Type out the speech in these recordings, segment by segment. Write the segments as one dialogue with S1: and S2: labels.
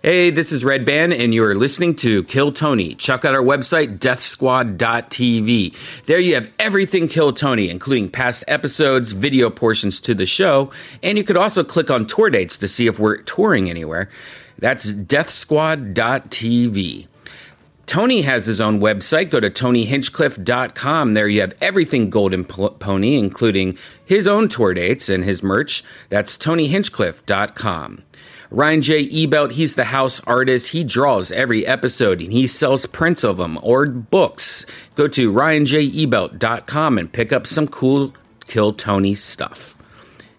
S1: Hey, this is Red Band, and you are listening to Kill Tony. Check out our website, deathsquad.tv. There you have everything Kill Tony, including past episodes, video portions to the show, and you could also click on tour dates to see if we're touring anywhere. That's deathsquad.tv. Tony has his own website. Go to tonyhinchcliffe.com. There you have everything Golden P- Pony, including his own tour dates and his merch. That's tonyhinchcliffe.com. Ryan J. Ebelt, he's the house artist. He draws every episode and he sells prints of them or books. Go to ryanjebelt.com and pick up some cool Kill Tony stuff.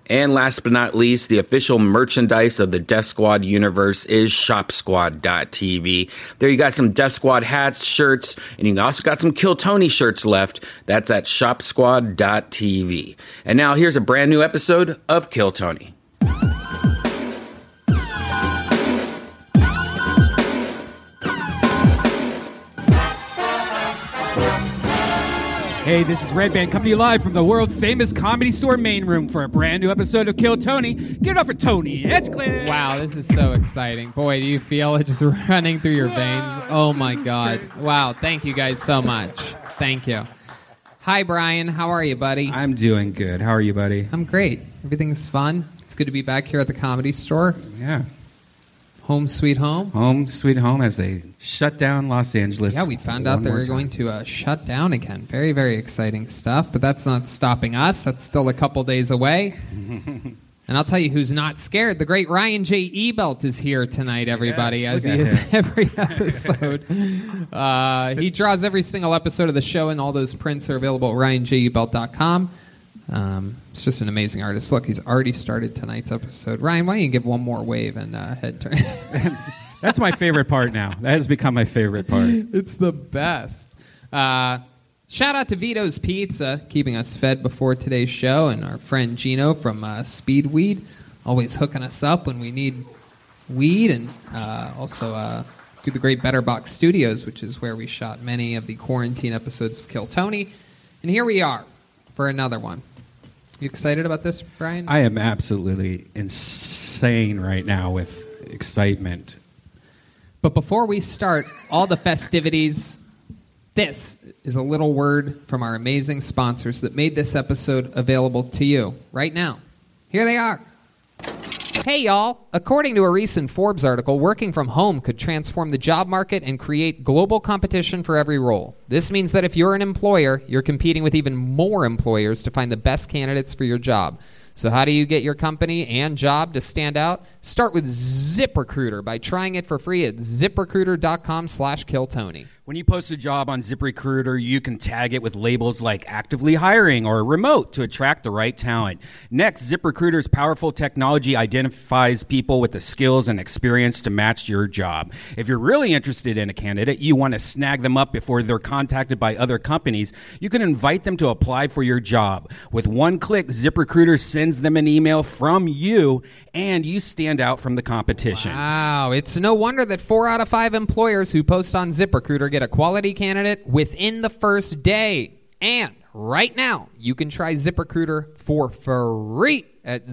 S1: And last but not least, the official merchandise of the Death Squad universe is shopsquad.tv. There you got some Death Squad hats, shirts, and you also got some Kill Tony shirts left. That's at shopsquad.tv. And now here's a brand new episode of Kill Tony.
S2: Hey, this is Red Band coming to you live from the world famous comedy store main room for a brand new episode of Kill Tony. Give it up for Tony Edgecliff.
S3: Wow, this is so exciting. Boy, do you feel it just running through your veins? Oh my God. Wow, thank you guys so much. Thank you. Hi, Brian. How are you, buddy?
S2: I'm doing good. How are you, buddy?
S3: I'm great. Everything's fun. It's good to be back here at the comedy store.
S2: Yeah.
S3: Home sweet home.
S2: Home sweet home as they shut down Los Angeles.
S3: Yeah, we found
S2: one
S3: out they
S2: more
S3: were
S2: time.
S3: going to uh, shut down again. Very, very exciting stuff, but that's not stopping us. That's still a couple days away. and I'll tell you who's not scared. The great Ryan J. Ebelt is here tonight, everybody,
S2: Yes,
S3: as
S2: look
S3: he
S2: at
S3: is
S2: him.
S3: every episode. uh, he draws every single episode of the show, and all those prints are available at ryanjebelt.com. Um, it's just an amazing artist. Look, he's already started tonight's episode. Ryan, why don't you give one more wave and uh, head turn?
S2: That's my favorite part now. That has become my favorite part.
S3: it's the best. Uh, shout out to Vito's Pizza, keeping us fed before today's show, and our friend Gino from uh, Speedweed, always hooking us up when we need weed, and uh, also uh, through the great Better Box Studios, which is where we shot many of the quarantine episodes of Kill Tony. And here we are for another one. You excited about this, Brian?
S2: I am absolutely insane right now with excitement.
S3: But before we start all the festivities, this is a little word from our amazing sponsors that made this episode available to you right now. Here they are. Hey, y'all. According to a recent Forbes article, working from home could transform the job market and create global competition for every role. This means that if you're an employer, you're competing with even more employers to find the best candidates for your job. So, how do you get your company and job to stand out? Start with ZipRecruiter by trying it for free at ziprecruiter.com slash killtony.
S2: When you post a job on ZipRecruiter, you can tag it with labels like actively hiring or remote to attract the right talent. Next, ZipRecruiter's powerful technology identifies people with the skills and experience to match your job. If you're really interested in a candidate, you want to snag them up before they're contacted by other companies, you can invite them to apply for your job. With one click, ZipRecruiter sends them an email from you, and you stand out from the competition.
S3: Wow, it's no wonder that four out of five employers who post on ZipRecruiter get a quality candidate within the first day. And right now, you can try ZipRecruiter for free at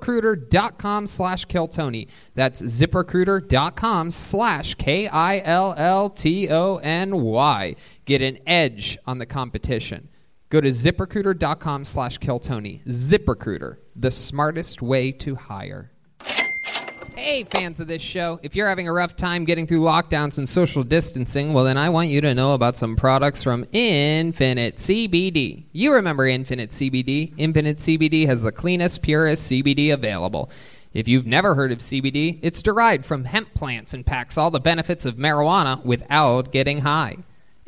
S3: ziprecruiter.com slash killtony. That's ziprecruiter.com slash K I L L T O N Y. Get an edge on the competition. Go to ziprecruiter.com slash killtony. ZipRecruiter, the smartest way to hire. Hey, fans of this show. If you're having a rough time getting through lockdowns and social distancing, well, then I want you to know about some products from Infinite CBD. You remember Infinite CBD. Infinite CBD has the cleanest, purest CBD available. If you've never heard of CBD, it's derived from hemp plants and packs all the benefits of marijuana without getting high.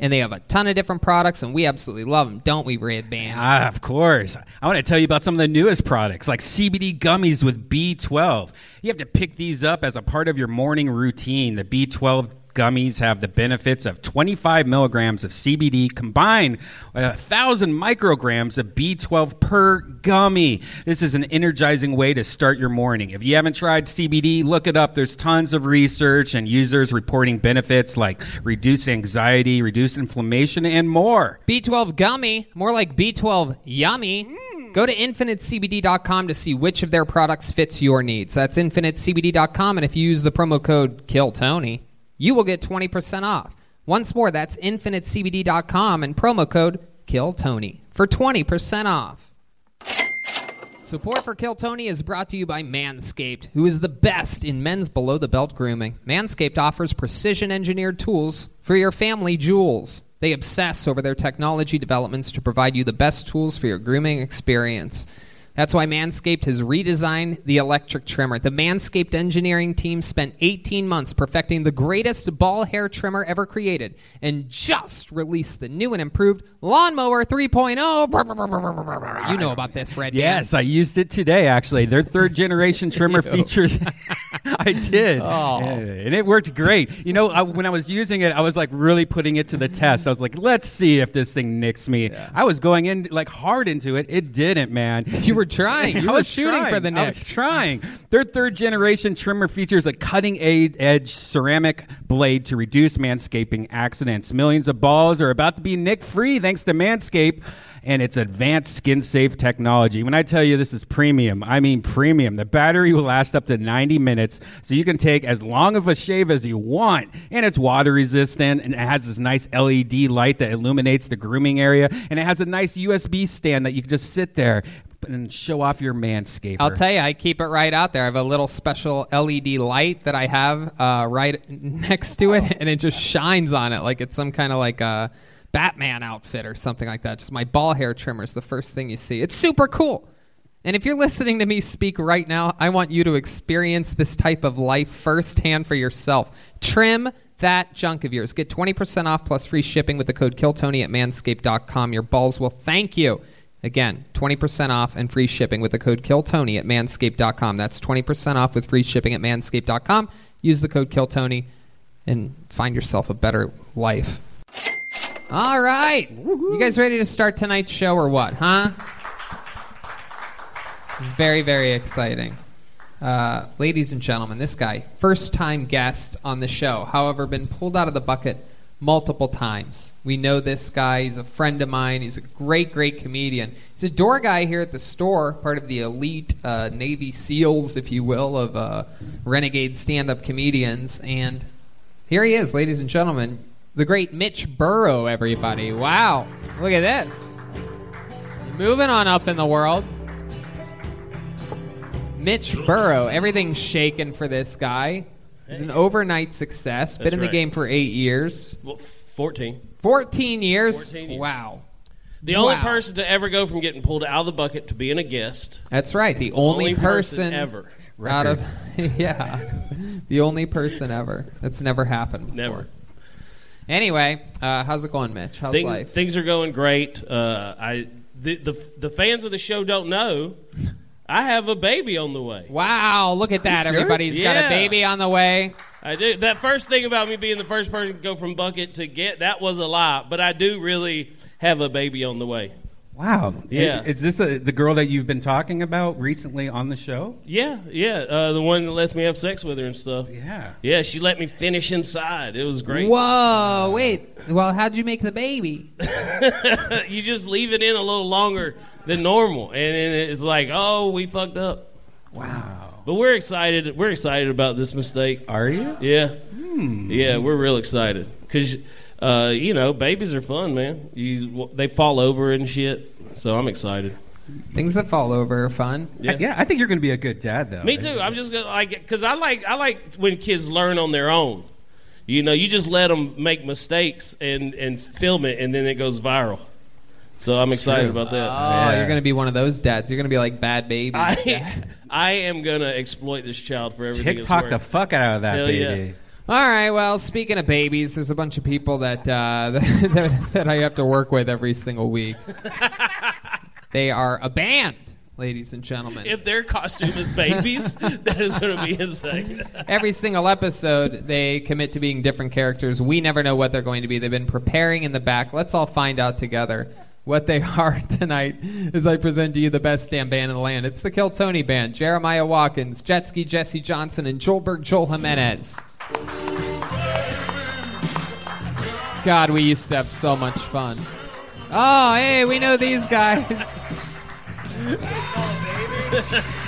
S3: And they have a ton of different products, and we absolutely love them, don't we, Red Band?
S2: Ah, of course. I want to tell you about some of the newest products, like CBD gummies with B12. You have to pick these up as a part of your morning routine. The B12 gummies have the benefits of 25 milligrams of CBD combined with 1,000 micrograms of B12 per gummy. This is an energizing way to start your morning. If you haven't tried CBD, look it up. There's tons of research and users reporting benefits like reduce anxiety, reduce inflammation, and more.
S3: B12 gummy, more like B12 yummy. Go to infinitecbd.com to see which of their products fits your needs. That's infinitecbd.com, and if you use the promo code KILLTONY, you will get 20% off. Once more, that's infinitecbd.com and promo code KILLTONY for 20% off. Support for Kill Tony is brought to you by Manscaped, who is the best in men's below the belt grooming. Manscaped offers precision engineered tools for your family jewels. They obsess over their technology developments to provide you the best tools for your grooming experience. That's why Manscaped has redesigned the electric trimmer. The Manscaped engineering team spent 18 months perfecting the greatest ball hair trimmer ever created and just released the new and improved Lawnmower 3.0. You know about this, Red. Dan.
S2: Yes, I used it today. Actually, their third generation trimmer features. I did,
S3: Oh.
S2: and it worked great. You know, I, when I was using it, I was like really putting it to the test. I was like, "Let's see if this thing nicks me." I was going in like hard into it. It didn't, man.
S3: You were trying. You
S2: I
S3: were
S2: was
S3: shooting
S2: trying.
S3: for the
S2: I was
S3: next.
S2: trying. Their third generation trimmer features a cutting edge ceramic blade to reduce manscaping accidents. Millions of balls are about to be nick free thanks to Manscaped and its advanced skin safe technology. When I tell you this is premium, I mean premium. The battery will last up to 90 minutes, so you can take as long of a shave as you want. And it's water resistant and it has this nice LED light that illuminates the grooming area and it has a nice USB stand that you can just sit there and show off your manscaper.
S3: I'll tell you, I keep it right out there. I have a little special LED light that I have uh, right next to it, and it just shines on it like it's some kind of like a Batman outfit or something like that. Just my ball hair trimmer is the first thing you see. It's super cool. And if you're listening to me speak right now, I want you to experience this type of life firsthand for yourself. Trim that junk of yours. Get 20% off plus free shipping with the code KILLTONY at manscaped.com. Your balls will thank you. Again, 20% off and free shipping with the code KILLTONY at manscaped.com. That's 20% off with free shipping at manscaped.com. Use the code KILLTONY and find yourself a better life. All right. You guys ready to start tonight's show or what, huh? This is very, very exciting. Uh, ladies and gentlemen, this guy, first time guest on the show, however, been pulled out of the bucket multiple times. We know this guy. He's a friend of mine. He's a great, great comedian. He's a door guy here at the store, part of the elite uh, Navy SEALs, if you will, of uh, renegade stand up comedians. And here he is, ladies and gentlemen, the great Mitch Burrow, everybody. Wow. Look at this. Moving on up in the world. Mitch Burrow, everything's shaken for this guy. He's an overnight success. Been
S4: That's
S3: in the
S4: right.
S3: game for eight years.
S4: Well, 14.
S3: 14 years?
S4: 14 years.
S3: Wow.
S4: The only
S3: Wow.
S4: person to ever go from getting pulled out of the bucket to being a guest.
S3: That's right. The only,
S4: Only person ever.
S3: Out of, yeah. The only person ever. That's never happened before.
S4: Never.
S3: Anyway, uh, how's it going, Mitch? How's
S4: Thing-
S3: life?
S4: Things are going great. Uh, I the, the the fans of the show don't know. I have a baby on the way.
S3: wow, look at that. Everybody's got a
S4: Yeah.
S3: baby on the way.
S4: I do. That first thing about me being the first person to go from bucket to get that was a lie, but I do really have a baby on the way.
S2: Wow.
S4: Yeah.
S2: Is, this a, the girl that you've been talking about recently on the show?
S4: Yeah, yeah. Uh, the one that lets me have sex with her and stuff.
S2: Yeah.
S4: Yeah, she let me finish inside. It was great.
S3: Whoa, wait. Well, how'd you make the baby?
S4: you just leave it in a little longer than normal, and then it's like, oh, we fucked up.
S2: Wow.
S4: But we're excited. We're excited about this mistake.
S2: Are you? Hmm.
S4: Yeah, yeah, we're real excited because uh, you know babies are fun, man. You they fall over and shit. So I'm excited.
S3: Things that fall over are fun.
S4: Yeah.
S2: Yeah, I think you're going to be a good dad, though.
S4: Me too. I'm just gonna like because I like I like when kids learn on their own. You know, you just let them make mistakes and and film it, and then it goes viral. So I'm excited
S2: true.
S4: about that.
S3: Oh, you're going to be one of those dads. You're going to be like bad baby.
S4: I I am gonna exploit this child for everything. it's
S2: TikTok
S4: worth.
S2: the fuck out of that
S4: Hell yeah.
S2: baby.
S3: All right. Well, speaking of babies, there's a bunch of people that uh, that, that I have to work with every single week. they are a band. ladies and gentlemen.
S4: If their costume is babies, that is going to be insane.
S3: Every single episode, they commit to being different characters. We never know what they're going to be. They've been preparing in the back. Let's all find out together what they are tonight as I present to you the best damn band in the land. It's the Kill Tony Band, Jeremiah Watkins, Jetski Jesse Johnson, and Joelberg Joel Jimenez. God, we used to have so much fun. Oh, hey, we know these guys.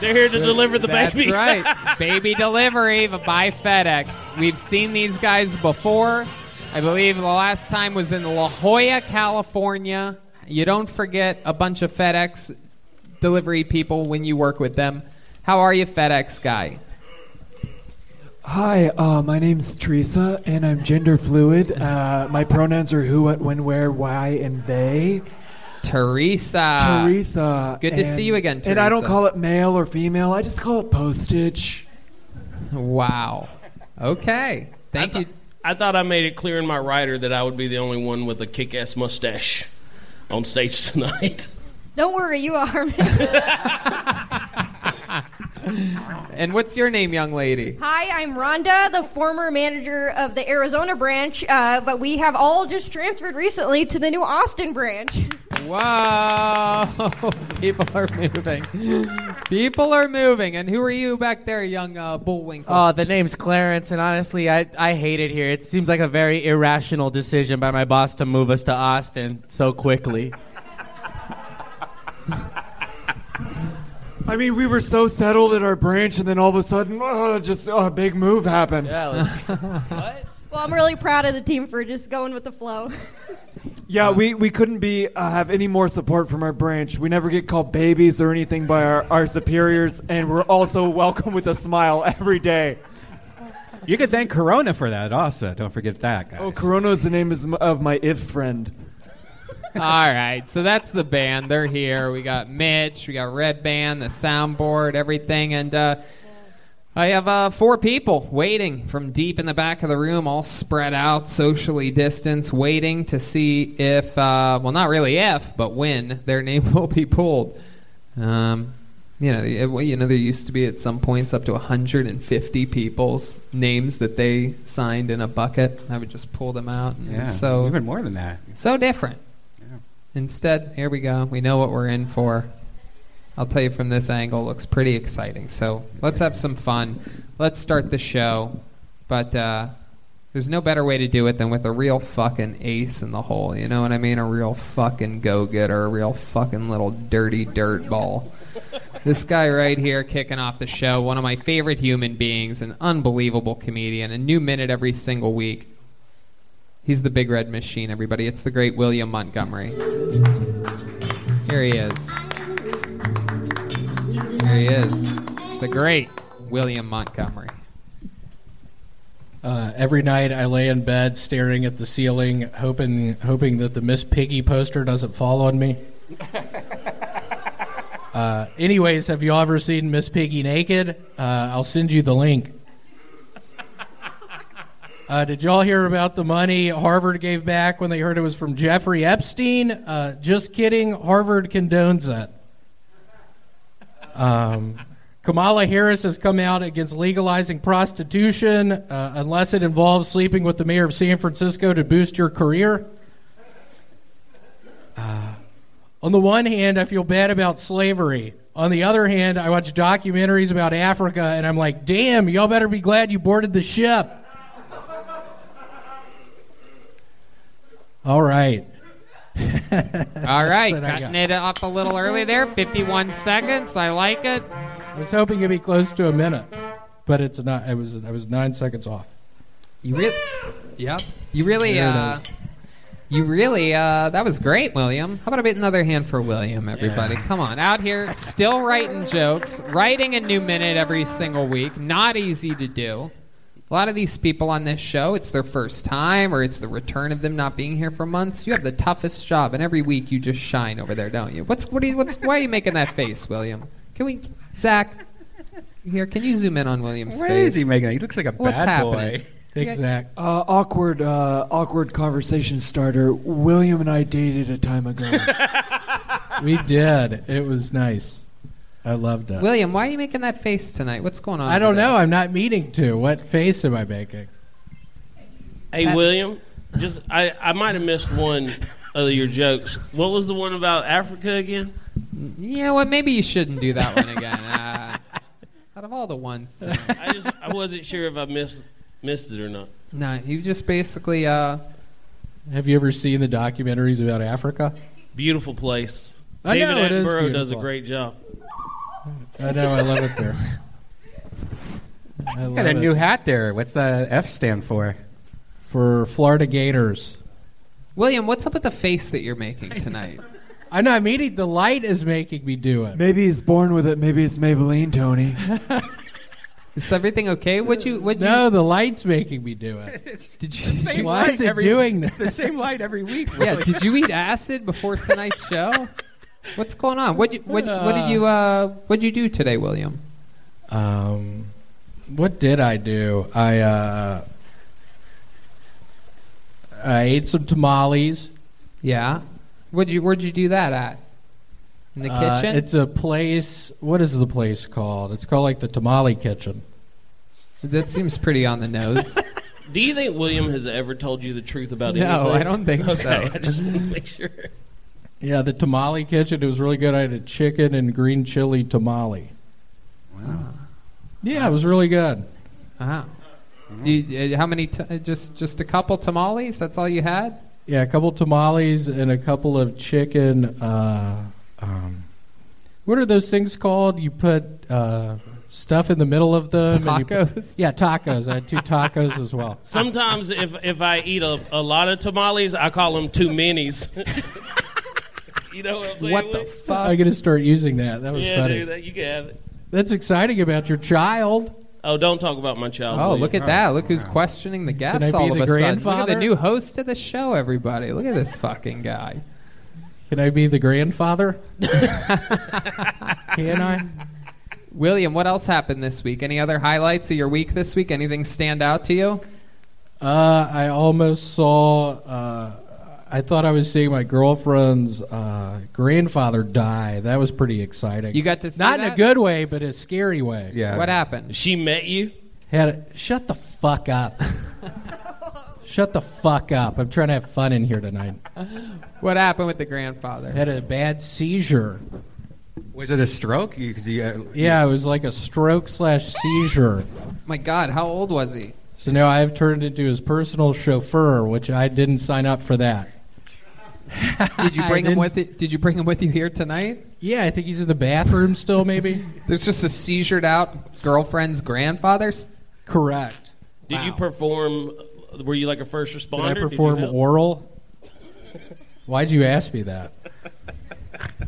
S4: They're here to deliver the
S3: That's
S4: baby.
S3: right. baby delivery by FedEx. We've seen these guys before. I believe the last time was in La Jolla, California. You don't forget a bunch of FedEx delivery people when you work with them. How are you, FedEx guy?
S5: Hi, uh, my name's Teresa, and I'm gender fluid. Uh, my pronouns are who, what, when, where, why, and they.
S3: Teresa.
S5: Teresa.
S3: Ah, good to see you again,
S5: And I don't
S3: Teresa.
S5: call it male or female. I just call it postage.
S3: Wow. Okay. Thank you.
S4: I thought I made it clear in my rider that I would be the only one with a kick-ass mustache on stage tonight.
S6: Don't worry, you are.
S3: And what's your name, young lady?
S6: Hi, I'm Rhonda, the former manager of the Arizona branch, uh, but we have all just transferred recently to the new Austin branch.
S3: Wow. People are moving. People are moving. And who are you back there, young uh, Bullwinkle?
S7: Oh, the name's Clarence, and honestly, I, I hate it here. It seems like a very irrational decision by my boss to move us to Austin so quickly.
S5: I mean, we were so settled at our branch, and then all of a sudden, uh, just uh, a big move happened. Yeah,
S6: Well, I'm really proud of the team for just going with the flow.
S2: Uh,
S5: we, we couldn't be uh, have any more support from our branch. We never get called babies or anything by our, our superiors, and we're also welcome with a smile every day.
S2: You could thank Corona for that also. Don't forget that, guys.
S5: Oh, Corona is the name is m- of my if friend.
S3: All right, so that's the band. They're here. We got Mitch, we got Red Band, the soundboard, everything, and uh, I have uh, four people waiting from deep in the back of the room, all spread out, socially distanced, waiting to see if, uh, well, not really if, but when their name will be pulled. Um, you know, the- well, you know, there used to be at some points up to 150 people's names that they signed in a bucket. I would just pull them out. And it
S2: yeah.
S3: was so
S2: even more than that.
S3: so different. Instead, here we go. We know what we're in for. I'll tell you from this angle, looks pretty exciting. So let's have some fun. Let's start the show. But uh, there's no better way to do it than with a real fucking ace in the hole. You know what I mean? A real fucking go getter, a real fucking little dirty dirt ball. This guy right here kicking off the show, one of my favorite human beings, an unbelievable comedian, a new minute every single week. He's the big red machine, everybody. It's the great William Montgomery. Here he is. Here he is. The great William Montgomery.
S8: Uh, every night I lay in bed staring at the ceiling, hoping hoping that the Miss Piggy poster doesn't fall on me. uh, anyways, have you all ever seen Miss Piggy naked? Uh, I'll send you the link. Uh, did y'all hear about the money Harvard gave back when they heard it was from Jeffrey Epstein? Uh, just kidding. Harvard condones that. Um, Kamala Harris has come out against legalizing prostitution uh, unless it involves sleeping with the mayor of San Francisco to boost your career. Uh, on the one hand, I feel bad about slavery. On the other hand, I watch documentaries about Africa and I'm like, damn, y'all better be glad you boarded the ship. All right.
S3: All right,
S8: what I got.
S3: cutting it up a little early there. 51 seconds. I like it.
S8: I was hoping it'd be close to a minute, but it's not. I was I was nine seconds off.
S3: You really, yep. You really,
S8: There it
S3: uh, you really, uh, that was great, William. How about a bit another hand for William, everybody? Come on, out here, still writing jokes, writing a new minute every single week. Not easy to do. A lot of these people on this show, it's their first time or it's the return of them not being here for months. You have the toughest job, and every week you just shine over there, don't you? What's what? Are you, what's why are you making that face, William? Can we, Zach? Here, can you zoom in on William's
S2: What
S3: face?
S2: is he making? He looks like a
S3: What's
S2: bad
S3: happening?
S2: boy.
S8: Thanks, Zach.
S5: Uh, awkward, uh, awkward conversation starter. William and I dated a time ago.
S8: we did. It was nice. I loved it.
S3: William, why are you making that face tonight? What's going on?
S8: I don't
S3: over
S8: know. I'm not meaning to. What face am I making?
S4: Hey, William, just I, I might have missed one of your jokes. What was the one about Africa again?
S3: there? You know what? Maybe you shouldn't do that one again. Uh, out of all the ones, uh,
S4: I just I wasn't sure if I missed missed it or not.
S3: no, you just basically. Uh,
S8: Have you ever seen the documentaries about Africa?
S4: Beautiful place.
S8: I
S4: David
S8: know, it is
S4: Attenborough does a
S8: beautiful.
S4: great job.
S8: I know. I love it there. I love
S2: Got a
S8: it.
S2: new hat there. What's the F stand for?
S8: for Florida Gators.
S3: William, what's up with the face that you're making tonight?
S8: I'm not meaning. The light is making me do it.
S5: Maybe he's born with it. Maybe it's Maybelline, Tony.
S3: Is everything okay? What you? What
S8: No, the light's making me do it.
S2: It's
S3: you? Did you? Did you
S8: Why is it doing that?
S2: the same light every week?
S3: yeah. Did you eat acid before tonight's show? What's going on? What? You, what? What did you? Uh, what'd you do today, William?
S8: Um, what did I do? I uh, I ate some tamales.
S3: Yeah. What'd you? Where'd you do that at? In the
S8: Uh,
S3: kitchen.
S8: it's a place. What is the place called? It's called like the Tamale Kitchen.
S3: that seems pretty on the nose.
S4: Do you think William has ever told you the truth about anything?
S3: no, I don't think
S4: Okay,
S3: so.
S4: I just want to make sure.
S8: Yeah, the Tamale Kitchen. It was really good. I had a chicken and green chili tamale. Wow. Yeah, it was really good.
S3: Wow. Uh-huh. Do you, uh, how many? T- uh, just just a couple tamales. That's all you had.
S8: Yeah, a couple tamales and a couple of chicken. Uh, um, what are those things called? You put uh, stuff in the middle of them. and you put-
S3: Tacos?
S8: yeah, tacos. I had two tacos as well.
S4: Sometimes if if I eat a, a lot of tamales, I call them too minis. you know what I'm saying?
S3: What the
S4: William?
S3: fuck?
S8: I'm gonna start using that. That was
S4: yeah,
S8: funny.
S4: dude, that, you can have it.
S8: That's exciting about your child.
S4: Oh, don't talk about my child.
S3: Oh,
S4: William.
S3: look at that! Look who's questioning the
S8: Can I
S3: guests
S8: be
S3: all of
S8: the
S3: a sudden. Look at the
S8: grandfather?
S3: new host of the show, everybody. Look at this fucking guy.
S8: Can I be the grandfather? Can I?
S3: William, what else happened this week? Any other highlights of your week this week? Anything stand out to you?
S8: Uh, I almost saw. Uh, I thought I was seeing my girlfriend's uh, grandfather die. That was pretty exciting.
S3: You got to see
S8: not in
S3: that?
S8: a good way, but a scary way.
S2: Yeah.
S3: What happened?
S4: She met you.
S8: Had a, shut the fuck up. shut the fuck up. I'm trying to have fun in here tonight.
S3: What happened with the grandfather?
S8: Had a bad seizure.
S2: Was it a stroke? You, 'cause you, uh,
S8: Yeah, it was like a stroke slash seizure.
S3: My God, how old was he?
S8: So now I've turned into his personal chauffeur, which I didn't sign up for that.
S3: Did you
S8: I
S3: bring him
S8: didn't-
S3: with? It? Did you bring him with you here tonight?
S8: Yeah, I think he's in the bathroom still, maybe.
S3: There's just a seizured out girlfriend's grandfather. S-
S8: Correct.
S4: Did you perform? Were you like a first
S8: Did
S4: responder?
S8: I perform
S4: Did you help?
S8: oral? Why'd you ask me that?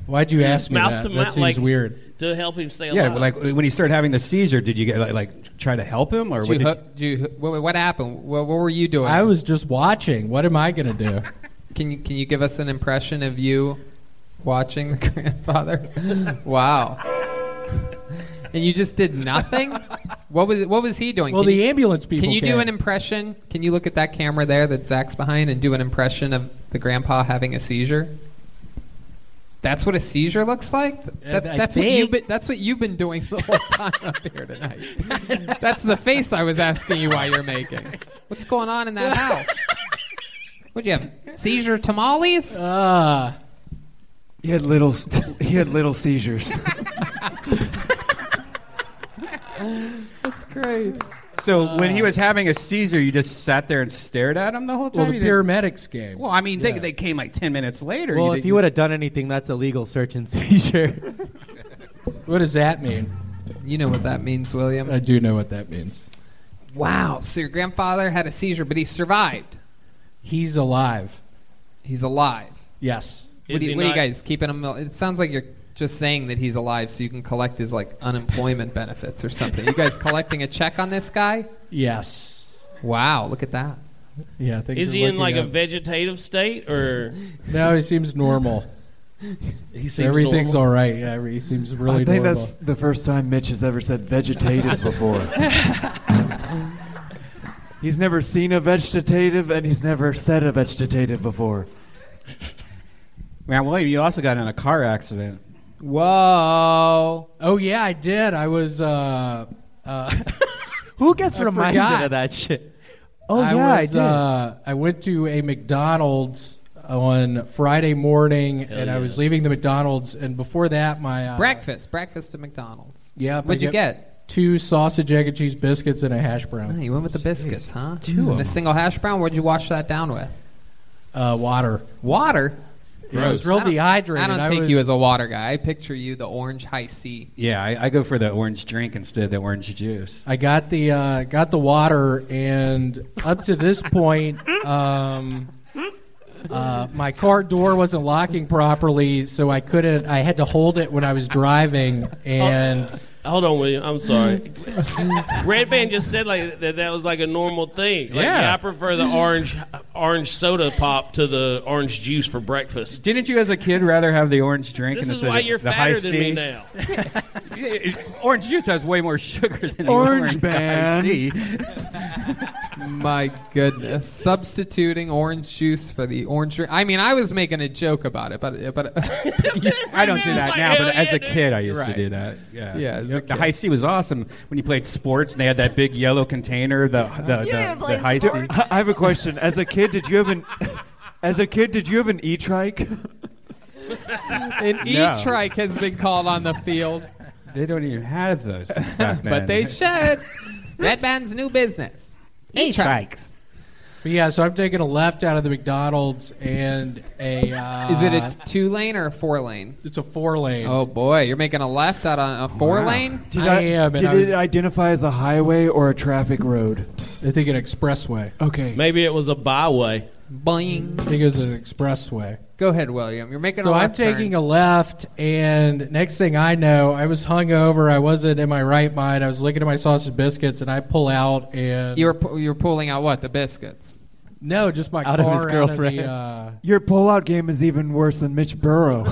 S8: Why'd you ask me
S4: Mouth
S8: that?
S4: to
S8: that
S4: mouth,
S8: seems
S4: like-
S8: weird.
S4: to help him stay
S2: yeah.
S4: alive?
S2: Like when he started having the seizure, did you get like, like try to help him or
S3: Did
S2: what?
S3: you
S2: did
S3: hook- did you- what, what happened? What, what were you doing?
S8: I was just watching. What am I going to do?
S3: Can you can you give us an impression of you watching the grandfather? wow. And you just did nothing. What was what was he doing?
S8: Well,
S3: can
S8: the
S3: you,
S8: ambulance people.
S3: can you do
S8: came.
S3: an impression? Can you look at that camera there that Zach's behind and do an impression of the grandpa having a seizure? That's what a seizure looks like.
S5: Uh,
S3: That,
S8: I
S3: that's what
S8: think-
S3: you've been. That's what you've been doing the whole time up here tonight. that's the face I was asking you why you're making. What's going on in that house? What do you have? Seizure tamales?
S8: Ah,
S5: He had little. He had little seizures.
S3: That's great.
S2: So when he was having a seizure, you just sat there and stared at him the whole time.
S8: well, the
S2: You didn't-
S8: paramedics came.
S2: well, I mean, they, they came like ten minutes later.
S7: Well,
S2: didn't
S7: if you would have done anything, that's illegal search and seizure.
S8: what does that mean?
S3: You know what that means, William.
S8: I do know what that means.
S3: wow. So your grandfather had a seizure, but he survived.
S8: He's alive.
S3: He's alive.
S8: Yes.
S4: Is
S3: what do
S4: he
S3: you, what do you
S4: not-
S3: guys keeping him? It sounds like you're just saying that he's alive so you can collect his like unemployment benefits or something. You guys collecting a check on this guy?
S8: Yes.
S3: Wow, look at that.
S8: Yeah. things
S4: Is
S8: are
S4: he in
S8: looking
S4: like a
S8: up.
S4: vegetative state or
S8: No, he seems normal.
S4: he seems
S8: Everything's
S4: normal?
S8: all right. Yeah, every- he seems really
S5: I think
S8: normal.
S5: that's the first time Mitch has ever said vegetative before. he's never seen a vegetative, and he's never said a vegetative before.
S2: Man, William, you also got in a car accident.
S3: Whoa.
S8: Oh yeah, I did. I was. Uh, uh,
S7: Who gets reminded
S8: forgot.
S7: of that shit? Oh
S8: I
S7: yeah,
S8: was,
S7: I did.
S8: Uh, I went to a McDonald's on Friday morning, and I was leaving the McDonald's, and before that, my uh,
S3: Breakfast. Breakfast at McDonald's.
S8: Yeah,
S3: What'd
S8: I
S3: you get?
S8: Two sausage, egg and cheese biscuits, and a hash brown.
S3: Oh, you went with the biscuits, huh? Two. And a single hash brown. What'd you wash that down with?
S8: Uh, water.
S3: Water.
S8: Yeah, I was real
S3: I don't-
S8: dehydrated.
S3: I don't take
S8: was-
S3: you as a water guy. I picture you the orange high C.
S2: Yeah, I, I go for the orange drink instead of the orange juice.
S8: I got the uh, got the water, and up to this point, um, uh, my car door wasn't locking properly, so I couldn't. I had to hold it when I was driving, and
S4: Hold on, William. I'm sorry. Red Band just said like that. That was like a normal thing. Like,
S2: Yeah.
S4: I prefer the orange, orange soda pop to the orange juice for breakfast.
S2: Didn't you, as a kid, rather have the orange drink?
S4: This is
S2: instead
S4: why
S2: of
S4: you're
S2: the high
S4: fatter than me
S2: C?
S4: now.
S2: orange juice has way more sugar than the
S5: Orange
S2: orange
S5: man.
S2: I see.
S3: My goodness. Substituting orange juice for the orange drink. I mean, I was making a joke about it, but but
S2: I don't do
S4: It's
S2: that
S4: like,
S2: now, but
S4: hell
S2: as
S4: yeah,
S2: a
S4: dude.
S2: kid, I used
S3: Right.
S2: to do that. Yeah,
S3: Yeah, as a
S2: Yep, The
S3: kid.
S2: high C was awesome when you played sports, and they had that big yellow container. The the, Uh, the,
S6: You didn't
S2: the
S6: play
S2: high C.
S6: sports.
S5: I I have a question. As a kid, did you have an as a kid did you have an e-trike?
S3: an
S2: No.
S3: e-trike has been called on the field,
S2: They don't even have those,
S3: but
S2: back then.
S3: they should. Red Band's new business. E-trikes.
S8: but yeah. So I'm taking a left out of the McDonald's, and a uh,
S3: Is it a two lane or a four lane?
S8: it's a four lane.
S3: Oh boy, you're making a left out on a four lane.
S5: Did
S8: I am, and
S5: Did
S8: I was-
S5: it identify as a highway or a traffic road?
S8: I think an expressway.
S5: Okay.
S4: Maybe it was a byway.
S3: Boing.
S8: I think it was an expressway.
S3: Go ahead, William. You're making.
S8: So
S3: a
S8: I'm
S3: left
S8: taking a left, and next thing I know, I was hungover. I wasn't in my right mind. I was looking at my sausage biscuits, and I pull out and
S3: You were pu- you were pulling out what the biscuits.
S8: no, just my
S7: Out of
S8: car
S7: his girlfriend.
S8: Out uh, of
S5: Your pullout game is even worse than Mitch Burrow.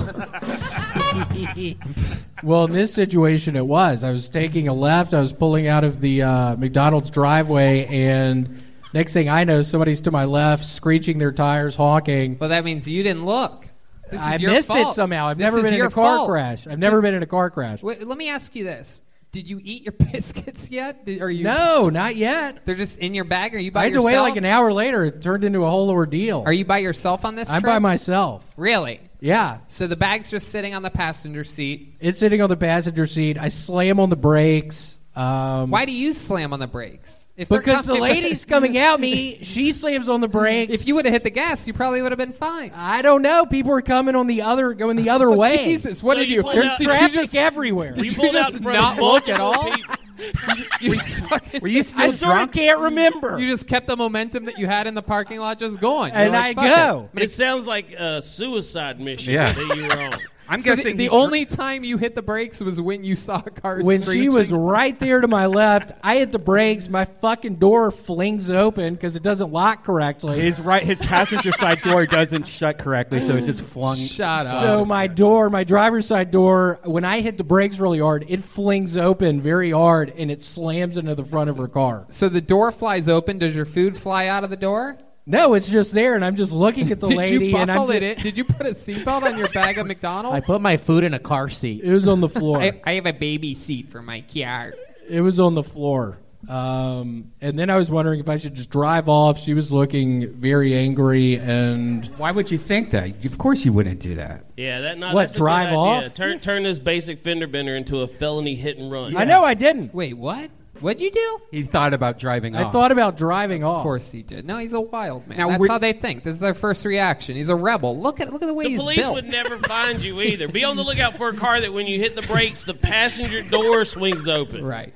S8: the, uh, well, in this situation, it was. I was taking a left. I was pulling out of the uh, McDonald's driveway, and next thing I know, somebody's to my left, screeching their tires, honking.
S3: Well, that means you didn't look. This is
S8: I
S3: your
S8: missed
S3: fault.
S8: it somehow. I've
S3: This
S8: never
S3: is
S8: been in
S3: your
S8: a car
S3: fault.
S8: crash. I've never been in a car crash.
S3: Wait, let me ask you this: Did you eat your biscuits yet? Did, are you?
S8: No, not yet.
S3: They're just in your bag. Are you by
S8: I had to
S3: yourself?
S8: wait like an hour later. It turned into a whole ordeal.
S3: Are you by yourself on this
S8: I'm
S3: trip?
S8: by myself.
S3: Really?
S8: Yeah.
S3: So the bag's just sitting on the passenger seat.
S8: It's sitting on the passenger seat. I slam on the brakes. Um,
S3: Why do you slam on the brakes? If they're
S8: Because the
S3: coming-
S8: lady's coming at me. She slams on the brakes.
S3: If you would have hit the gas, you probably would have been fine. Oh,
S8: I don't know. People are coming on the other, going the other way.
S3: Jesus, what
S4: So
S3: did
S4: you
S3: you?
S4: pulled
S8: There's
S4: out-
S3: did
S8: traffic
S3: you just,
S8: everywhere.
S3: did
S4: You
S3: you
S4: pulled out
S3: just
S4: in front of
S3: not look at
S4: multiple
S3: all?
S4: people.
S3: You just fucking-
S2: Were you still
S8: I sort of
S2: drunk?
S8: can't remember.
S3: You just kept the momentum that you had in the parking lot just going.
S8: And
S3: You're like,
S8: I
S3: "Fuck
S8: go."
S3: it." I'm gonna-
S4: It sounds like a suicide mission
S2: Yeah.
S4: that you were on.
S2: I'm
S3: So the-
S2: guessing
S3: the,
S2: he dr-
S3: only time you hit the brakes was when you saw a car
S8: when she was
S3: screeching.
S8: right there to my left, I hit the brakes. My fucking door flings open because it doesn't lock correctly.
S2: his right his passenger side door doesn't shut correctly, so it just flung.
S3: Shut up.
S8: So my door, my driver's side door, when I hit the brakes really hard, it flings open very hard and it slams into the front of her car.
S3: So the door flies open. Does your food fly out of the door?
S8: No, it's just there, and I'm just looking at the
S3: Did
S8: lady,
S3: you
S8: and I'm
S3: buckle it
S8: ju-
S3: in? Did you put a seatbelt on your bag of McDonald's?
S7: I put my food in a car seat.
S8: It was on the floor.
S3: I, I have a baby seat for my car.
S8: it was on the floor. Um, and then I was wondering if I should just drive off. She was looking very angry, and
S2: Why would you think that? Of course, you wouldn't do that.
S4: Yeah, that not
S8: What,
S4: that's a
S8: drive
S4: good idea.
S8: off?
S4: Turn turn this basic fender bender into a felony hit and run.
S8: I know I didn't.
S3: Wait, what? What'd you do?
S2: He thought about driving.
S8: I
S2: off.
S8: thought about driving off.
S3: Of course he did. No, he's a wild man.
S2: Now,
S3: That's
S2: we're-
S3: how they think. This is their first reaction. He's a rebel. Look at look at the way
S4: The
S3: he's
S4: police
S3: built.
S4: would never find you either. Be on the lookout for a car that when you hit the brakes, the passenger door swings open.
S3: right.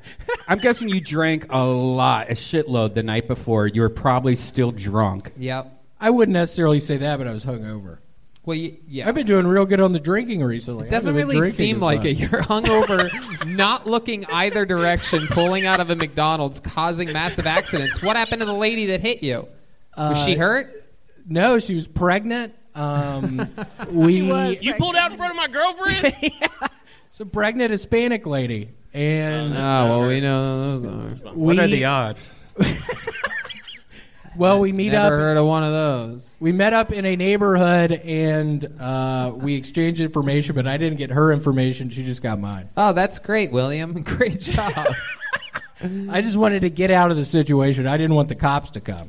S2: I'm guessing you drank a lot, a shitload the night before. You were probably still drunk.
S3: Yep.
S8: I wouldn't necessarily say that, but I was hungover.
S3: Well, y- yeah.
S8: I've been doing real good on the drinking recently. I
S3: doesn't
S8: haven't been
S3: really
S8: drinking
S3: seem
S8: as
S3: like
S8: much.
S3: it. You're hungover, not looking either direction, pulling out of a McDonald's, causing massive accidents. What happened to the lady that hit you? Was she hurt?
S8: Uh, No, she was pregnant. Um, we
S6: was.
S4: You pulled out in front of my girlfriend?
S8: it's a pregnant Hispanic lady, and
S3: Oh well, we know. those are-
S8: we
S2: odds?
S8: Well, we meet
S3: Never
S8: up.
S3: heard of one of those.
S8: We met up in a neighborhood and uh, we exchanged information, but I didn't get her information. She just got mine.
S3: Oh, that's great, William. Great job.
S8: I just wanted to get out of the situation. I didn't want the cops to come.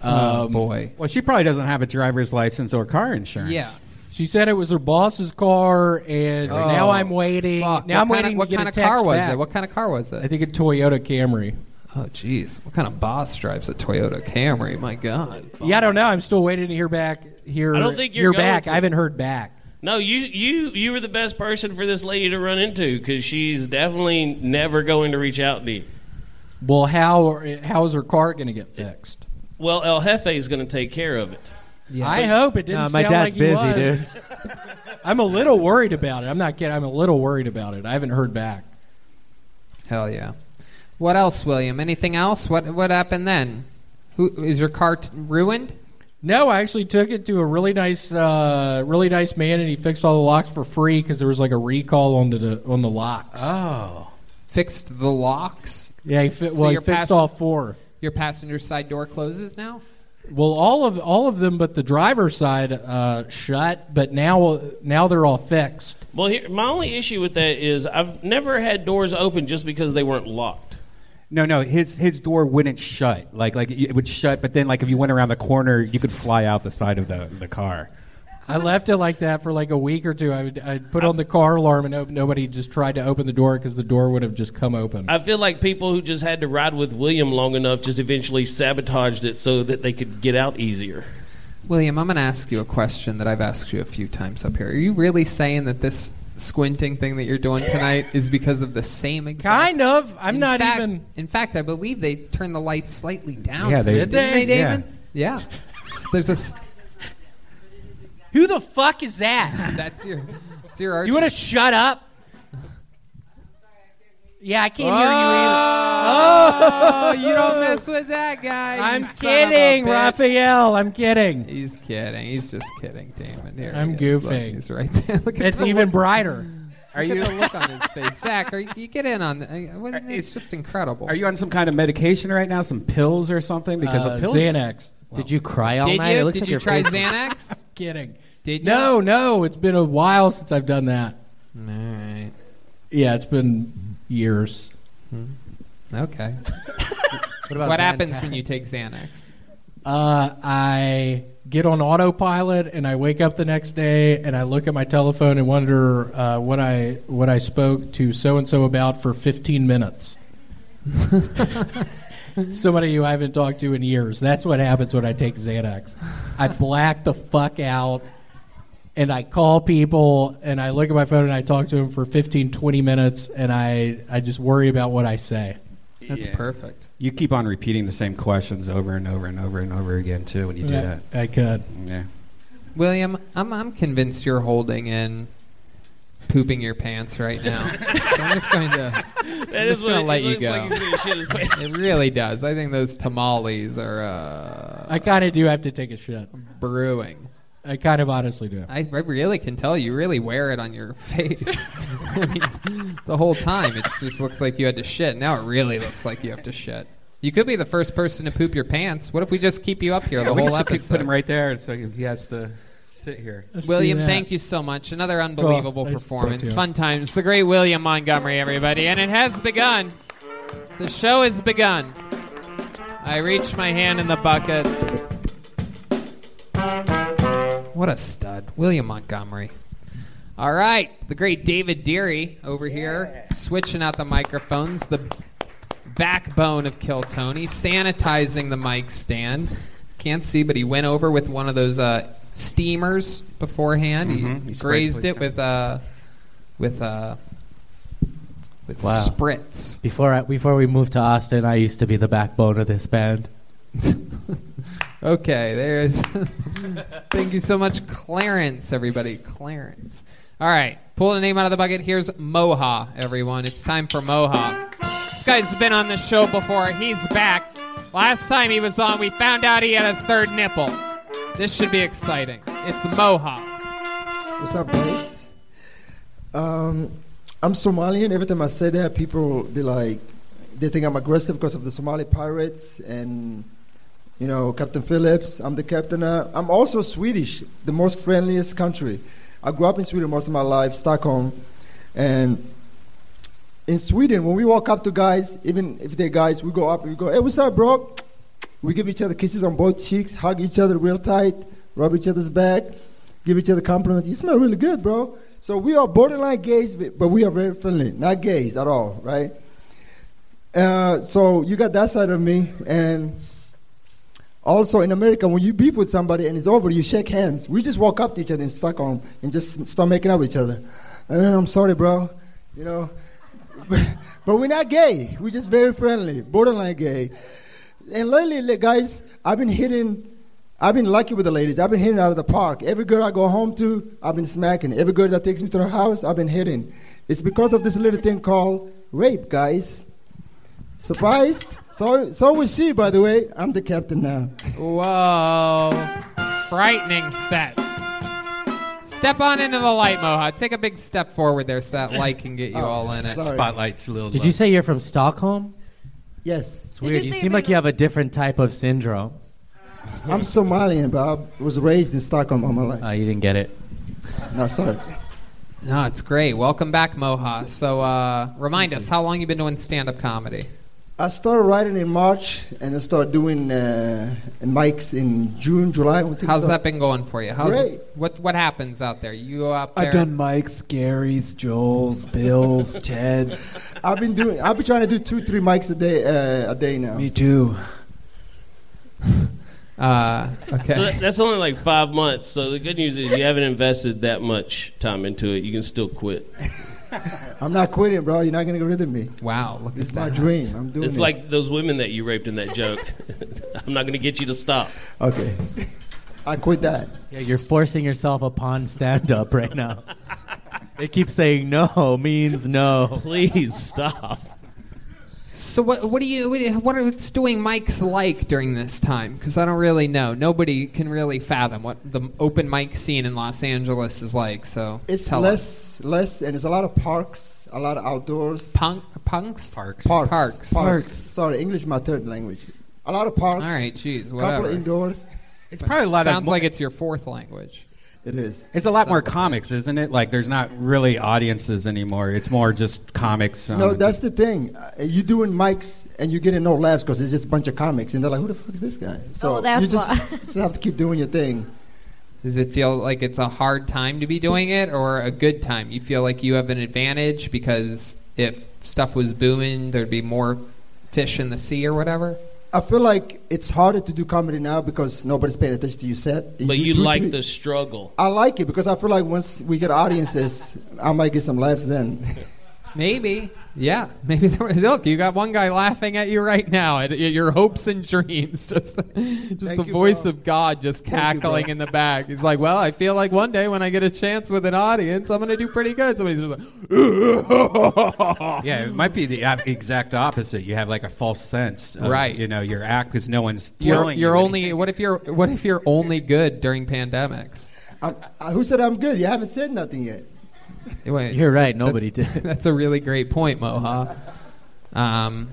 S8: Um,
S3: oh boy.
S2: Well, she probably doesn't have a driver's license or car insurance.
S3: Yeah.
S8: She said it was her boss's car, and
S3: Oh,
S8: now I'm waiting.
S3: Fuck.
S8: Now I'm
S3: what
S8: waiting
S3: Kind of, what
S8: to get
S3: kind
S8: a
S3: of car
S8: text
S3: was
S8: back.
S3: it? What kind of car was
S8: I
S3: it?
S8: think a Toyota Camry.
S3: Oh, jeez. What kind of boss drives a Toyota Camry? My God.
S8: Yeah, I don't know. I'm still waiting to hear back. Hear,
S4: I don't think you're
S8: hear
S4: going
S8: back.
S4: to.
S8: I haven't heard back.
S4: No, you you you were the best person for this lady to run into because she's definitely never going to reach out to you.
S8: Well, how how is her car going to get fixed?
S4: Well, El Jefe is going to take care of it.
S8: I hope it
S2: Uh,
S8: didn't.
S7: Nah, my
S8: sound like
S7: dad's
S8: he
S7: busy,
S8: was.
S7: dude.
S8: I'm a little worried about it. I'm not kidding. I'm a little worried about it. I haven't heard back.
S3: Hell yeah. What else, William? Anything else? What What happened then? Who is your car t- ruined?
S8: No, I actually took it to a really nice, uh, really nice man, and he fixed all the locks for free because there was like a recall on the on the locks.
S3: Oh. Fixed the locks.
S8: yeah, he fi-
S3: So
S8: well, he
S3: you're
S8: fixed
S3: passing-
S8: all four.
S3: Your passenger side door closes now.
S8: Well, all of all of them, but the driver's side uh, shut. But now now they're all fixed.
S4: Well, here, my only issue with that is I've never had doors open just because they weren't locked.
S2: No, no, his his door wouldn't shut. Like like it would shut, but then like if you went around the corner, you could fly out the side of the, the car.
S8: I left it like that for like a week or two. I would I'd put on the car alarm and hope nobody just tried to open the door because the door would have just come open.
S4: I feel like people who just had to ride with William long enough just eventually sabotaged it so that they could get out easier.
S3: William, I'm going to ask you a question that I've asked you a few times up here. Are you really saying that this squinting thing that you're doing tonight is because of the same exact?
S8: kind of. I'm
S3: in
S8: not
S3: fact,
S8: even.
S3: In fact, I believe they turned the lights slightly down.
S2: Yeah,
S3: today,
S2: they-
S3: didn't they,
S2: Yeah.
S3: David? Yeah. S- There's a. s-
S7: Who the fuck is that?
S3: That's your. That's your.
S7: Do you want to shut up? Yeah, I can't hear you either.
S3: Oh, you don't mess with that guy. you
S7: I'm
S3: son of a
S7: kidding,
S3: bitch.
S7: Raphael. I'm kidding.
S3: He's kidding. He's just kidding, Damon. Here
S8: I'm
S3: he is. Look,
S8: goofing.
S3: he's right there. Look at
S8: It's
S3: the
S8: even
S3: look-
S8: brighter.
S2: Are
S3: Look
S2: you
S3: at the look on his face, Zach. Are you, you get in on the, uh, wasn't it- It's just incredible.
S2: are you on some kind of medication right now? Some pills or something? Because
S8: Uh,
S2: of pills.
S8: Xanax.
S7: Did you cry all
S3: Did
S7: night? It
S3: you?
S7: looks
S3: Did
S7: like
S3: you
S7: your
S3: try
S7: face is-
S3: Xanax?
S8: Kidding.
S3: Did you?
S8: No, no. It's been a while since I've done that.
S3: All right.
S8: Yeah, it's been years.
S3: Hmm. Okay.
S7: What, about
S3: What
S7: Xanax?
S3: happens when you take Xanax?
S8: Uh, I get on autopilot and I wake up the next day and I look at my telephone and wonder uh, what I what I spoke to so and so about for 15 minutes. Somebody who I haven't talked to in years. That's what happens when I take Xanax. I black the fuck out and I call people and I look at my phone and I talk to them for 15, 20 minutes and I, I just worry about what I say.
S3: That's perfect.
S2: You keep on repeating the same questions over and over and over and over again too when you do that.
S8: I could.
S2: Yeah.
S3: William, I'm, I'm convinced you're holding in pooping your pants right now. So I'm just going to.
S4: That
S3: just gonna
S4: it-
S3: let
S4: it
S3: you
S4: looks
S3: go.
S4: like he's gonna shit his pants.
S3: It really does. I think those tamales are uh,
S8: I kind of do have to take a shit.
S3: brewing.
S8: I kind of honestly do.
S3: I, I really can tell you really wear it on your face. I mean, the whole time it just looked like you had to shit. Now it really looks like you have to shit. You could be the first person to poop your pants. What if we just keep you up here the
S2: we
S3: whole
S2: just could
S3: episode?
S2: put him right there. It's like if he has to sit here.
S3: William,
S8: Yeah.
S3: thank you so much. Another unbelievable
S8: Cool. Oh, Nice to talk to
S3: performance.
S8: you.
S3: Fun times. The great William Montgomery, everybody. And it has begun. The show has begun. I reached my hand in the bucket. What a stud. William Montgomery. All right. The great David Deary over here, switching out the microphones. The backbone of Kill Tony, sanitizing the mic stand. Can't see, but he went over with one of those uh, steamers beforehand.
S2: Mhm,
S3: He,
S2: he sprayed
S3: grazed it with uh, with uh, with
S7: Wow.
S3: spritz.
S7: Before I, before we moved to Austin, I used to be the backbone of this band.
S3: Okay, there's. Thank you so much, Clarence, everybody. Clarence. All right, pull the name out of the bucket. Here's Moha, everyone. It's time for Moha. This guy's been on the show before. He's back. Last time he was on, we found out he had a third nipple. This should be exciting. It's Moha.
S9: What's up, guys? Um, I'm Somalian. Every time I say that, people be like, they think I'm aggressive because of the Somali pirates, and You know, Captain Phillips, I'm the captain. Uh, I'm also Swedish, the most friendliest country. I grew up in Sweden most of my life, Stockholm. And in Sweden, when we walk up to guys, even if they're guys, we go up and we go, hey, what's up, bro? We give each other kisses on both cheeks, hug each other real tight, rub each other's back, give each other compliments. You smell really good, bro. So we are borderline gays, but but we are very friendly, not gays at all, right? Uh, so you got that side of me, and also in America, when you beef with somebody and it's over, you shake hands. We just walk up to each other in Stockholm and just start making out with each other. Uh, I'm sorry, bro. You know, but we're not gay. We're just very friendly, borderline gay. And lately, li- guys, I've been hitting. I've been lucky with the ladies. I've been hitting out of the park. Every girl I go home to, I've been smacking. Every girl that takes me to her house, I've been hitting. It's because of this little thing called rape, guys. Surprised? So, so was she, by the way. I'm the captain now.
S3: Whoa. Frightening set. Step on into the light, Mohawk. Take a big step forward there so that light can get you all in it.
S9: sorry.
S2: Spotlight's a little.
S7: Did
S2: low.
S7: you say you're from Stockholm?
S9: Yes,
S7: It's weird.
S6: you
S7: You
S6: say you're
S7: seem like you have a different type of syndrome.
S9: I'm Somalian, but I was raised in Stockholm all my life.
S7: Oh, you didn't get it.
S9: No, sorry.
S3: No, it's great. Welcome back, Moha. So, uh, remind us, how long you been doing stand-up comedy?
S9: I started writing in March and I started doing uh, mics in June, July. I think
S3: How's
S9: so.
S3: that been going for you? How's
S9: Great.
S3: What what happens out there? You go out there?
S5: I've done Mike's, Gary's, Joel's, Bill's, Ted's.
S9: I've been doing. I've been trying to do two, three mics a day, uh, a day now.
S5: Me too.
S3: Uh, okay.
S4: So that- that's only like five months. So the good news is you haven't invested that much time into it. You can still quit.
S9: I'm not quitting, bro. You're not gonna get rid of me.
S3: wow. Look
S9: This
S3: at
S9: is my
S3: that.
S9: dream. I'm doing.
S4: It's
S9: this.
S4: like those women that you raped in that joke. I'm not going to get you to stop.
S9: okay. I quit that.
S7: Yeah, you're forcing yourself upon stand up right now. they keep saying no means no.
S4: Please stop.
S3: So what what do you what, do you- what are it's doing mics like during this time? Because I don't really know. Nobody can really fathom what the open mic scene in Los Angeles is like. So
S9: It's
S3: tell us.
S9: less, less, and it's a lot of parks, a lot of outdoors.
S3: Punk, punks.
S2: Parks.
S9: Parks.
S3: Parks.
S9: Parks. Sorry, English is my third language. A lot of parks.
S3: All right. Jeez.
S9: A couple
S3: Whatever.
S9: of indoors.
S2: It's probably a lot
S3: Sounds
S2: of. mo-
S3: like it's your fourth language.
S9: It is.
S2: It's a lot more comics, isn't it? Like, there's not really audiences anymore. It's more just comics. um,
S9: No, that's the thing. Uh, you doing mics and you getting no laughs because it's just a bunch of comics, and they're like, "Who the fuck is this guy?" So
S6: Oh, that's
S9: you just,
S6: why.
S9: just have to keep doing your thing.
S3: Does it feel like it's a hard time to be doing it or a good time? You feel like you have an advantage because if stuff was booming, there'd be more fish in the sea or whatever?
S9: I feel like it's harder to do comedy now because nobody's paying attention to your set. And
S4: But
S9: do
S4: you
S9: two,
S4: like
S9: three-
S4: the struggle.
S9: I like it because I feel like once we get audiences, I might get some laughs then.
S3: Maybe. Yeah. Maybe there was, look, you got one guy laughing at you right now at y- your hopes and dreams. Just, just the
S9: you,
S3: voice
S9: bro.
S3: of God just
S9: you, bro.
S3: cackling in the back. He's like, well, I feel like one day when I get a chance with an audience, I'm going to do pretty good. Somebody's just like,
S2: Yeah, it might be the ab- exact opposite. You have like a false sense, of,
S3: Right.
S2: You know, your act because no one's
S3: you're,
S2: telling you
S3: you're
S2: anything.
S3: only, what if you're, what if you're only good during pandemics?
S9: I, I, who said I'm good? You haven't said nothing yet.
S3: Wait,
S7: You're right. Nobody did.
S3: that's a really great point, Moha. Um,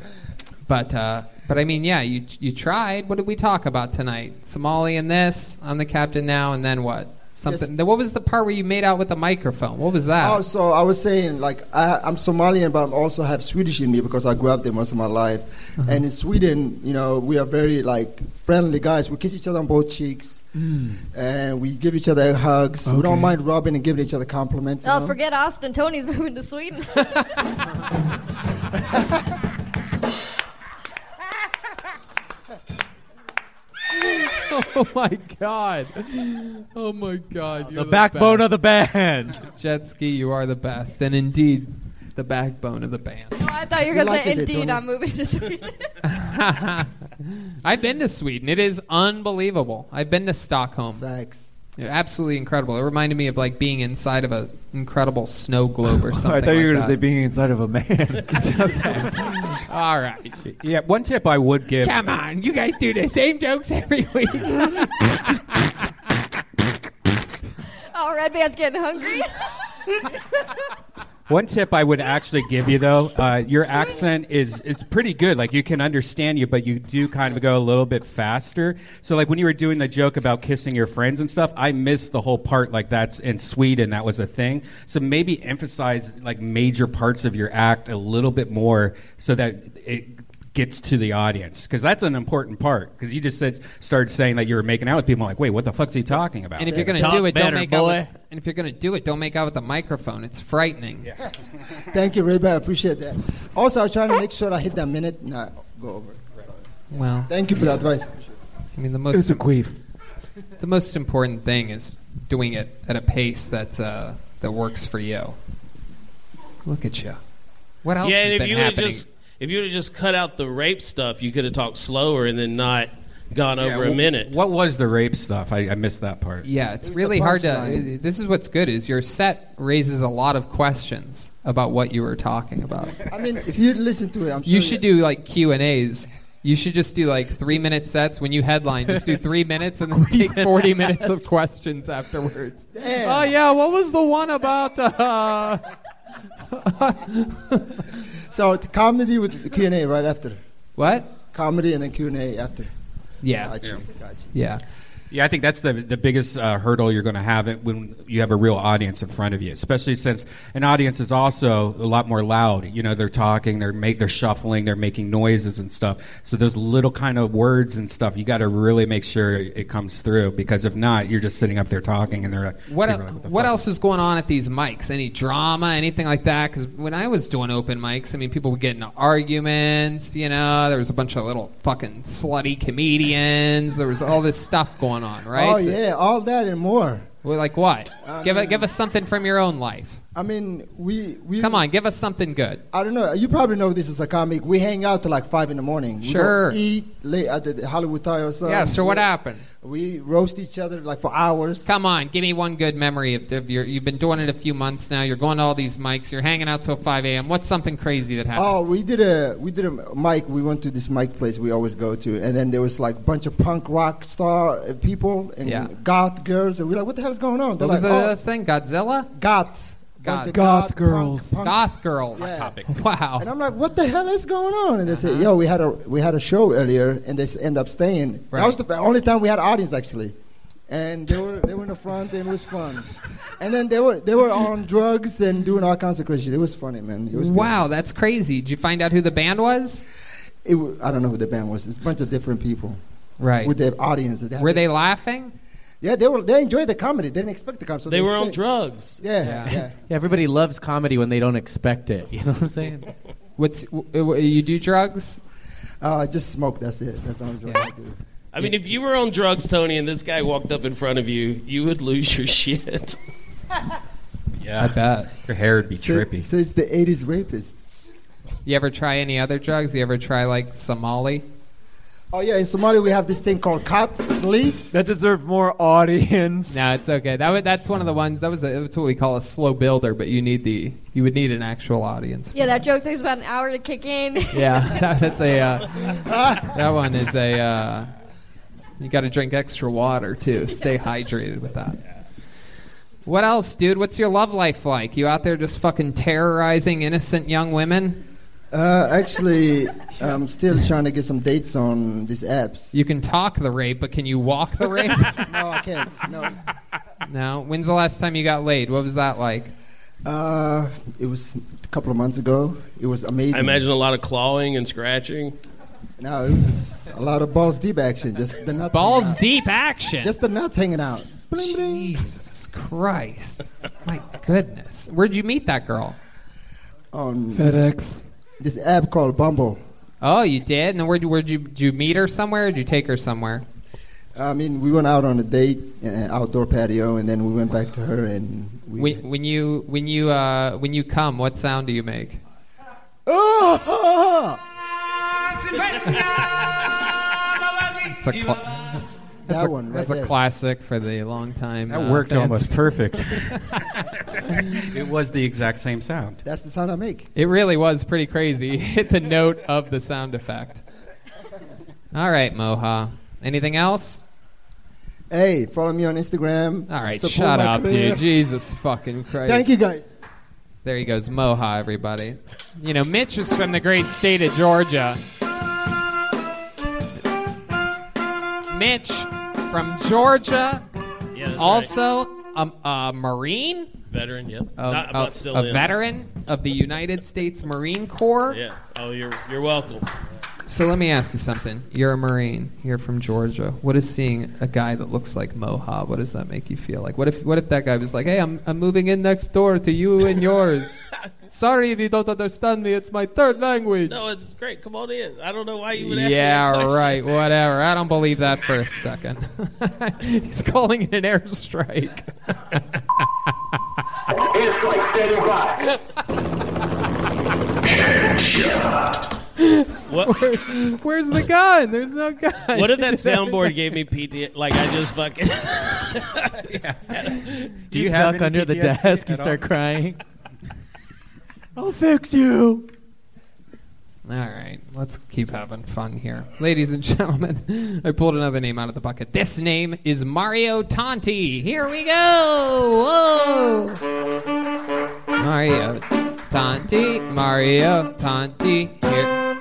S3: but uh, but I mean, yeah, you you tried. What did we talk about tonight? Somali and this. I'm the captain now, and then what? Something.
S9: Yes.
S3: then What was the part where you made out with the microphone? What was that?
S9: Oh, so I was saying, like, I, I'm Somalian, but I also have Swedish in me because I grew up there most of my life. And in Sweden, you know, we are very, like, friendly guys. We kiss each other on both cheeks, and we give each other hugs. We don't mind rubbing and giving each other compliments. you
S6: Oh,
S9: know?
S6: forget Austin. Tony's moving to Sweden.
S3: oh my god! Oh my god! You're
S7: the backbone
S3: best.
S7: of the band.
S3: jet ski. You are the best, and indeed, the backbone of the band.
S6: I thought you were
S9: You
S6: going to
S9: like
S6: say,
S9: it,
S6: indeed,
S9: Tony.
S6: I'm moving to Sweden.
S3: I've been to Sweden. It is unbelievable. I've been to Stockholm.
S9: Facts.
S3: Yeah, absolutely incredible. It reminded me of like being inside of an incredible snow globe or something.
S5: I thought you were
S3: like
S5: going to say being inside
S3: that.
S5: of a man.
S3: All right,
S2: Yeah, one tip I would give.
S3: come on, you guys do the same jokes every week.
S6: oh, Red Band's getting hungry.
S2: One tip I would actually give you, though, uh, your accent is it's pretty good. Like you can understand you, but you do kind of go a little bit faster. So, like when you were doing the joke about kissing your friends and stuff, I missed the whole part. Like that's in Sweden, that was a thing. So maybe emphasize like major parts of your act a little bit more, so that it gets to the audience because that's an important part. Because you just said started saying that you were making out with people. I'm like, wait, what the fuck's he talking about?
S3: And if you're gonna
S2: Talk
S3: do it,
S2: better,
S3: don't make
S2: boy.
S3: out. With, and if you're gonna do it, don't make out with the microphone. It's frightening.
S9: Thank you, Ray. I appreciate that. Also, I was trying to make sure I hit that minute. Nah, go over. it.
S3: Well,
S9: Thank you for the advice.
S3: I mean, the most
S5: It's a queef.
S3: the most important thing is doing it at a pace that uh, that works for you. Look at you. What else
S4: yeah,
S3: has
S4: and if
S3: been
S4: you would
S3: happening?
S4: just if you would have just cut out the rape stuff, you could have talked slower and then not gone over a
S2: wh-
S4: minute.
S2: What was the rape stuff? I, I missed that part.
S3: Yeah, it's
S9: Who's the
S3: really hard to. uh,
S9: punchline?
S3: This is what's good is your set raises a lot of questions about what you were talking about.
S9: I mean, if you listen to it, I'm sure
S3: You should do like Q and A's. You should just do like three minute sets when you headline. Just do three minutes and then take forty minutes of questions afterwards.
S9: Damn.
S3: Oh yeah, what was the one about? Uh,
S9: So it's comedy with Q and A right after.
S3: what?
S9: Comedy and then Q and A after.
S3: Yeah,
S9: Gotcha. Gotcha.
S3: yeah.
S2: Yeah, I think that's the the biggest uh, hurdle you're going to have it when you have a real audience in front of you, especially since an audience is also a lot more loud. You know, they're talking, they're make, they're shuffling, they're making noises and stuff. So those little kind of words and stuff, you got to really make sure it comes through because if not, you're just sitting up there talking and they're like,
S3: What,
S2: you're
S3: el-
S2: like, the
S3: what
S2: fuck?"
S3: else is going on at these mics? Any drama, anything like that? Because when I was doing open mics, I mean, people would get into arguments, you know, there was a bunch of little fucking slutty comedians, there was all this stuff going on, right?
S9: Oh yeah, all that and more.
S3: Well, like what?
S9: I
S3: give, a,
S9: mean-
S3: give us something from your own life.
S9: I mean, we we
S3: Come on, give us something good.
S9: I don't know. You probably know this as a comic. We hang out till like five in the morning. We
S3: Sure.
S9: Don't eat late at the Hollywood Tower or something.
S3: yeah, so what happened?
S9: We roast each other like for hours.
S3: Come on, give me one good memory. Of, of your, you've been doing it a few months now. You're going to all these mics. You're hanging out till 5 a.m. What's something crazy that happened?
S9: Oh, we did a we did a mic. We went to this mic place we always go to, and then there was like bunch of punk rock star uh, people and
S3: Yeah.
S9: goth girls, and we're like, "What the hell's going on?" They're
S3: what was
S9: like,
S3: the
S9: "Oh,
S3: last thing? Godzilla?
S9: goth,
S3: Goth.
S9: Bunch of
S5: Goth
S9: punk,
S5: girls.
S9: punk.
S3: Goth girls.
S9: topic.
S3: Wow.
S9: And I'm like, "What the hell is going on?" And they
S3: Uh-huh.
S9: say, "Yo, we had a we had a show earlier, and they s- end up staying."
S3: Right.
S9: That was the f- only time we had audience actually, and they were they were in the front, and it was fun. And then they were they were on drugs and doing all kinds of crazy shit. It was funny, man. It was good.
S3: Wow, that's crazy. Did you find out who the band was?
S9: It wa- I don't know who the band was. It's a bunch of different people.
S3: Right.
S9: with their audience. They had
S3: Were
S9: to-
S3: they laughing?
S9: Yeah, they were. They enjoyed the comedy. They didn't expect to come. So
S4: they were on
S9: stayed.
S4: drugs.
S9: Yeah,
S3: Yeah.
S9: yeah.
S7: Yeah, everybody loves comedy when they don't expect it. You know what I'm saying?
S3: What's w- w- you do drugs?
S9: Uh, just smoke. That's it. That's the only drug I do.
S4: I mean, if you were on drugs, Tony, and this guy walked up in front of you, you would lose your shit.
S3: I bet.
S2: Your hair would be trippy.
S9: So, so it's the '80s rapist.
S3: You ever try any other drugs? You ever try like Somali?
S9: Oh yeah, in Somalia we have this thing called cut It's leaves.
S5: That deserved more audience.
S3: No, it's okay. That wa- that's one of the ones. That was a, that's what we call a slow builder, but you need the you would need an actual audience.
S6: Yeah, that joke takes about an hour to kick in.
S3: Yeah, that's a uh, that one is a uh, you got to drink extra water too. Stay hydrated with that. What else, dude? What's your love life like? You out there just fucking terrorizing innocent young women?
S9: Uh, actually, I'm still trying to get some dates on these apps.
S3: You can talk the rape, but can you walk the rape?
S9: No, I can't. No.
S3: no. When's the last time you got laid? What was that like?
S9: Uh, it was a couple of months ago. It was amazing.
S4: I imagine a lot of clawing and scratching.
S9: No, it was a lot of balls deep action. Just the nuts.
S3: Balls
S9: hanging out.
S3: deep action.
S9: Just the nuts hanging out. Bling, bling.
S3: Jesus Christ. My goodness. Where'd you meet that girl?
S9: On this,
S5: FedEx.
S9: this app called Bumble.
S3: Oh, you did? And where'd, you- where'd you, did you meet her somewhere? Or did you take her somewhere?
S9: I mean, we went out on a date, uh, outdoor patio, and then we went back to her, and we.
S3: When, when you when you uh, when you come, what sound do you make? It's a cla-
S9: that one, right
S3: that's a
S9: there.
S3: classic for the long time.
S2: That
S3: uh,
S2: worked
S3: fans.
S2: almost perfect. it was the exact same sound.
S9: That's the sound I make.
S3: It really was pretty crazy. It Hit the note of the sound effect. All right, Moha. Anything else?
S9: Hey, follow me on Instagram.
S3: All right,
S9: Support
S3: shut
S9: my
S3: up,
S9: career.
S3: dude. Jesus fucking Christ.
S9: Thank you, guys.
S3: There he goes, Moha, everybody. You know, Mitch is from the great state of Georgia. Mitch from Georgia,
S4: Yeah, that's right.
S3: also a, a Marine,
S4: veteran. Yep.
S3: a,
S4: Not- I'm
S3: a-
S4: not still
S3: a
S4: in.
S3: veteran of the United States Marine Corps.
S4: Yeah. Oh, you're you're welcome.
S3: So let me ask you something. You're a Marine. You're from Georgia. What is seeing a guy that looks like Moha? What does that make you feel like? What if what if that guy was like, "Hey, I'm I'm moving in next door to you and yours. Sorry if you don't understand me. It's my third language."
S4: No, it's great. Come on in. I don't know why you would ask
S3: Yeah,
S4: me that question.
S3: right. Whatever. I don't believe that for a second. He's calling it an airstrike.
S10: Airstrike standing by.
S4: What,
S3: Where's the gun? There's no gun.
S4: what if that soundboard gave me PT? Like I just fucking.
S7: Do
S8: you
S7: you,
S8: have
S7: duck
S8: any
S7: under the
S8: PTSD
S7: desk? You
S8: at all?
S7: start crying.
S8: I'll fix you.
S3: All right, let's keep having fun here. Ladies and gentlemen, I pulled another name out of the bucket. This name is Mario Tanti. Here we go. Whoa. Mario Tanti, Mario Tanti. Here,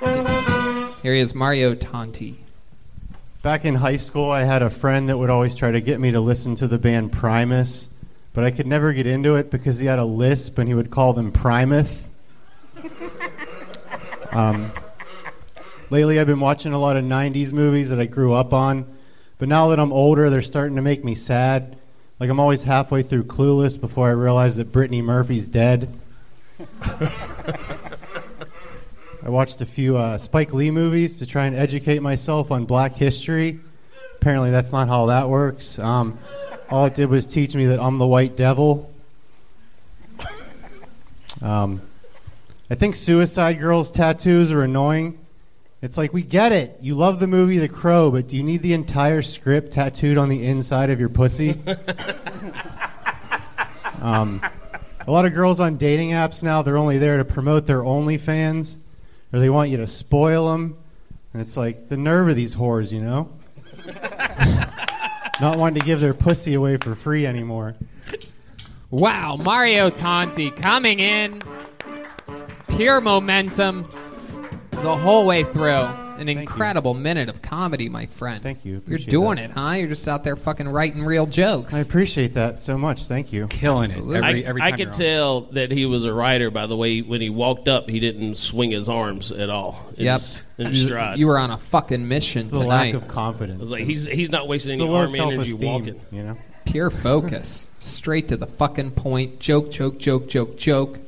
S3: here he is, Mario Tanti.
S11: Back in high school, I had a friend that would always try to get me to listen to the band Primus, but I could never get into it because he had a lisp and he would call them Primuth. um, lately, I've been watching a lot of 90s movies that I grew up on, but now that I'm older, they're starting to make me sad. Like, I'm always halfway through Clueless before I realize that Brittany Murphy's dead. I watched a few uh, Spike Lee movies to try and educate myself on black history. Apparently, that's not how that works. Um, all it did was teach me that I'm the white devil. Um, I think Suicide Girl's tattoos are annoying. It's like, we get it. You love the movie The Crow, but do you need the entire script tattooed on the inside of your pussy? um, a lot of girls on dating apps now, they're only there to promote their OnlyFans, or they want you to spoil them. And it's like the nerve of these whores, you know? Not wanting to give their pussy away for free anymore.
S3: Wow, Mario Tanti coming in. Pure momentum the whole way through. An incredible minute of comedy, my friend.
S11: Thank you.
S3: You're
S11: Appreciate
S3: doing
S11: that.
S3: it, huh? You're just out there fucking writing real jokes.
S11: I appreciate that so much. Thank you.
S2: Killing
S3: Absolutely.
S2: it
S4: I,
S2: every, every
S4: I could
S2: time you're on.
S4: tell that he was a writer by the way when he walked up, he didn't swing his arms at all. In
S3: Yep.
S4: his- in his stride.
S3: You were on a fucking mission
S11: It's the lack
S3: tonight.
S11: of confidence.
S4: I was like, he's he's not wasting
S11: it's the
S4: any
S11: low
S4: army
S11: self
S4: energy
S11: esteem.
S4: walking.
S11: You know?
S3: Pure focus. Straight to the fucking point. Joke, joke, joke, joke, joke.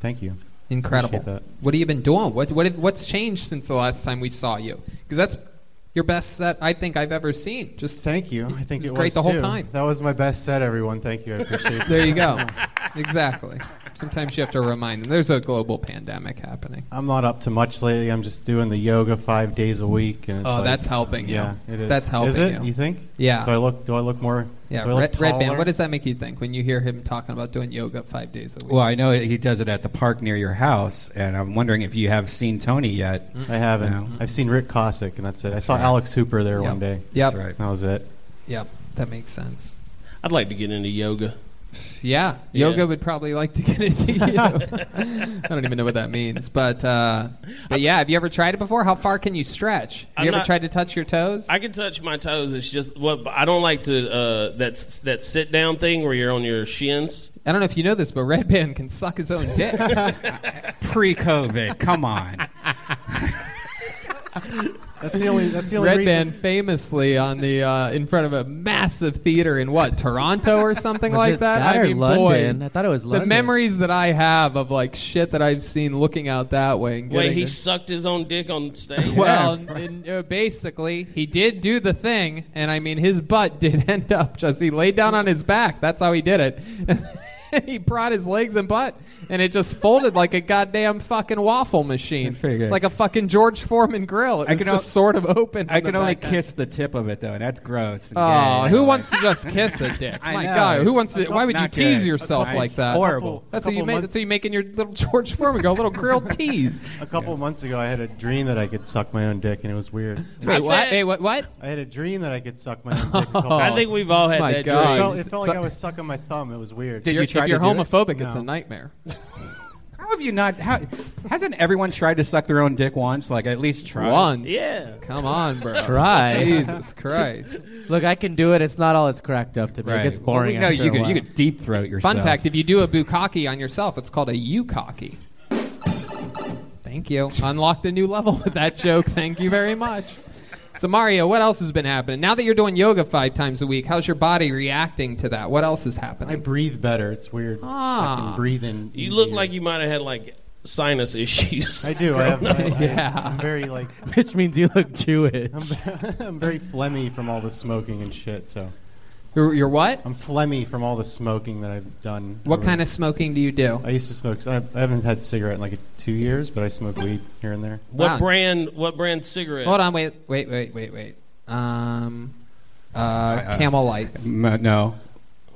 S11: Thank you.
S3: Incredible.
S11: Appreciate that.
S3: What have you been doing? What, what what's changed since the last time we saw you? Because that's your best set I think I've ever seen. Just
S11: Thank you. I think
S3: It was
S11: it
S3: great
S11: was
S3: the whole
S11: too.
S3: time.
S11: That was my best set, everyone. Thank you. I appreciate it.
S3: there you go. exactly. Sometimes you have to remind them. There's a global pandemic happening.
S11: I'm not up to much lately. I'm just doing the yoga five days a week, and it's
S3: Oh,
S11: like-
S3: that's helping you.
S11: Yeah, it is.
S3: That's helping
S11: Is it?
S3: you.
S11: You think?
S3: Yeah.
S11: Do I look? Do I look more?
S3: Yeah,
S11: do I look
S3: red, red band.
S11: taller?
S3: What does that make you think when you hear him talking about doing yoga five days a week?
S2: Well, I know he does it at the park near your house, and I'm wondering if you have seen Tony yet.
S11: Mm-hmm. I haven't.
S2: No.
S11: I've seen Rick Cossack, and that's it. I saw Alex Hooper there one day.
S3: Yep.
S2: That's right.
S11: That was it.
S3: Yep. That makes sense.
S4: I'd like to get into yoga.
S3: Yeah,
S4: Yeah.
S3: yoga would probably like to get into you. I don't even know what that means, but uh, but yeah, have you ever tried it before? How far can you stretch? Have
S4: I'm
S3: you ever
S4: not-
S3: tried to touch your toes?
S4: I can touch my toes. It's just what I don't like to uh, that s- that sit down thing where you're on your shins.
S3: I don't know if you know this, but Red Band can suck his own dick.
S2: Pre-COVID, come on.
S11: That's the only. That's the only
S3: Red
S11: reason.
S3: Band famously on the uh, in front of a massive theater in what Toronto or something
S7: Was
S3: like
S7: it
S3: that.
S7: that
S3: I
S7: or
S3: mean,
S7: London?
S3: boy,
S7: I thought it was
S3: the
S7: London.
S3: memories that I have of like shit that I've seen looking out that way. And
S4: Wait,
S3: getting
S4: he
S3: this-
S4: sucked his own dick on stage.
S3: Well, n- uh, basically, he did do the thing, and I mean, his butt did end up just, he laid down on his back. That's how he did it. he brought his legs and butt, and it just folded like a goddamn fucking waffle machine.
S2: That's pretty good.
S3: Like a fucking George Foreman grill. It
S2: I
S3: was
S2: can
S3: just
S2: al-
S3: sort of open.
S2: I
S3: on the
S2: can only
S3: back end.
S2: kiss the tip of it though, and that's gross.
S3: Oh, who wants to just kiss a dick?
S2: I
S3: My
S2: know,
S3: God, who
S2: it's
S3: wants to? Why would you
S2: not
S3: tease
S2: good.
S3: yourself
S2: It's
S3: like that?
S2: horrible.
S3: That's what you
S11: Couple
S3: make.
S11: months-
S3: That's what you make in your little George Foreman grill, a little grilled tease.
S11: A couple months ago, I had a dream that I could suck my own dick, and it was weird.
S3: Wait, what?
S4: bet-
S3: Hey, what? What?
S11: I had a dream that I could suck my own dick. A couple
S4: I think
S11: months.
S4: we've all had
S3: My
S4: that
S11: It
S3: God.
S4: dream.
S11: felt, it felt like I was sucking my thumb. It was weird.
S2: Did you
S3: You're-
S2: try
S3: if you're
S2: to do it?
S3: homophobic, it's a
S11: No.
S3: nightmare.
S2: How have you not? How, hasn't everyone tried to suck their own dick once? Like at least try
S3: Once? Yeah. Come on, bro.
S7: Try.
S3: Jesus Christ.
S7: Look, I can do it. It's not all it's cracked up to be. It gets boring.
S3: No,
S7: after a while.
S2: deep throat
S3: Fun fact: if you do a bukkake on yourself, it's called a yukaki. Thank you. Unlocked a new level with that joke. Thank you very much. So Mario, what else has been happening? Now that you're doing yoga five times a week, how's your body reacting to that? What else is happening?
S11: I breathe better. It's weird. I
S3: Ah.
S11: can breathe in.
S4: You look like you might have had like sinus issues.
S11: I do. I have. I,
S4: Growing up.
S11: yeah. I'm very like.
S7: Which means you look Jewish.
S11: I'm very phlegmy from all the smoking and shit. So.
S3: You're, you're what?
S11: I'm phlegmy from all the smoking that I've done.
S3: What kind of smoking do you do?
S11: I used to smoke. I I haven't had cigarette in like two years, but I smoke weed here and there.
S4: What brand? What brand cigarette?
S3: Hold on, wait, wait, wait, wait, wait. Um, uh, Camel Lights.
S2: no.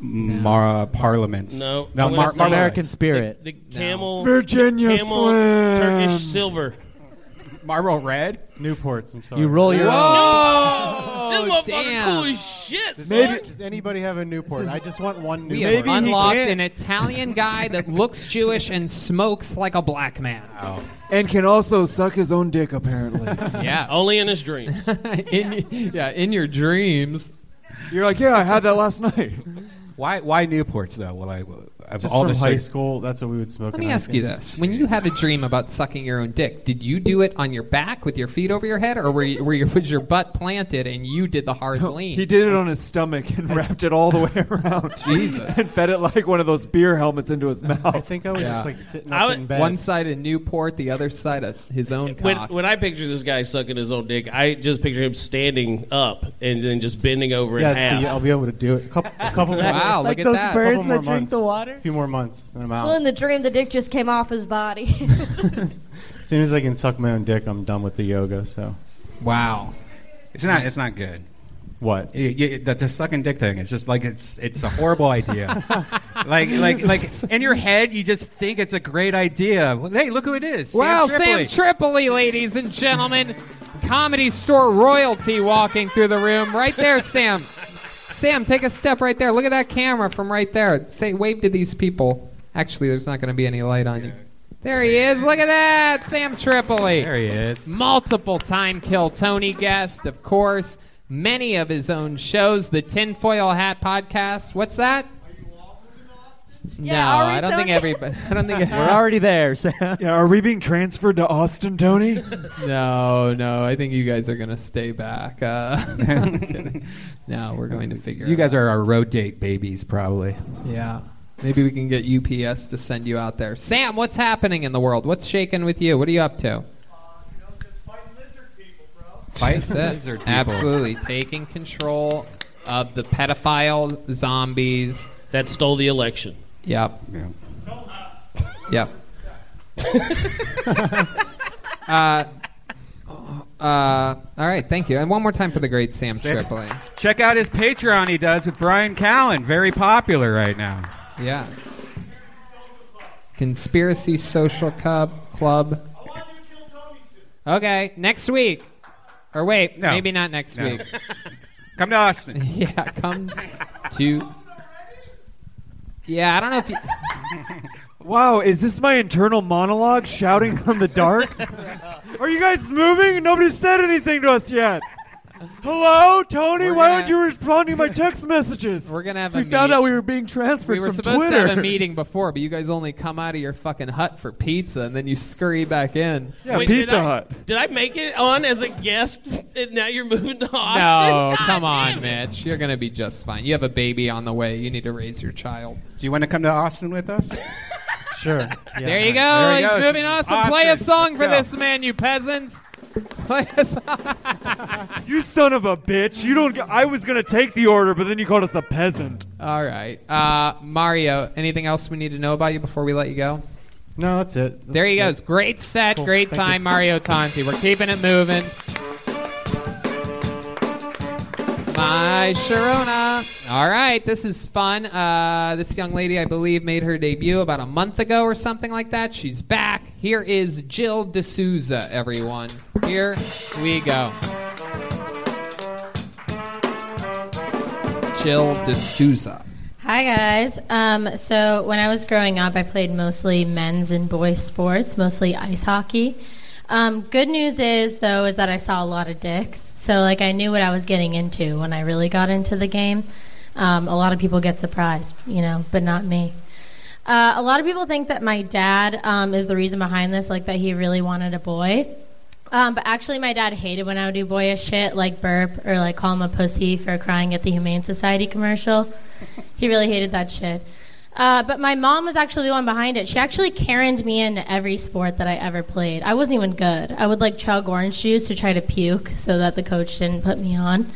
S2: Mara Parliaments.
S4: No.
S2: No.
S4: I'm gonna
S2: Mar-
S4: say
S2: Mar-
S7: American Spirit.
S4: The camel.
S5: Virginia
S4: camel
S5: Slims.
S4: Turkish silver.
S2: Marlboro Red.
S11: Newports. I'm sorry.
S7: You roll your
S4: this
S3: Whoa!
S4: motherfucker cool
S3: damn.
S4: as shit.
S11: Does,
S4: son.
S11: maybe, does anybody have a Newport?
S3: This is-
S11: I just want one
S3: We
S11: Newport.
S3: have
S5: he
S3: unlocked
S5: can't-
S3: an Italian guy that looks Jewish and smokes like a black man.
S5: and can also suck his own dick apparently.
S3: Yeah.
S4: Only in his dreams.
S3: in, yeah, in your dreams.
S5: You're like, yeah, I had that last night.
S2: Why? Why Newports though? Well, I of
S11: Just
S2: all
S11: from
S2: the
S11: high
S2: cig-
S11: school, that's what we would smoke.
S3: Let
S11: in
S3: me
S11: high
S3: ask you
S11: school.
S3: this. When you had a dream about sucking your own dick, did you do it on your back with your feet over your head, or were you, were your, was your butt planted and you did the hard lean?
S5: He did it on his stomach and wrapped it all the way around.
S3: Jesus.
S5: And fed it like one of those beer helmets into his
S11: I
S5: mouth.
S11: think I was
S3: Yeah.
S11: just like sitting
S4: I
S11: up
S4: would-
S11: in bed.
S3: One side of Newport, the other side of his own
S4: When,
S3: cock.
S4: when I picture this guy sucking his own dick, I just picture him standing up and then just bending over
S11: yeah,
S4: in half.
S11: it's the, I'll be able to do it. A couple, a couple more,
S3: wow, look
S7: like
S3: at
S7: those
S3: that.
S11: couple
S7: birds
S11: more
S7: that drink the
S11: months.
S7: water.
S11: A few more months, and I'm
S6: Well, in
S11: out.
S6: the dream, the dick just came off his body.
S11: As soon as I can suck my own dick, I'm done with the yoga. So
S3: Wow.
S2: It's not. It's not good.
S11: what?
S2: You- you- the, the sucking dick thing. It's just like it's. It's a horrible idea. like like like in your head, you just think it's a great idea. Well, hey, look who it is.
S3: Well, Sam
S2: Tripoli.
S3: Tripoli, ladies and gentlemen, comedy store royalty walking through the room. Right there, Sam. Sam, take a step right there. Look at that camera from right there. Say, wave to these people. Actually, there's not going to be any light on you. There he is. Look at that, Sam Tripoli.
S7: There he is.
S3: Multiple time kill Tony guest, of course. Many of his own shows. The Tinfoil Hat podcast. What's that? No,
S6: Yeah, all right,
S3: I don't think
S6: Tony.
S3: everybody. I don't think.
S7: We're already there, Sam.
S5: Yeah, are we being transferred to Austin, Tony?
S3: No, no. I think you guys are gonna stay back. Uh, I'm kidding. no, we're going to figure.
S2: You
S3: it
S2: guys
S3: out.
S2: are our road date babies, probably.
S3: Yeah. Maybe we can get UPS to send you out there. Sam, what's happening in the world? What's shaking with you? What are Uh, you up to?
S2: Fight
S3: That's
S2: lizard
S3: it.
S2: people.
S3: Absolutely taking control of the pedophile zombies.
S4: that stole the election.
S3: Yep.
S2: Yeah.
S3: Yep. uh, uh, all right. Thank you. And one more time for the great Sam Tripoli.
S2: Check out his Patreon he does with Brian Callen. Very popular right now.
S3: Yeah. Conspiracy Social Club. Club. Okay, next week. Or wait,
S2: No.
S3: maybe not next
S2: No.
S3: week.
S2: Come to Austin.
S3: yeah, come to. Yeah, I don't know if you.
S5: Wow, is this my internal monologue shouting from the dark? are you guys moving? Nobody said anything to us yet. Hello, Tony.
S3: We're
S5: Why
S3: gonna-
S5: aren't you responding to my text messages?
S3: We're gonna have a
S5: we found
S3: meet-
S5: out we were being transferred
S3: We were
S5: from
S3: supposed
S5: Twitter.
S3: to have a meeting before, but you guys only come out of your fucking hut for pizza and then you scurry back in.
S5: Yeah,
S4: Wait, did
S5: Pizza
S4: I-
S5: Hut.
S4: Did I make it on as a guest? And now you're moving to Austin.
S3: No, come on, Mitch. You're gonna be just fine. You have a baby on the way. You need to raise your child.
S2: Do you want to come to Austin with us?
S11: Sure. Yeah.
S3: There you go.
S2: There he
S3: He's
S2: goes.
S3: moving Austin. Play a
S2: Austin,
S3: song
S2: let's
S3: for
S2: go.
S3: this man, you peasants. Play a song.
S5: You son of a bitch. You don't. I was gonna take the order, but then you called us a peasant.
S3: All right. Uh, Mario, anything else we need to know about you before we let you go?
S11: No, that's it.
S3: There he goes. Great set. Great time, Mario Tanti. We're keeping it moving. My Sharona. All right, this is fun. Uh, this young lady, I believe, made her debut about a month ago or something like that. She's back. Here is Jill D'Souza, everyone. Here we go. Jill D'Souza.
S12: Hi guys. Um, so when I was growing up, I played mostly men's and boys sports, mostly ice hockey. Um, good news is though is that I saw a lot of dicks, so like I knew what I was getting into when I really got into the game. Um, a lot of people get surprised, you know, but not me. Uh, a lot of people think that my dad um, is the reason behind this, like that he really wanted a boy. Um, but actually, my dad hated when I would do boyish shit, like burp or like call him a pussy for crying at the Humane Society commercial. He really hated that shit. Uh, but my mom was actually the one behind it. She actually carried me into every sport that I ever played. I wasn't even good. I would like chug orange juice to try to puke so that the coach didn't put me on.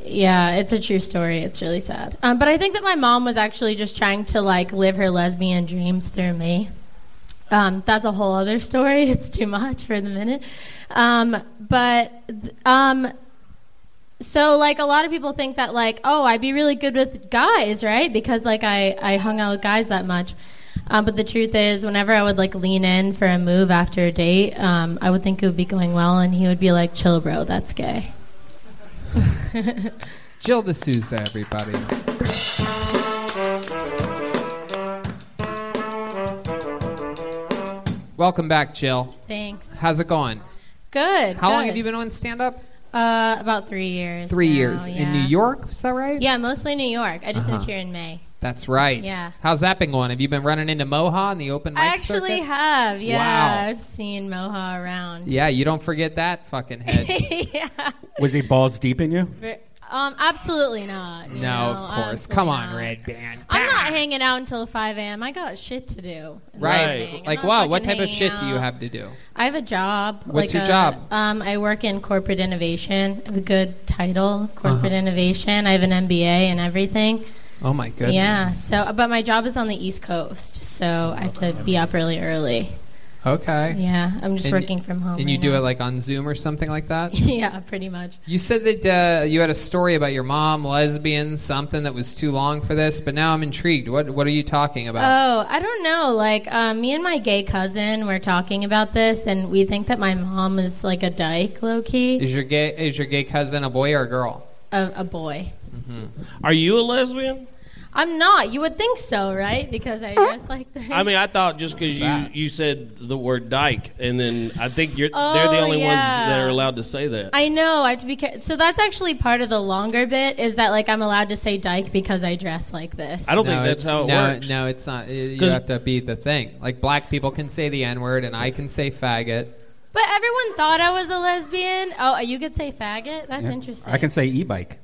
S12: Yeah, it's a true story. It's really sad. Um, but I think that my mom was actually just trying to like live her lesbian dreams through me. Um, that's a whole other story. It's too much for the minute. Um, but th- um, so like a lot of people think that like oh I'd be really good with guys right because like I I hung out with guys that much. Um, but the truth is, whenever I would like lean in for a move after a date, um, I would think it would be going well, and he would be like, "Chill, bro, that's gay."
S3: Jill D'Souza, everybody. Welcome back, Jill.
S12: Thanks.
S3: How's it going?
S12: Good.
S3: How long
S12: good.
S3: have you been on stand up?
S12: Uh, about three years.
S3: Three
S12: now,
S3: years. In New
S12: yeah.
S3: York, is that right?
S12: Yeah, mostly New York. I just moved
S3: Uh-huh.
S12: here in May.
S3: That's right.
S12: Yeah.
S3: How's that been going? Have you been running into Moha in the open mic
S12: I actually
S3: circuit?
S12: have. Yeah,
S3: Wow.
S12: I've seen Moha around.
S3: Yeah, you don't forget that fucking head.
S12: yeah.
S2: Was he balls deep in you?
S12: Ver- Um, absolutely not. you
S3: no,
S12: know,
S3: of course.
S12: honestly
S3: Come on,
S12: not.
S3: Red Band.
S12: I'm not hanging out until 5 a.m. I got shit to do. in the
S3: Right.
S12: evening. I'm
S3: Like,
S12: not
S3: wow, what
S12: fucking
S3: type of shit do
S12: hanging
S3: you
S12: out.
S3: have to do?
S12: I have a job.
S3: What's
S12: like
S3: your
S12: a-
S3: job?
S12: Um, I work in corporate innovation. I have a good title, corporate
S3: Uh-huh.
S12: innovation. I have an MBA and everything.
S3: Oh, my goodness.
S12: Yeah. So, but my job is on the East Coast, so I have to be up really early.
S3: Okay.
S12: Yeah, I'm just
S3: And-
S12: working from home.
S3: And you
S12: right
S3: do
S12: now.
S3: it, like, on Zoom or something like that?
S12: yeah, pretty much.
S3: You said that uh, you had a story about your mom, lesbian, something that was too long for this, but now I'm intrigued. What What are you talking about?
S12: Oh, I don't know. Like, um, me and my gay cousin were talking about this, and we think that my mom is like a dyke, low key,
S3: is your gay Is your gay cousin a boy or a girl?
S12: a, a boy.
S4: Mm-hmm. Are you a lesbian?
S12: I'm not. You would think so, right? Because I dress like this.
S4: I mean, I thought just because you, you said the word dyke, and then I think you're they're the
S12: Oh,
S4: only
S12: yeah.
S4: ones that are allowed to say that.
S12: I know. I have to be careful. So that's actually part of the longer bit is that like I'm allowed to say dyke because I dress like this.
S4: I don't think that's
S3: it's-
S4: how it
S3: no,
S4: works.
S3: No, it's not. You- You
S4: 'Cause-
S3: have to be the thing. Like black people can say the N word, and I can say faggot.
S12: But everyone thought I was a lesbian. Oh, you could say faggot. That's interesting.
S2: I can say e-bike.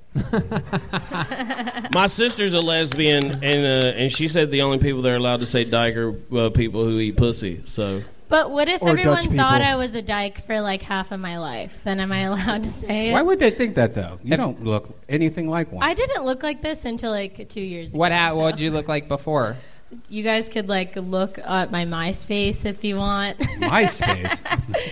S4: My sister's a lesbian, and uh, and she said the only people that are allowed to say dyke are uh, people who eat pussy. So
S12: But what if
S4: Or
S12: everyone
S4: Dutch people.
S12: thought I was a dyke for like half of my life? Then am I allowed to say it?
S2: Why would they think that though? You don't look anything like one.
S12: I didn't look like this until like two years
S3: What
S12: ago.
S3: ha-
S12: so-
S3: What would you look like before?
S12: You guys could like look at my MySpace if you want.
S2: MySpace?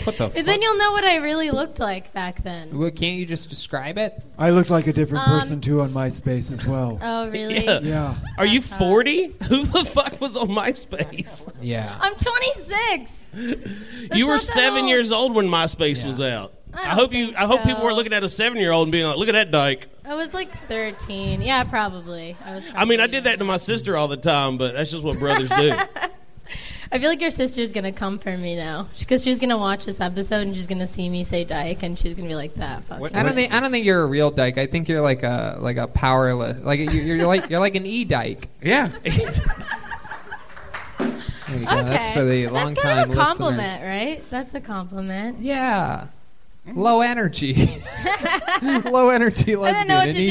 S2: what the?
S12: And then you'll know what I really looked like back then.
S3: Well, can't you just describe it?
S5: I look like a different
S12: Um,
S5: person too on MySpace as well.
S12: Oh, really?
S4: yeah,
S5: Yeah.
S4: Are you
S12: Uh-huh.
S4: forty? Who the fuck was on MySpace?
S3: Yeah.
S12: I'm 26.
S4: you were
S12: not that
S4: seven
S12: old.
S4: years old when MySpace was out.
S12: I
S4: I,
S12: don't
S4: hope you.
S12: think
S4: I hope people
S12: so.
S4: were looking at a seven-year-old and being like, "Look at that dyke."
S12: I was like 13. Yeah, probably. I was. Probably
S4: I mean, I did that to my sister all the time, but that's just what brothers do.
S12: I feel like your sister's gonna come for me now because she's gonna watch this episode and she's gonna see me say dyke and she's gonna be like that. Fuck.
S3: I don't think I don't think you're a real dyke. I think you're like a like a powerless like you- you're, you're like you're like an e dyke.
S2: Yeah.
S3: There you go.
S12: Okay.
S3: That's for the
S12: That's
S3: long
S12: kind
S3: time
S12: of a compliment,
S3: listeners.
S12: right? That's a compliment.
S3: Yeah. Low energy. Low energy lesbian.
S12: I don't know what to
S3: an
S12: do with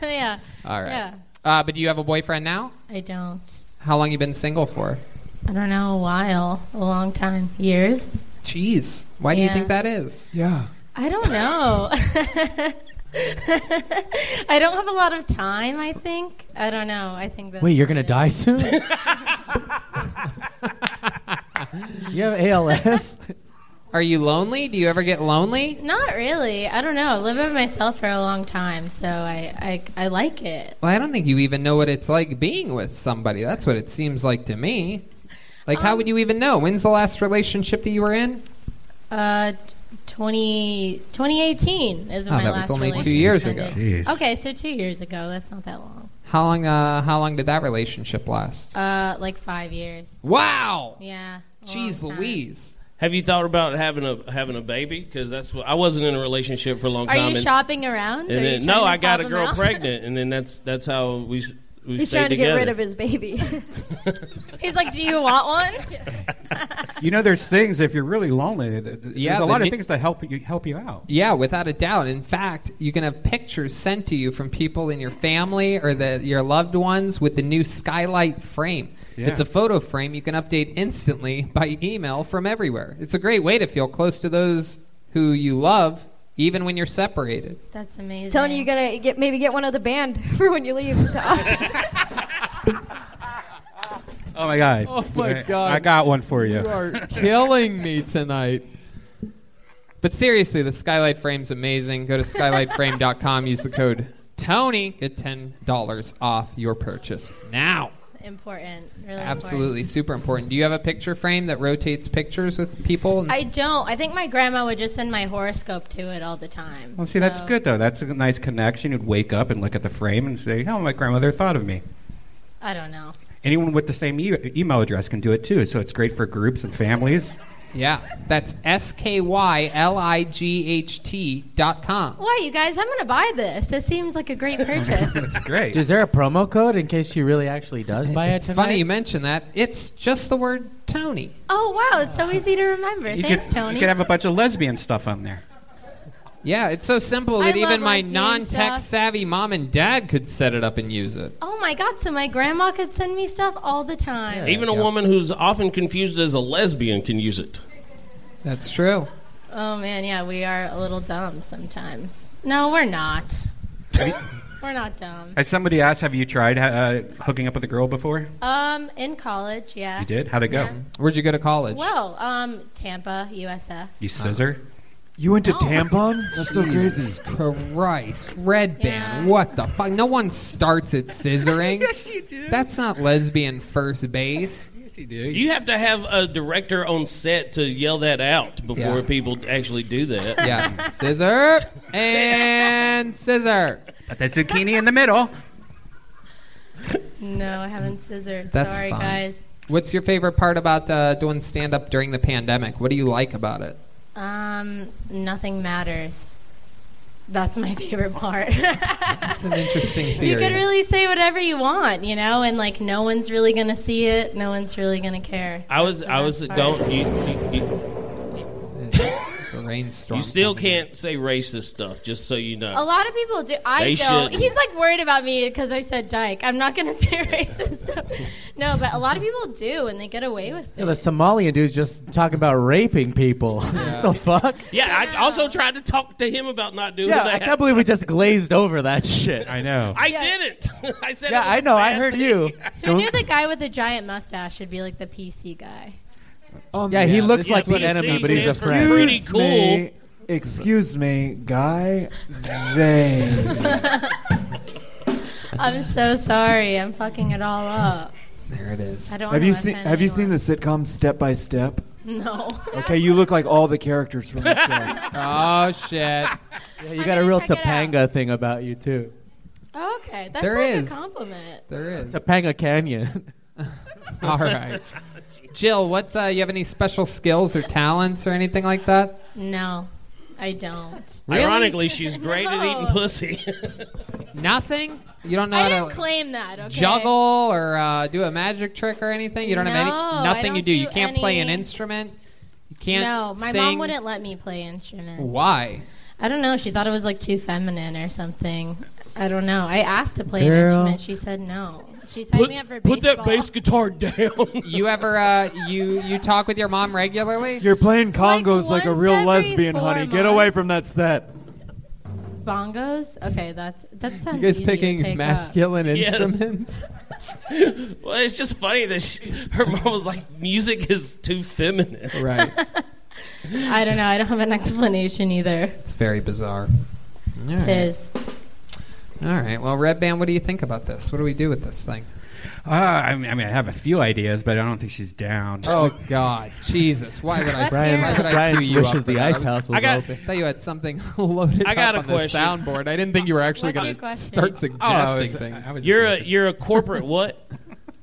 S12: that. yeah.
S3: All right.
S12: Yeah.
S3: Uh, but do you have a boyfriend now?
S12: I don't.
S3: How long you been single for?
S12: I don't know. A while. A long time. Years.
S3: Jeez. Why do you
S12: Yeah.
S3: think that is?
S5: Yeah.
S12: I don't know. I don't have a lot of time. I think. I don't know. I think that's
S7: Wait, you're gonna die soon? you have ALS.
S3: Are you lonely? Do you ever get lonely?
S12: Not really. I don't know. I live by myself for a long time, so I, I, I like it.
S3: Well, I don't think you even know what it's like being with somebody. That's what it seems like to me. Like, how would you even know? When's the last relationship that you were in?
S12: Uh, t- 20, 2018 is when
S3: Oh,
S12: my
S3: that was
S12: last
S3: only two
S12: relationship
S3: years
S12: ended.
S3: ago. Jeez.
S12: Okay, so two years ago. That's not that long.
S3: How long? Uh, how long did that relationship last?
S12: Uh, like five years.
S3: Wow.
S12: Yeah. a
S3: Jeez,
S12: long time.
S3: Louise.
S4: Have you thought about having a having a baby? Because that's what I wasn't in a relationship for a long
S12: Are
S4: time.
S12: you
S4: and-
S12: shopping around?
S4: and
S12: Are you
S4: then-
S12: trying
S4: no,
S12: to
S4: I got
S12: pop
S4: a
S12: 'em
S4: girl
S12: out?
S4: pregnant, and then that's that's how we s- we
S6: He's
S4: stayed
S6: trying to
S4: together.
S6: get rid of his baby.
S12: He's like, "Do you want one?"
S2: You know, there's things if you're really lonely. th- th-
S3: Yeah,
S2: there's a
S3: the
S2: lot
S3: ni-
S2: of things to help you help you out.
S3: Yeah, without a doubt. In fact, you can have pictures sent to you from people in your family or the, your loved ones with the new skylight frame.
S2: Yeah.
S3: It's a photo frame you can update instantly by email from everywhere. It's a great way to feel close to those who you love, even when you're separated.
S12: That's amazing.
S6: Tony, you gonna get maybe get one of the band for when you leave to Austin.
S2: Oh my god.
S3: Oh my
S2: I-
S3: god.
S2: I got one for you.
S3: You are killing me tonight. But seriously, the skylight frame's amazing. Go to skylightframe.com, use the code Tony, get $10 off your purchase. Now.
S12: Important. Really
S3: Absolutely, super important. Do you have a picture frame that rotates pictures with people? And-
S12: important. I don't. I think my grandma would just send my horoscope to it all the time.
S2: Well, see, that's
S12: so-
S2: good though. That's a nice connection. You'd wake up and look at the frame and say, "How my grandmother thought of me."
S12: I don't know.
S2: Anyone with the same e- email address can do it too. So it's great for groups and families.
S3: yeah, that's S K Y L I G H T dot com.
S12: Why, you guys? I'm gonna buy this. This seems like a great purchase.
S2: That's great.
S7: Is there a promo code in case she really actually does buy it
S3: It's
S7: tonight?
S3: funny you mention that. It's just the word Tony.
S12: oh wow, it's so easy to remember.
S2: You
S12: Thanks,
S2: could,
S12: Tony.
S2: You could have a bunch of lesbian stuff on there.
S3: Yeah, it's so simple
S12: I
S3: that
S12: love
S3: even my
S12: lesbian
S3: non tech
S12: stuff.
S3: savvy mom and dad could set it up and use it.
S12: oh my god! So my grandma could send me stuff all the time.
S4: Even a woman who's often confused as a lesbian can use it.
S3: That's true.
S12: Oh man, yeah, we are a little dumb sometimes. No, we're not. we're not dumb.
S2: As somebody asked, have you tried uh, hooking up with a girl before?
S12: Um, in college, yeah.
S2: You did. How'd it go?
S12: Yeah.
S3: Where'd you go to college?
S12: Well, um, Tampa, USF.
S2: You scissor.
S5: You went to tampon? That's so
S3: Jesus
S5: crazy.
S3: Christ, red band. What the fuck? No one starts at scissoring. yes,
S2: you do.
S3: That's not lesbian first base.
S4: You have to have a director on set to yell that out before
S3: Yeah.
S4: people actually do that.
S3: Yeah, scissor and scissor.
S2: Put that zucchini in the middle.
S12: No, I haven't scissored.
S3: That's
S12: Sorry,
S3: fine.
S12: guys.
S3: What's your favorite part about uh, doing stand up during the pandemic? What do you like about it?
S12: Um, nothing matters. That's my favorite part.
S3: It's an interesting theory.
S12: you can really say whatever you want, you know, and like no one's really gonna see it. No one's really gonna care.
S4: I was, I was, don't you, you, you,
S3: It's a rainstorm.
S4: you still can't say racist stuff, just so you know.
S12: A lot of people do. I
S4: They
S12: don't.
S4: shouldn't.
S12: He's like worried about me because I said dyke. I'm not gonna say racist stuff. No, but a lot of people do, and they get away with it.
S7: Yeah, the Somalian dude's just talking about raping people. the fuck?
S4: Yeah, I also tried to talk to him about not doing
S7: Yeah,
S4: that.
S7: I can't believe we just glazed over that shit.
S2: I know.
S4: I didn't. I said.
S7: Yeah,
S4: it was
S7: I know.
S4: a
S7: I
S4: bad
S7: heard
S4: thing.
S7: you.
S12: Who knew the guy with the giant mustache should be like the PC guy?
S5: Um,
S7: Yeah, he looks
S5: this
S7: like
S5: is
S7: an
S5: what-
S7: enemy,
S4: PC
S7: but he's a
S4: stands for
S7: friend.
S4: Pretty
S5: Excuse
S4: cool.
S5: me- excuse me, guy. They.
S12: I'm so sorry. I'm fucking it all up.
S3: There it is.
S12: I don't.
S5: Have you
S12: wanna
S5: seen
S12: offend
S5: Have you
S12: anyone.
S5: seen the sitcom Step by Step?
S12: No.
S5: Okay, you look like all the characters from the show.
S3: Oh shit!
S7: Yeah, you
S12: I'm
S7: got a
S12: gonna
S7: real
S12: check it out.
S7: Topanga thing about you too.
S12: Oh, okay, that's
S3: There
S12: like
S3: is.
S12: a compliment.
S3: There is.
S7: Topanga Canyon.
S3: All right. Jill, what's uh, you have any special skills or talents or anything like that?
S12: No, I don't.
S3: Really?
S4: Ironically, she's great at
S12: No.
S4: eating pussy.
S3: Nothing. You don't know
S12: I
S3: how
S12: didn't
S3: to
S12: claim that. Okay.
S3: juggle or uh, do a magic trick or anything. You don't have
S12: No,
S3: any.
S12: I
S3: Nothing you
S12: don't
S3: do. You
S12: do
S3: can't play an
S12: any-
S3: instrument. You can't.
S12: No, my
S3: sing.
S12: mom wouldn't let me play instruments.
S3: Why?
S12: I don't know. She thought it was like too feminine or something. I don't know. I asked to play an
S7: Girl.
S12: instrument. She said no. She signed me up for
S4: put
S12: baseball.
S4: that bass guitar down.
S3: You ever uh, you you talk with your mom regularly?
S5: You're playing congos like, a
S12: once
S5: real
S12: every
S5: lesbian,
S12: four
S5: honey. Get away from that set.
S12: Bongos? Okay, that's that sounds.
S3: You guys
S12: easy to take
S3: picking
S12: up.
S3: masculine
S4: Yes.
S3: instruments?
S4: well, it's just funny that she, her mom was like, "Music is too feminine."
S3: right.
S12: I don't know. I don't have an explanation either.
S3: It's very bizarre. All right.
S12: Tis.
S3: All right. Well, Red Band, what do you think about this? What do we do with this thing?
S2: Uh, I, mean, I mean, I have a few ideas, but I don't think she's down.
S3: Oh God, Jesus! Why would I?
S7: Let's hear
S3: why
S7: it.
S3: would I
S7: Brian
S3: cue you up
S7: wishes
S3: for
S7: the
S3: that?
S7: ice
S3: I was-
S7: house was
S3: I got,
S7: open.
S3: thought you had something loaded
S4: I got
S3: up
S4: a
S3: on
S4: question.
S3: the soundboard. I didn't think you were actually
S4: What's
S3: going
S4: your
S3: to
S4: question?
S3: start
S4: Oh, I was-
S3: suggesting things.
S4: I was You're a- you're a corporate what?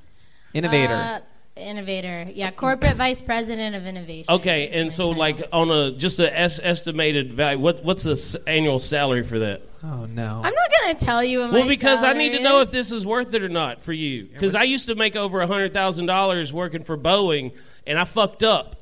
S3: innovator.
S12: Uh, innovator. Yeah, corporate vice president of innovation.
S4: Okay, and so like on a just an es- estimated value, what what's the s- annual salary for that?
S3: Oh no.
S12: I'm not gonna tell you. What
S4: Well,
S12: my
S4: because I
S12: salary
S4: need to know
S12: is.
S4: if this is worth it or not for you. Because I used to make over a hundred thousand dollars working for Boeing, and I fucked up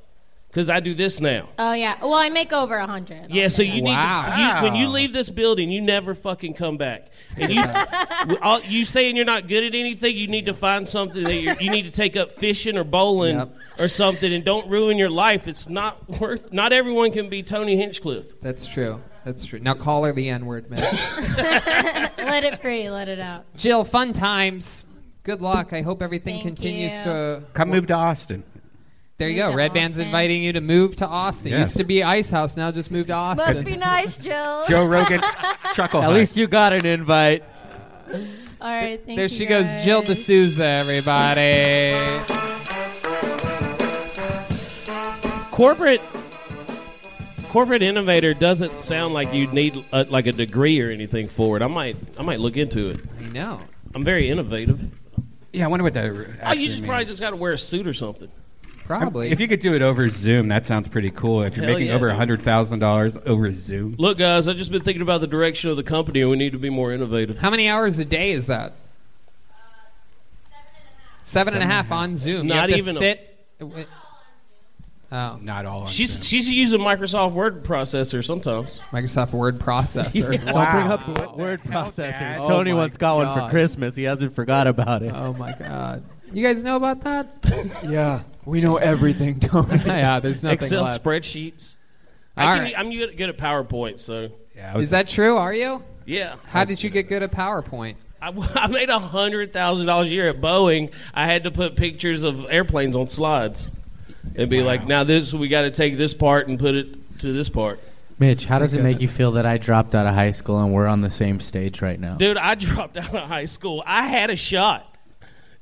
S4: because I do this now.
S12: Oh yeah. Well, I make over a hundred.
S4: Yeah, so you
S12: Wow.
S4: need to, you, when you leave this building, you never fucking come back. And you, w- all, you saying you're not good at anything, you need to find something that you're, you need to take up fishing or bowling or something, and don't ruin your life. It's not worth. Not everyone can be Tony Hinchcliffe.
S3: That's true. That's true. Now call her the N word, man.
S12: let it free. Let it out.
S3: Jill, fun times. Good luck. I hope everything
S12: Thank
S3: continues
S12: you.
S3: to.
S2: Come move to Austin.
S3: There you
S6: Move
S3: go.
S6: to
S3: Red Band's
S6: Austin.
S3: inviting you to move to Austin.
S2: Yes.
S3: Used to be Ice House, now just moved to Austin.
S6: Must be nice, Jill.
S2: chuckle.
S7: At least you got an invite.
S12: All right. Thank
S3: there
S12: you
S3: she
S12: guys.
S3: goes, Jill D'Souza, everybody.
S4: corporate corporate innovator doesn't sound like you need uh like a degree or anything for it. I might I might look into it.
S3: I know.
S4: I'm very innovative.
S2: Yeah, I wonder what that.
S4: Oh, you just probably just got to wear a suit or something.
S3: Probably.
S2: If you could do it over Zoom, that sounds pretty cool. If you're
S4: Hell
S2: making
S4: yeah.
S2: over a hundred thousand dollars over Zoom,
S4: Look, guys, I've just been thinking about the direction of the company, and we need to be more innovative.
S3: How many hours a day is that? Seven and a half on Zoom.
S4: Not
S3: you have
S4: even
S3: to
S4: a-
S3: sit. wi- oh,
S2: not all.
S4: She's she's using Microsoft Word processor sometimes.
S3: Microsoft Word processor.
S7: Yeah.
S3: Wow.
S7: Don't bring up wo- word processors.
S3: Oh
S7: Tony
S3: my
S7: once got one for
S3: God.
S7: Christmas. He hasn't forgot about it.
S3: Oh my god. You guys know about that?
S5: Yeah, we know everything, Tony.
S3: yeah, there's nothing
S4: Excel
S3: left.
S4: spreadsheets.
S3: All
S4: I can,
S3: right.
S4: I'm good good at PowerPoint, so
S2: yeah.
S3: Is that true? Are you?
S4: Yeah.
S3: How did you get good at PowerPoint?
S4: I, I made hundred thousand dollars a year at Boeing. I had to put pictures of airplanes on slides, and be like, "Now this we got to take this part and put it to this part."
S7: Mitch, how does
S4: My
S7: it make you
S4: goodness.
S7: feel that I dropped out of high school and we're on the same stage right now?
S4: Dude, I dropped out of high school. I had a shot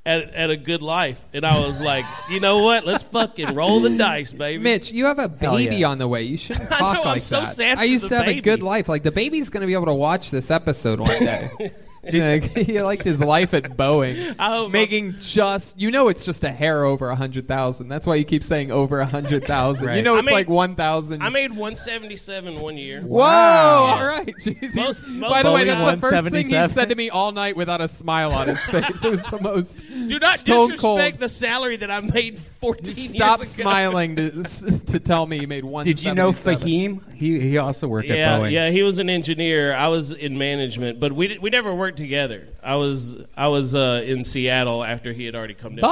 S4: at at a good life, and I was like, "You know what? Let's fucking roll the dice, baby."
S3: Mitch, you have a
S4: Hell
S3: baby
S4: yeah.
S3: on the way. You shouldn't
S4: I
S3: talk
S4: know, I'm
S3: like
S4: so
S3: that.
S4: sad
S3: I
S4: for
S3: used
S4: the
S3: to have a
S4: baby.
S3: good life. Like the baby's going to be able to watch this episode one day. Like, he liked his life at Boeing, making just you know it's just a hair over a hundred thousand. That's why you keep saying over a hundred thousand. You
S2: Right.
S3: know
S4: I
S3: it's
S4: made-
S3: like one thousand.
S4: I made one seventy seven one year.
S3: Whoa! All right. Jesus.
S4: Most- most-
S3: By the way,
S4: Boeing
S3: that's the first thing he
S4: 177.
S3: said to me all night without a smile on his face. It was the most
S4: Do not
S3: stone
S4: disrespect
S3: cold.
S4: the salary that I made fourteen
S3: Stop
S4: years ago.
S3: smiling to to tell me you made one.
S2: Did you know Fahim? He he also worked
S4: yeah,
S2: at Boeing.
S4: Yeah, he was an engineer. I was in management, but we di- we never worked together. I was I was uh, in Seattle after he had already come down.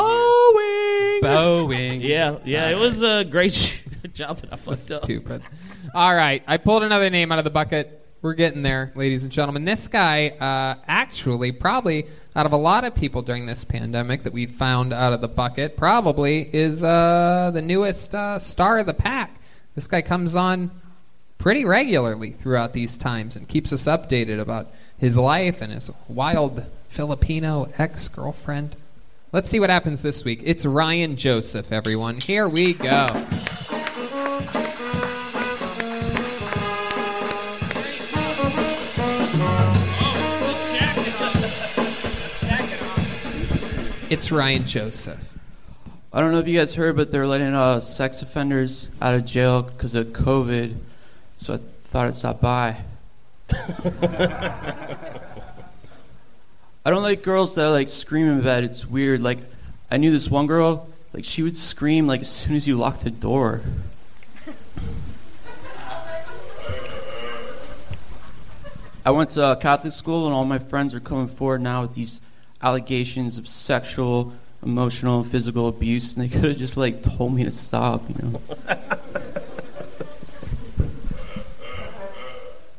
S3: Boeing.
S2: Boeing.
S4: Yeah, yeah, it was a great job that I fucked up.
S3: Stupid. All right, I pulled another name out of the bucket. We're getting there, ladies and gentlemen. This guy, uh, actually, probably out of a lot of people during this pandemic that we've found out of the bucket, probably is uh, the newest uh, star of the pack. This guy comes on pretty regularly throughout these times and keeps us updated about his life and his wild Filipino ex girlfriend. Let's see what happens this week. It's Ryan Joseph, everyone. Here we go. It's Ryan Joseph.
S13: I don't know if you guys heard, but they're letting uh, sex offenders out of jail because of COVID. So I thought I'd stop by. I don't like girls that like scream in bed. It's weird. Like I knew this one girl. Like she would scream like as soon as you locked the door. I went to uh, Catholic school, and all my friends are coming forward now with these allegations of sexual, emotional, and physical abuse, and they could have just like told me to stop, you know.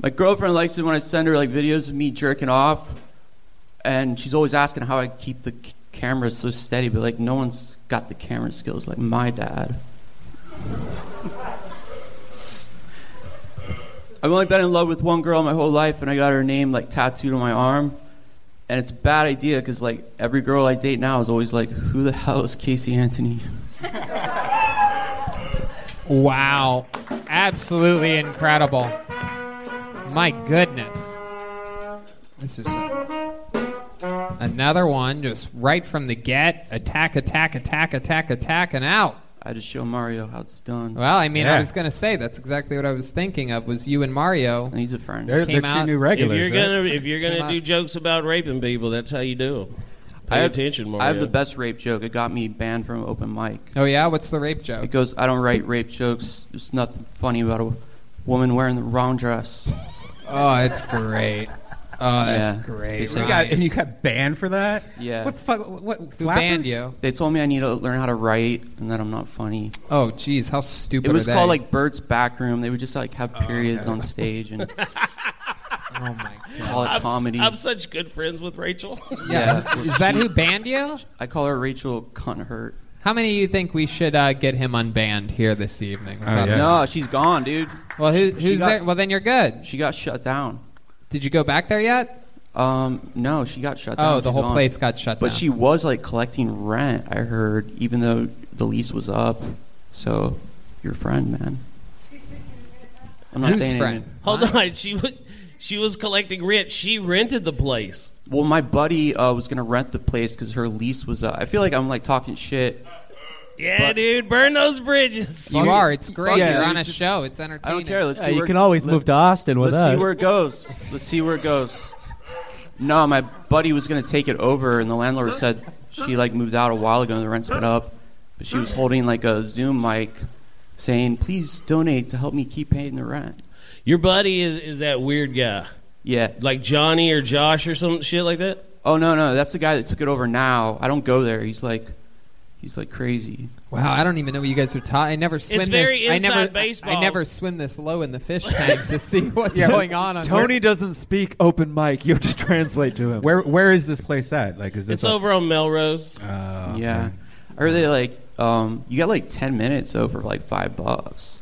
S13: my girlfriend likes it when I send her like videos of me jerking off, and she's always asking how I keep the c- camera so steady, but like no one's got the camera skills like my dad. I've only been in love with one girl my whole life, and I got her name like tattooed on my arm. and it's a bad idea because like every girl I date now is always like, "Who the hell is Casey Anthony?"
S3: Wow. Absolutely incredible. My goodness. This is another one just right from the get. Attack, attack, attack, attack, attack, and out.
S13: I just show Mario how it's done.
S3: Well, I mean, I
S13: Yeah.
S3: was going to say that's exactly what I was thinking of was you and Mario. And
S13: he's a friend.
S4: They're-
S3: came
S4: they're two
S3: out,
S4: new If you're gonna if you're
S3: Came
S4: gonna
S3: out-
S4: do jokes about raping people, that's how you do them. Pay
S13: I have,
S4: attention, Mario.
S13: I have the best rape joke. It got me banned from open mic.
S3: Oh yeah, what's the rape joke?
S13: It goes, "I don't write rape jokes. There's nothing funny about a woman wearing the wrong dress."
S3: Oh, that's great. Oh, that's
S13: Yeah.
S3: great.
S13: They
S2: And
S13: said-
S2: you, got, and you got banned for that?
S13: Yeah.
S2: What the fuck? What? flappers?
S13: They told me I need to learn how to write and that I'm not funny.
S3: Oh, jeez, how stupid
S13: It was
S3: are they?
S13: called like Bert's back room. They would just like have periods on stage and
S3: oh my
S13: call it
S4: I'm,
S13: comedy.
S4: I'm such good friends with Rachel.
S3: Is that who banned you?
S13: I call her Rachel Cunt Hurt.
S3: How many of you think we should uh, get him unbanned here this evening?
S4: Oh,
S13: No, she's gone, dude.
S3: Oh, Well, who,
S13: She
S3: who's
S13: got-
S3: there? Well, then you're good.
S13: She got shut down.
S3: Did you go back there yet?
S13: Um, no, she got shut
S3: Oh,
S13: down.
S3: the
S13: She's
S3: whole
S13: gone.
S3: place got shut
S13: but
S3: down.
S13: But she was like collecting rent, I heard, even though the lease was up. So, your friend, man. I'm not
S4: Whose
S13: saying
S4: friend?
S13: anything.
S4: Hold on, she was she was collecting rent. She rented the place.
S13: Well, my buddy uh, was gonna rent the place because her lease was up. I feel like I'm like talking shit.
S4: Yeah, dude, burn those bridges.
S3: You are. It's great.
S13: Yeah,
S3: you're on
S13: you
S3: a
S13: just-
S3: show. It's
S13: I
S3: entertaining.
S13: don't care. Let's
S7: Yeah,
S13: see
S7: you
S13: where-
S7: can always move to Austin with
S13: let's
S7: us.
S13: see where it goes. Let's see where it goes. No, my buddy was gonna take it over, and the landlord said she like moved out a while ago, and the rent's been up, but she was holding like a Zoom mic, saying, "Please donate to help me keep paying the rent."
S4: Your buddy is is that weird guy?
S13: Yeah,
S4: like Johnny or Josh or some shit like that.
S13: Oh no, no, that's the guy that took it over now. I don't go there. He's like, he's like crazy.
S3: Wow, I don't even know what you guys are taught. I never swim
S4: very
S3: this. I
S4: inside
S3: never, I- I
S4: baseball.
S3: never swim this low in the fish tank to see what's
S5: Yeah,
S3: going on. on
S5: Tony doesn't speak open mic. You have to translate to him.
S2: Where Where is this place at? Like, is this
S4: It's over on Melrose.
S13: yeah, I heard they like, um, you got like ten minutes over like five bucks,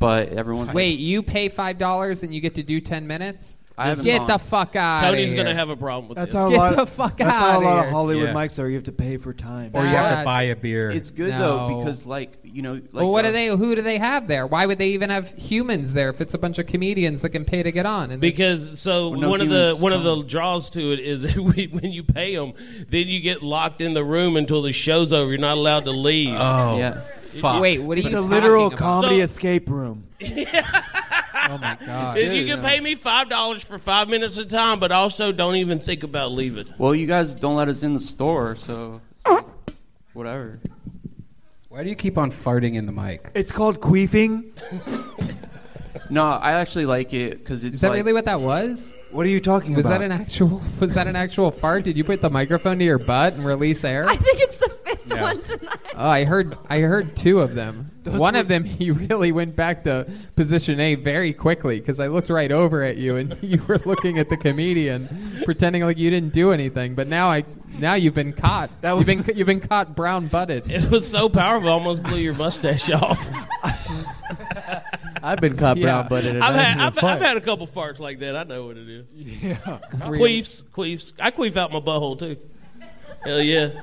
S13: but everyone's
S3: Wait, you pay five dollars and you get to do ten minutes?
S13: I haven't
S3: get
S13: gone.
S3: the fuck out.
S4: Tony's
S3: here.
S4: gonna have a problem with
S5: That's
S4: this.
S5: how a
S3: Get
S5: lot.
S3: the fuck
S5: that's how
S3: outta
S5: a lot of
S3: here.
S5: Hollywood
S2: Yeah.
S5: mics are. You have to pay for time.
S2: Or you have to
S3: That's-
S2: buy a beer.
S13: It's good
S3: No.
S13: though because like you know, like
S3: well, what
S13: uh,
S3: do they? Who do they have there? Why would they even have humans there if it's a bunch of comedians that can pay to get on? And there's-
S4: Because so
S3: Well, no
S4: one of the
S3: humans
S4: one of the draws to it is when you pay them, then you get locked in the room until the show's over. You're not allowed to leave.
S5: Oh.
S13: Yeah.
S3: Wait, what are
S5: it's
S3: you
S5: a
S3: talking
S5: literal
S3: about?
S5: comedy
S3: So-
S5: escape room.
S3: oh my god!
S4: Says you can pay me five dollars for five minutes of time, but also don't even think about leaving.
S13: Well, you guys don't let us in the store, so it's like, whatever.
S2: Why do you keep on farting in the mic?
S5: It's called queefing.
S13: No, I actually like it because it's
S3: Is that
S13: like,
S3: really what that was?
S5: What are you talking
S3: was
S5: about?
S3: that an actual? Was that an actual fart? Did you put the microphone to your butt and release air? I think it's the fifth
S6: one
S3: tonight. Oh, I heard. I heard two of them. one of them, he really went back to position A very quickly because I looked right over at you and you were looking at the comedian, pretending like you didn't do anything. But now I, now you've been caught. That was you've been you've been caught brown butted.
S4: It was so powerful, I almost blew your mustache off.
S7: I've been caught
S4: Yeah.
S7: brown-butted. and
S4: I've
S7: I
S4: had,
S7: didn't
S4: I've,
S7: fart.
S4: I've had a couple farts like that. I know what it is. Yeah.
S3: Really?
S4: Queefs, queefs. I queef out my butthole too. Hell yeah.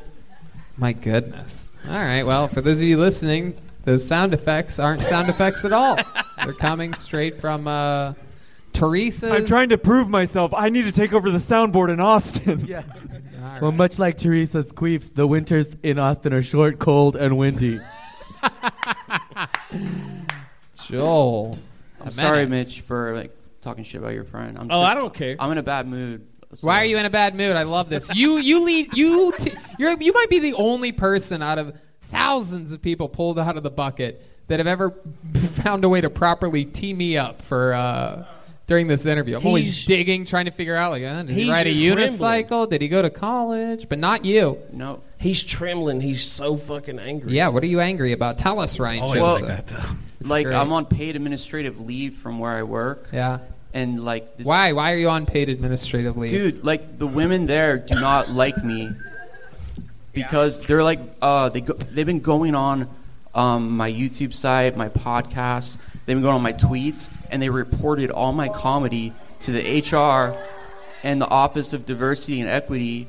S3: My goodness. All right. Well, for those of you listening, those sound effects aren't sound effects at all. They're coming straight from uh, Teresa's.
S5: I'm trying to prove myself. I need to take over the soundboard in Austin. Yeah.
S7: Well, much like Teresa's queefs, the winters in Austin are short, cold, and windy.
S3: Joel.
S13: I'm sorry, Mitch, for like talking shit about your friend. I'm
S3: Oh,
S13: sick-
S3: I don't care.
S13: I'm in a bad mood.
S3: Why are you in a bad mood? I love this. You you lead you t- you're, you might be the only person out of thousands of people pulled out of the bucket that have ever found a way to properly tee me up for uh, during this interview. I'm always
S4: He's-
S3: digging, trying to figure out like, uh, did he
S4: He's
S3: ride a
S4: trembling.
S3: unicycle? Did he go to college? But not you.
S13: No.
S4: He's trembling. He's so fucking angry.
S3: Yeah. What are you angry about? Tell us, Ryan. Joseph. It's
S13: like
S3: great.
S13: I'm on paid administrative leave from where I work.
S3: Yeah.
S13: And like this,
S3: Why? Why are you on paid administrative leave?
S13: dude, like the women there do not like me because they're like uh they go, they've been going on um, my YouTube site, my podcast, they've been going on my tweets, and they reported all my comedy to the HR and the Office of Diversity and Equity,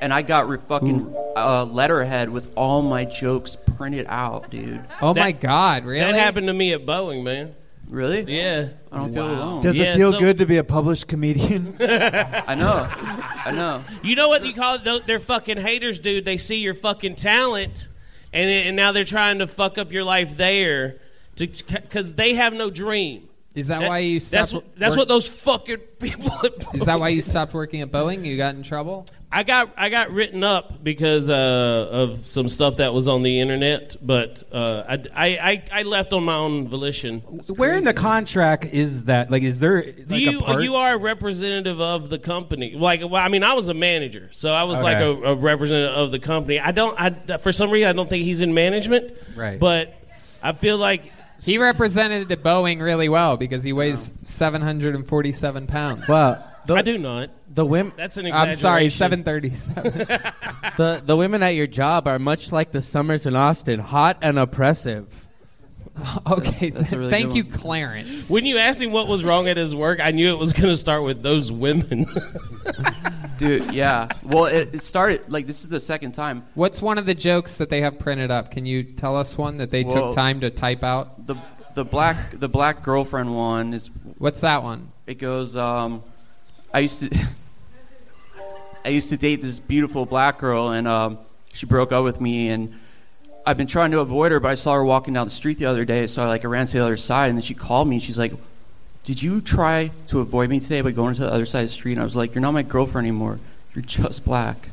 S13: and I got re- fucking uh, letterhead with all my jokes printed out, dude.
S3: Oh my God! Really?
S4: That happened to me at Boeing, man.
S13: Really?
S4: Yeah.
S13: I don't feel
S3: Oh.
S13: alone.
S5: Does it feel good to be a published comedian?
S13: I know. I know.
S4: You know what you call it? Tho- They're fucking haters, dude. They see your fucking talent, and and now they're trying to fuck up your life there, to because they have no dream.
S3: Is that why you
S4: That's
S3: stopped
S4: what- that's
S3: work-
S4: what those fucking people.
S3: Is that why you stopped working at Boeing? You got in trouble?
S4: I got I got written up because uh, of some stuff that was on the internet, but uh, I, I I- I left on my own volition.
S2: Where in the contract is that? Like, is there like
S4: Do you
S2: a part?
S4: you are a representative of the company. Like, well, I mean, I was a manager, so I was like
S2: Okay.
S4: a, a representative of the company. I don't. I for some reason I don't think he's in management.
S3: Right.
S4: But I feel like
S3: He represented the Boeing really well because he weighs 747 pounds.
S7: Wow.
S4: I do not.
S7: The women.
S4: That's an
S3: I'm sorry,
S7: exaggeration.
S3: 737.
S7: the the women at your job are much like the summers in Austin, hot and oppressive.
S3: okay, thank you,
S4: one.
S3: Clarence.
S4: when you asked him what was wrong at his work, I knew it was going to start with those women.
S13: Dude, yeah. Well, it, it started like this is the second time.
S3: What's one of the jokes that they have printed up? Can you tell us one that they
S13: Well,
S3: took time to type out?
S13: The the black the black girlfriend one is
S3: What's that one?
S13: It goes um I used to I used to date this beautiful black girl and um she broke up with me and I've been trying to avoid her but I saw her walking down the street the other day so I like I ran to the other side and then she called me and she's like did you try to avoid me today by going to the other side of the street? And I was like, You're not my girlfriend anymore. You're just black.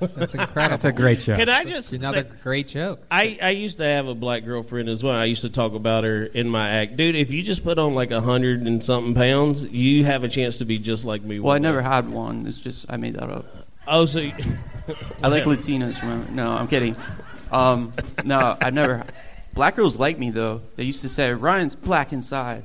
S3: That's incredible.
S13: That's a great joke.
S4: Can I just
S3: another
S4: say-
S3: great joke?
S4: I, I used to have a black girlfriend as well. I used to talk about her in my act. Dude, if you just put on like a hundred and something pounds, you have a chance to be just like me.
S13: Well, I never had one. It's just I made that up.
S4: Oh, so you-
S13: I like
S4: Yeah.
S13: Latinas. Remember? No, I'm kidding. Um, no, I've never. Black girls like me though. They used to say Ryan's black inside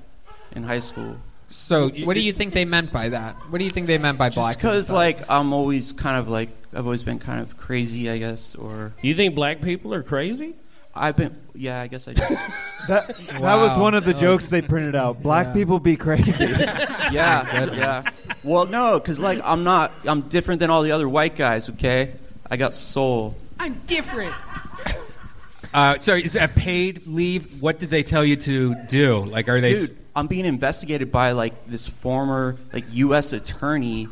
S13: in high school.
S3: So, what do you think they meant by that? What do you think they meant by black?
S13: Just because like I'm always kind of like I've always been kind of crazy, I guess. Or
S4: you think black people are crazy?
S13: I've been. Yeah, I guess I just.
S5: that, That was one of the jokes they printed out. Black
S13: Yeah.
S5: people be crazy.
S13: yeah, yeah. Well, no, because like I'm not. I'm different than all the other white guys. Okay, I got soul.
S14: I'm different.
S2: Uh, so is that paid leave? What did they tell you to do? Like, are they?
S13: Dude, I'm being investigated by like this former like U.S. attorney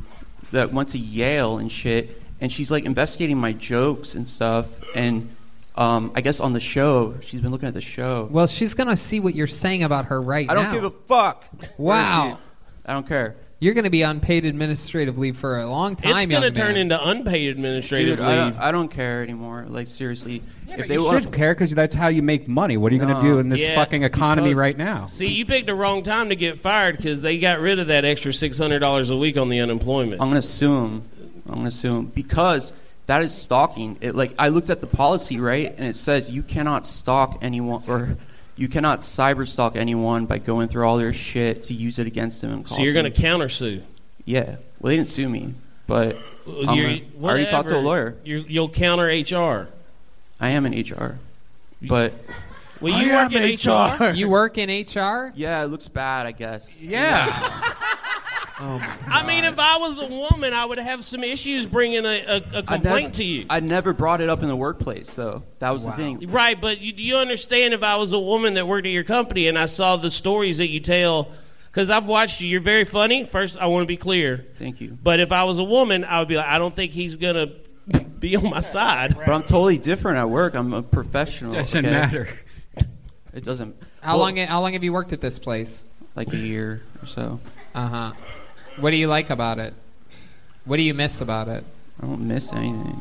S13: that went to Yale and shit, and she's like investigating my jokes and stuff. And um, I guess on the show, she's been looking at the show.
S3: Well, she's gonna see what you're saying about her right
S13: I don't
S3: now.
S13: give a fuck.
S3: Wow.
S13: I don't care.
S3: You're gonna be on paid administrative leave for a long time.
S4: It's
S3: young
S4: going to turn
S3: man.
S4: into unpaid administrative
S13: Dude, I
S4: leave.
S13: don't, I don't care anymore. Like seriously, if they
S2: you
S13: want
S2: should care because that's how you make money. What are you going to do in this
S4: Yeah,
S2: fucking economy
S4: because-
S2: right now?
S4: See, you picked the wrong time to get fired because they got rid of that extra six hundred dollars a week on the unemployment.
S13: I'm gonna assume. I'm gonna assume because that is stalking. It like I looked at the policy right, and it says you cannot stalk anyone or you cannot cyber stalk anyone by going through all their shit to use it against them. And
S4: So
S13: Oh, call
S4: you're going
S13: them.
S4: to countersue.
S13: Yeah. Well, they didn't sue me, but I'm
S4: You're-
S13: gonna- I already talked to a
S4: whatever.
S13: lawyer.
S4: You- You'll counter HR.
S13: I am in HR, but
S4: Well, you work in HR.
S3: You work in HR?
S13: yeah, it looks bad, I guess.
S4: Yeah.
S3: Oh my.
S4: I mean, if I was a woman, I would have some issues bringing a, a, a
S13: I
S4: complaint
S13: never-
S4: to you.
S13: I never brought it up in the workplace, though. That was the thing.
S4: Right, but you, do you understand if I was a woman that worked at your company and I saw the stories that you tell? Because I've watched you. You're very funny. First, I want to be clear.
S13: Thank you.
S4: But if I was a woman, I would be like, I don't think he's going to be on my side.
S13: But I'm totally different at work. I'm a professional.
S4: Doesn't
S13: okay?
S4: matter.
S13: It doesn't.
S3: How
S13: Well,
S3: long? How long have you worked at this place?
S13: Like a year or so.
S3: Uh huh. What do you like about it? What do you miss about it?
S13: I don't miss anything.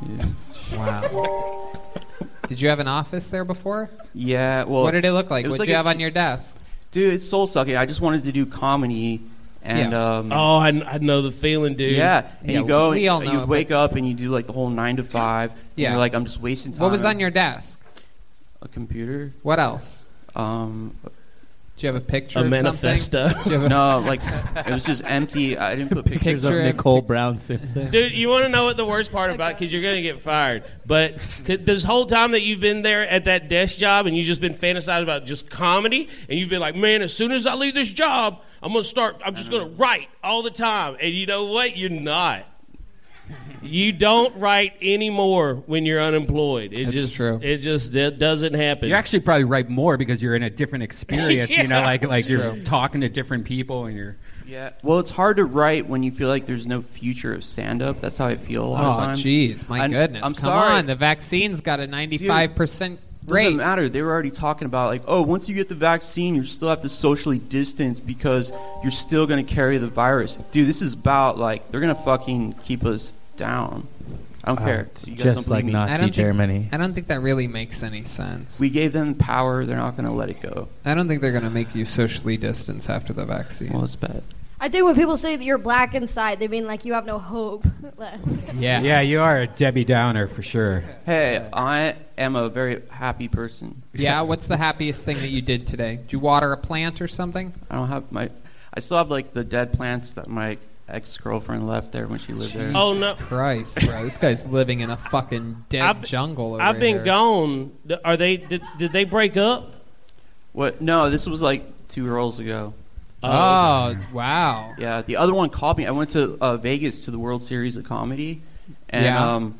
S13: Dude.
S3: Wow. Did you have an office there before?
S13: Yeah. Well,
S3: what did it look like?
S13: was
S3: what did you
S13: a-
S3: have on your desk?
S13: Dude, it's soul sucking. I just wanted to do comedy, and
S4: Yeah.
S13: um,
S4: Oh, I, I know the feeling, dude.
S13: yeah. And
S4: Yeah,
S13: you go,
S4: we all
S13: and
S4: know
S13: you
S4: it,
S13: wake up, and you do like the whole nine to five. and
S3: Yeah.
S13: you're like, I'm just wasting time.
S3: What was on your desk?
S13: a computer?
S3: What else?
S13: Um,
S3: Do you have a picture?
S13: A
S3: of something?
S13: manifesto.
S3: Do you have a-
S13: no, like it was just empty. I didn't put pictures
S7: Picture
S13: of
S7: of Nicole Brown Simpson.
S4: Dude, you want to know what the worst part about? Because you're gonna get fired. But 'cause this whole time that you've been there at that desk job, and you've just been fantasizing about just comedy, and you've been like, man, as soon as I leave this job, I'm gonna start. I'm just gonna write all the time. And you know what? You're not. You don't write anymore when you're unemployed. It
S2: That's
S4: just
S2: true.
S4: it just it doesn't happen.
S2: You actually probably write more because you're in a different experience. You know,
S4: Yeah.
S2: like like
S4: That's
S2: you're
S4: true.
S2: talking to different people and you're.
S13: Yeah. Well, it's hard to write when you feel like there's no future of stand up. That's how I feel a lot of
S3: Oh,
S13: times.
S3: jeez, my
S13: I-
S3: goodness!
S13: I'm
S3: Come
S13: sorry.
S3: on, the vaccine's got a ninety-five percent
S13: Doesn't
S3: rate.
S13: matter. They were already talking about like, oh, once you get the vaccine, you still have to socially distance because you're still going to carry the virus. Dude, this is about like they're going to fucking keep us down. I don't
S7: Wow.
S13: care. You guys
S7: Uh, Just
S13: don't
S7: like
S13: believe me?
S7: Nazi
S3: I don't think-
S7: Germany.
S3: I don't think that really makes any sense.
S13: We gave them power. They're not going to let it go.
S3: I don't think they're going to make you socially distance after the vaccine.
S13: Well, it's bad.
S6: I think when people say that you're black inside, they mean like you have no hope left.
S3: Yeah.
S2: Yeah, you are a Debbie Downer for sure.
S13: Hey, I am a very happy person.
S3: Yeah, what's the happiest thing that you did today? Did you water a plant or something?
S13: I don't have my. I still have like the dead plants that my ex girlfriend left there when she lived there.
S4: Oh, no.
S3: Christ, bro! This guy's living in a fucking dead
S4: I've-
S3: jungle. Over
S4: I've been
S3: here.
S4: gone. D- Are they? Did, did they break up?
S13: What? No, this was like two rolls ago.
S3: Oh, wow.
S13: Yeah, the other one called me. I went to uh, Vegas to the World Series of Comedy, and
S3: Yeah.
S13: um,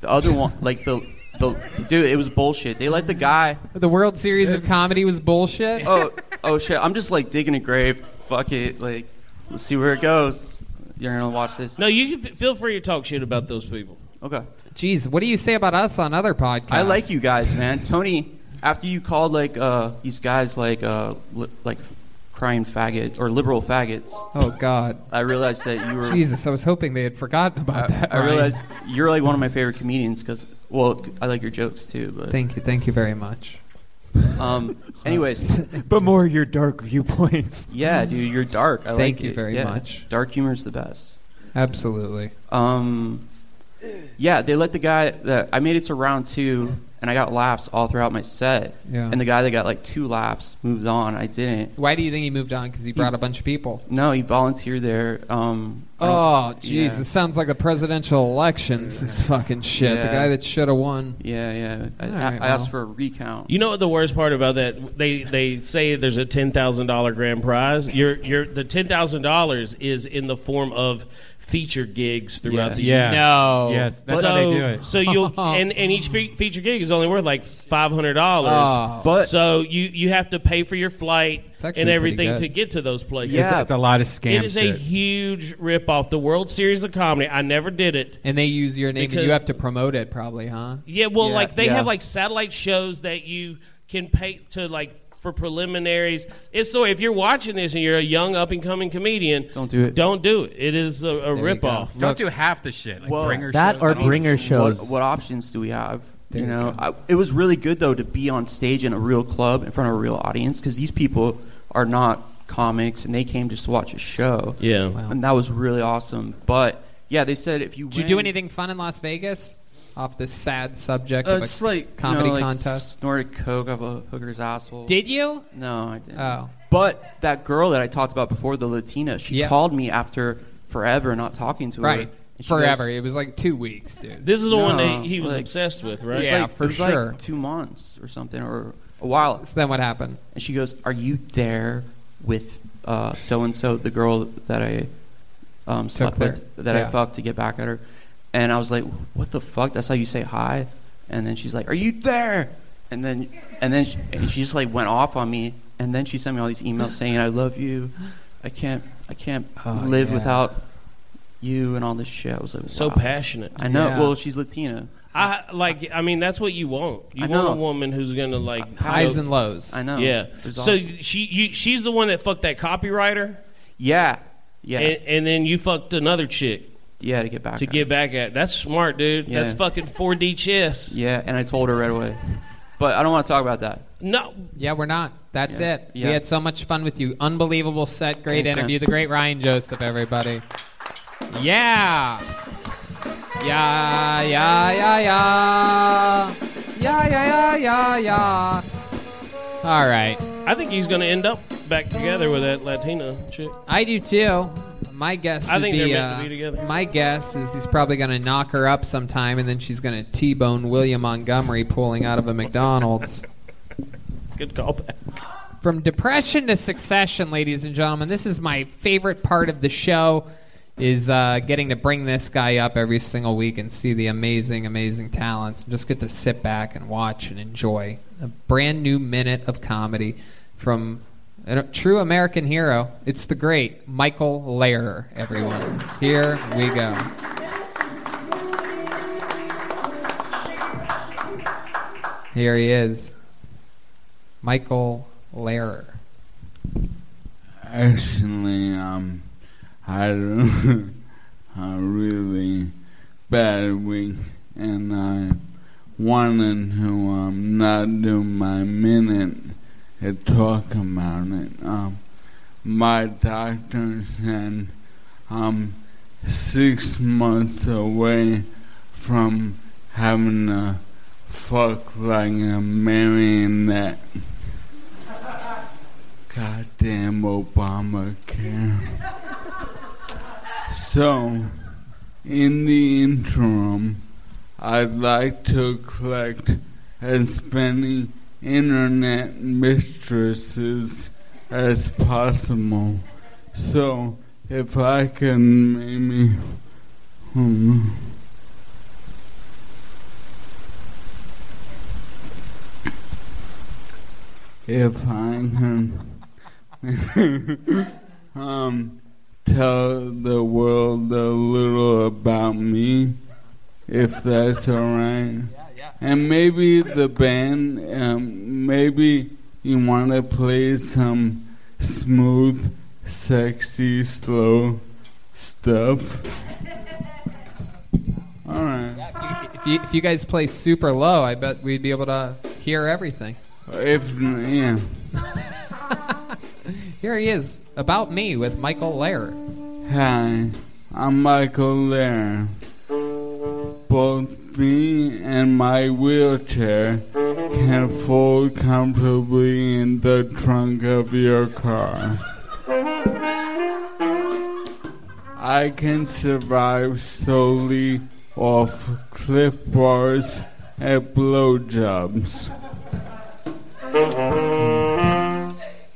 S13: the other one, like the the dude, it was bullshit. They let the guy.
S3: The World Series of Comedy was bullshit.
S13: Oh, oh shit! I'm just like digging a grave. Fuck it. Like, let's see where it goes. You're gonna watch this.
S4: No, you can f- feel free to talk shit about those people.
S13: Okay.
S3: Jeez, what do you say about us on other podcasts?
S13: I like you guys, man. Tony, after you called like uh, these guys like uh, li- like crying faggots or liberal faggots.
S3: Oh God.
S13: I realized that you were.
S3: Jesus, I was hoping they had forgotten about that.
S13: I
S3: Ryan.
S13: realized you're like one of my favorite comedians because, well, I like your jokes too. But
S3: Thank you, thank you very much.
S13: Um. Anyways,
S5: but more your dark viewpoints.
S13: yeah, dude, you're dark. I
S3: Thank
S13: like
S3: you
S13: it.
S3: very
S13: Yeah.
S3: much.
S13: Dark humor's the best.
S3: Absolutely.
S13: Um, yeah, they let the guy that I made it to round two, and I got laughs all throughout my set.
S3: Yeah.
S13: And the guy that got like two laughs moved on. I didn't.
S3: Why do you think he moved on? Because he brought a bunch of people.
S13: No, he volunteered there. Um. I don't-
S3: Oh, jeez,
S13: yeah.
S3: this sounds like the presidential elections. This fucking shit. The
S13: Yeah.
S3: guy that should have won.
S13: Yeah, yeah. I,
S3: All
S13: I-
S3: right,
S13: I asked
S3: well.
S13: for a recount.
S4: You know what the worst part about that? They they say there's a ten thousand dollar grand prize. Your your the ten thousand dollars is in the form of feature gigs throughout
S2: Yeah.
S4: the
S2: Yeah.
S4: year.
S2: No. Oh. Yes, that's
S4: so,
S2: how they do it.
S4: So you'll and, and each fe- feature gig is only worth like five hundred dollars.
S2: Oh.
S13: But-
S4: so you you have to pay for your flight
S2: actually
S4: and everything
S2: pretty
S4: to
S2: good.
S4: get to those places.
S2: Yeah. It's- it's a lot of scam
S4: It is a
S2: shit.
S4: huge rip off. The World Series of Comedy. I never did it.
S3: And they use your name, and
S4: Because-
S3: you have to promote it, probably, huh?
S4: Yeah, well,
S3: Yeah,
S4: like they
S3: yeah.
S4: have like satellite shows that you can pay to like for preliminaries. It's so if you're watching this and you're a young up and coming comedian,
S13: don't do it.
S4: Don't do it. It is a, a
S2: you
S4: rip
S2: go.
S4: off.
S2: Don't do half the shit. Like bringer
S7: that
S2: shows.
S7: or
S2: I don't-
S7: bringer shows.
S13: What, what options do we have?
S7: There
S13: you
S7: you
S13: know, I, it was really good though to be on stage in a real club in front of a real audience because these people are not comics and they came just to watch a show.
S4: Yeah. Wow.
S13: and that was really awesome. But yeah, they said if you
S3: Did you do anything fun in Las Vegas? Off this sad subject
S13: Uh,
S3: of a
S13: it's like
S3: comedy
S13: you know, like
S3: contest.
S13: Snorted coke up a hooker's asshole.
S3: Did you?
S13: No, I didn't.
S3: Oh.
S13: But that girl that I talked about before, the Latina, she
S3: Yeah.
S13: called me after forever not talking to her.
S3: Right.
S13: And she
S3: Forever.
S13: goes-
S3: it was like two weeks, dude.
S4: This is the one
S13: No,
S4: that he was
S13: like-
S4: obsessed with, right?
S13: It's
S3: Yeah,
S13: like-
S3: for
S13: it was
S3: sure.
S13: Like two months or something, or a while.
S3: So then what happened?
S13: And she goes, "Are you there with so and so, the girl that I um, slept
S3: Claire.
S13: with, that
S3: Yeah.
S13: I fucked to get back at her?" And I was like, "What the fuck? That's how you say hi?" And then she's like, "Are you there?" And then and then she, and she just like went off on me. And then she sent me all these emails saying, "I love you. I can't I can't
S4: Oh,
S13: live
S4: yeah.
S13: without you and all this shit." I was like,
S4: So
S13: "Wow."
S4: passionate.
S13: I know.
S4: Yeah.
S13: Well, she's Latina.
S4: I like. I mean, that's what you want. You
S13: I
S4: want
S13: know.
S4: a woman who's gonna like
S13: Highs
S4: go-
S13: and lows. I know.
S4: Yeah.
S13: It's
S4: So
S13: awesome.
S4: she you, she's the one that fucked that copywriter.
S13: Yeah. Yeah.
S4: And, and then you fucked another chick
S13: yeah, to get back
S4: to
S13: at her.
S4: get back at. That's smart, dude.
S13: Yeah.
S4: That's fucking 4D chess.
S13: Yeah, and I told her right away. But I don't want to talk about that.
S4: No.
S3: Yeah, we're not. That's
S13: Yeah.
S3: it.
S13: Yeah.
S3: We had so much fun with you. Unbelievable set. Great
S13: Thanks, man.
S3: interview. The great Ryan Joseph, everybody. Yeah. Yeah, yeah, yeah, yeah. Yeah, yeah, yeah, yeah, yeah. All right.
S4: I think he's going to end up back together with that Latina chick.
S3: I do too. My guess
S4: I
S3: would
S4: think
S3: be,
S4: they're meant to
S3: uh,
S4: be together.
S3: My guess is he's probably going to knock her up sometime, and then she's going to T-bone William Montgomery pulling out of a McDonald's.
S4: Good callback.
S3: From depression to succession, ladies and gentlemen, this is my favorite part of the show. Is uh, getting to bring this guy up every single week and see the amazing, amazing talents, and just get to sit back and watch and enjoy a brand new minute of comedy from a true American hero. It's the great Michael Lehrer, everyone. Here we go. Here he is, Michael Lehrer.
S14: Actually, um, had a really bad week, and I wanted to um not do my minute to talk about it. Um, my doctor said I'm six months away from having a fuck like a marionette. Goddamn Obamacare. So, in the interim, I'd like to collect as many internet mistresses as possible. So, if I can maybe. Hmm. if I can um, tell the world a little about me, if that's all right. And maybe the band, um, maybe you want to play some smooth, sexy, slow stuff. All right.
S3: If you, if you guys play super low, I bet we'd be able to hear everything.
S14: If, yeah.
S3: Here he is, About Me with Michael Lehrer.
S14: Hi, I'm Michael Lair. Both me and my wheelchair can fold comfortably in the trunk of your car. I can survive solely off cliff bars and blowjobs.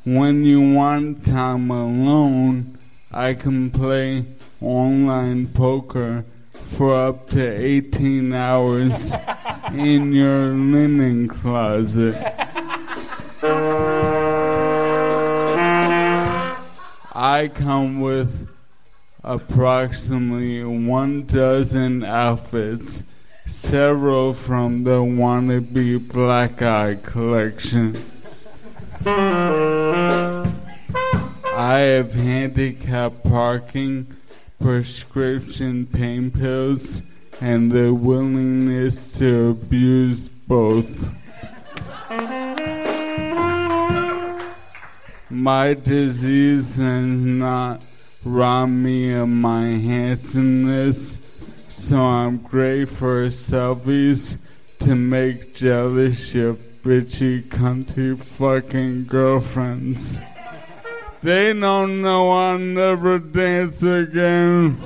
S14: When you want time alone, I can play online poker for up to 18 hours in your linen closet. I come with approximately one dozen outfits, several from the wannabe black eye collection. I have handicap parking, prescription pain pills, and the willingness to abuse both. My disease has not robbed me of my handsomeness, so I'm great for selfies to make jealous your bitchy, cunty fucking girlfriends. They don't know I'll never dance again.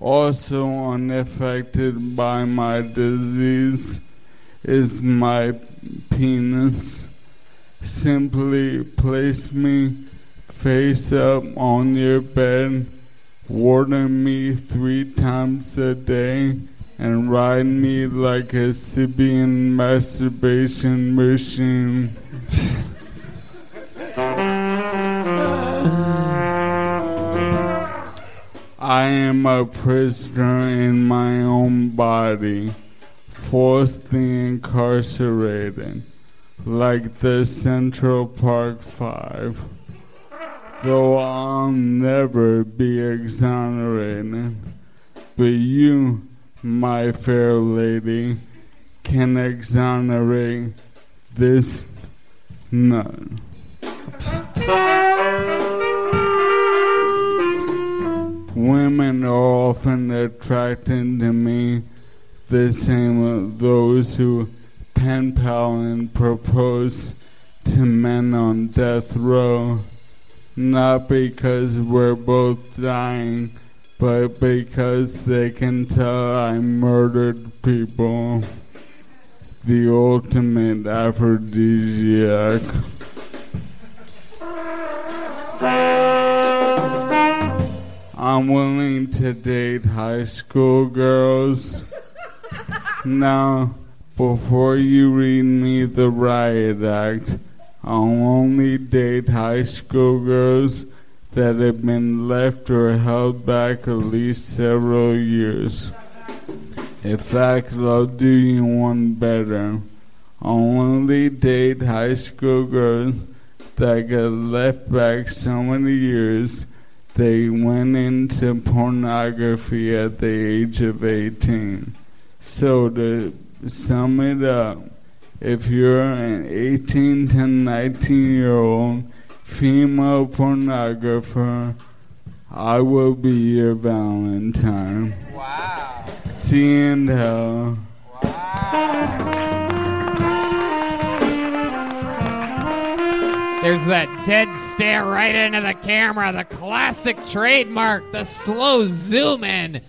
S14: Also unaffected by my disease is my penis. Simply place me face up on your bed, water me three times a day, and ride me like a Sibian masturbation machine. I am a prisoner in my own body, falsely incarcerated, like the Central Park Five. Though I'll never be exonerated, but you, my fair lady, can exonerate this nun. Women are often attracted to me the same as those who pen pal and propose to men on death row, not because we're both dying, but because they can tell I murdered people, the ultimate aphrodisiac. I'm willing to date high school girls. now, before you read me the riot act, I'll only date high school girls that have been left or held back at least several years. In fact, I'll do you one better. I'll only date high school girls that got left back so many years they went into pornography at the age of 18. So to sum it up, if you're an 18 to 19 year old female pornographer, I will be your Valentine. Wow. See you in hell.
S3: There's that dead stare right into the camera, the classic trademark, the slow zoom in.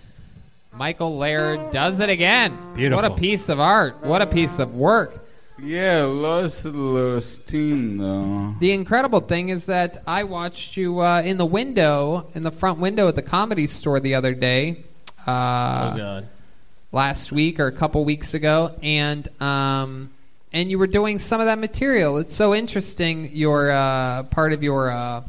S3: Michael Laird does it again.
S14: Beautiful.
S3: What a piece of art. What a piece of work.
S14: Yeah, lost a little steam
S4: Uh-huh.
S14: though.
S3: The incredible thing is that I watched you uh, in the window, in the front window at the comedy store the other day. Uh,
S4: Oh, God.
S3: Last week or a couple weeks ago, and um, and you were doing some of that material. It's so interesting. Your uh, part of your uh,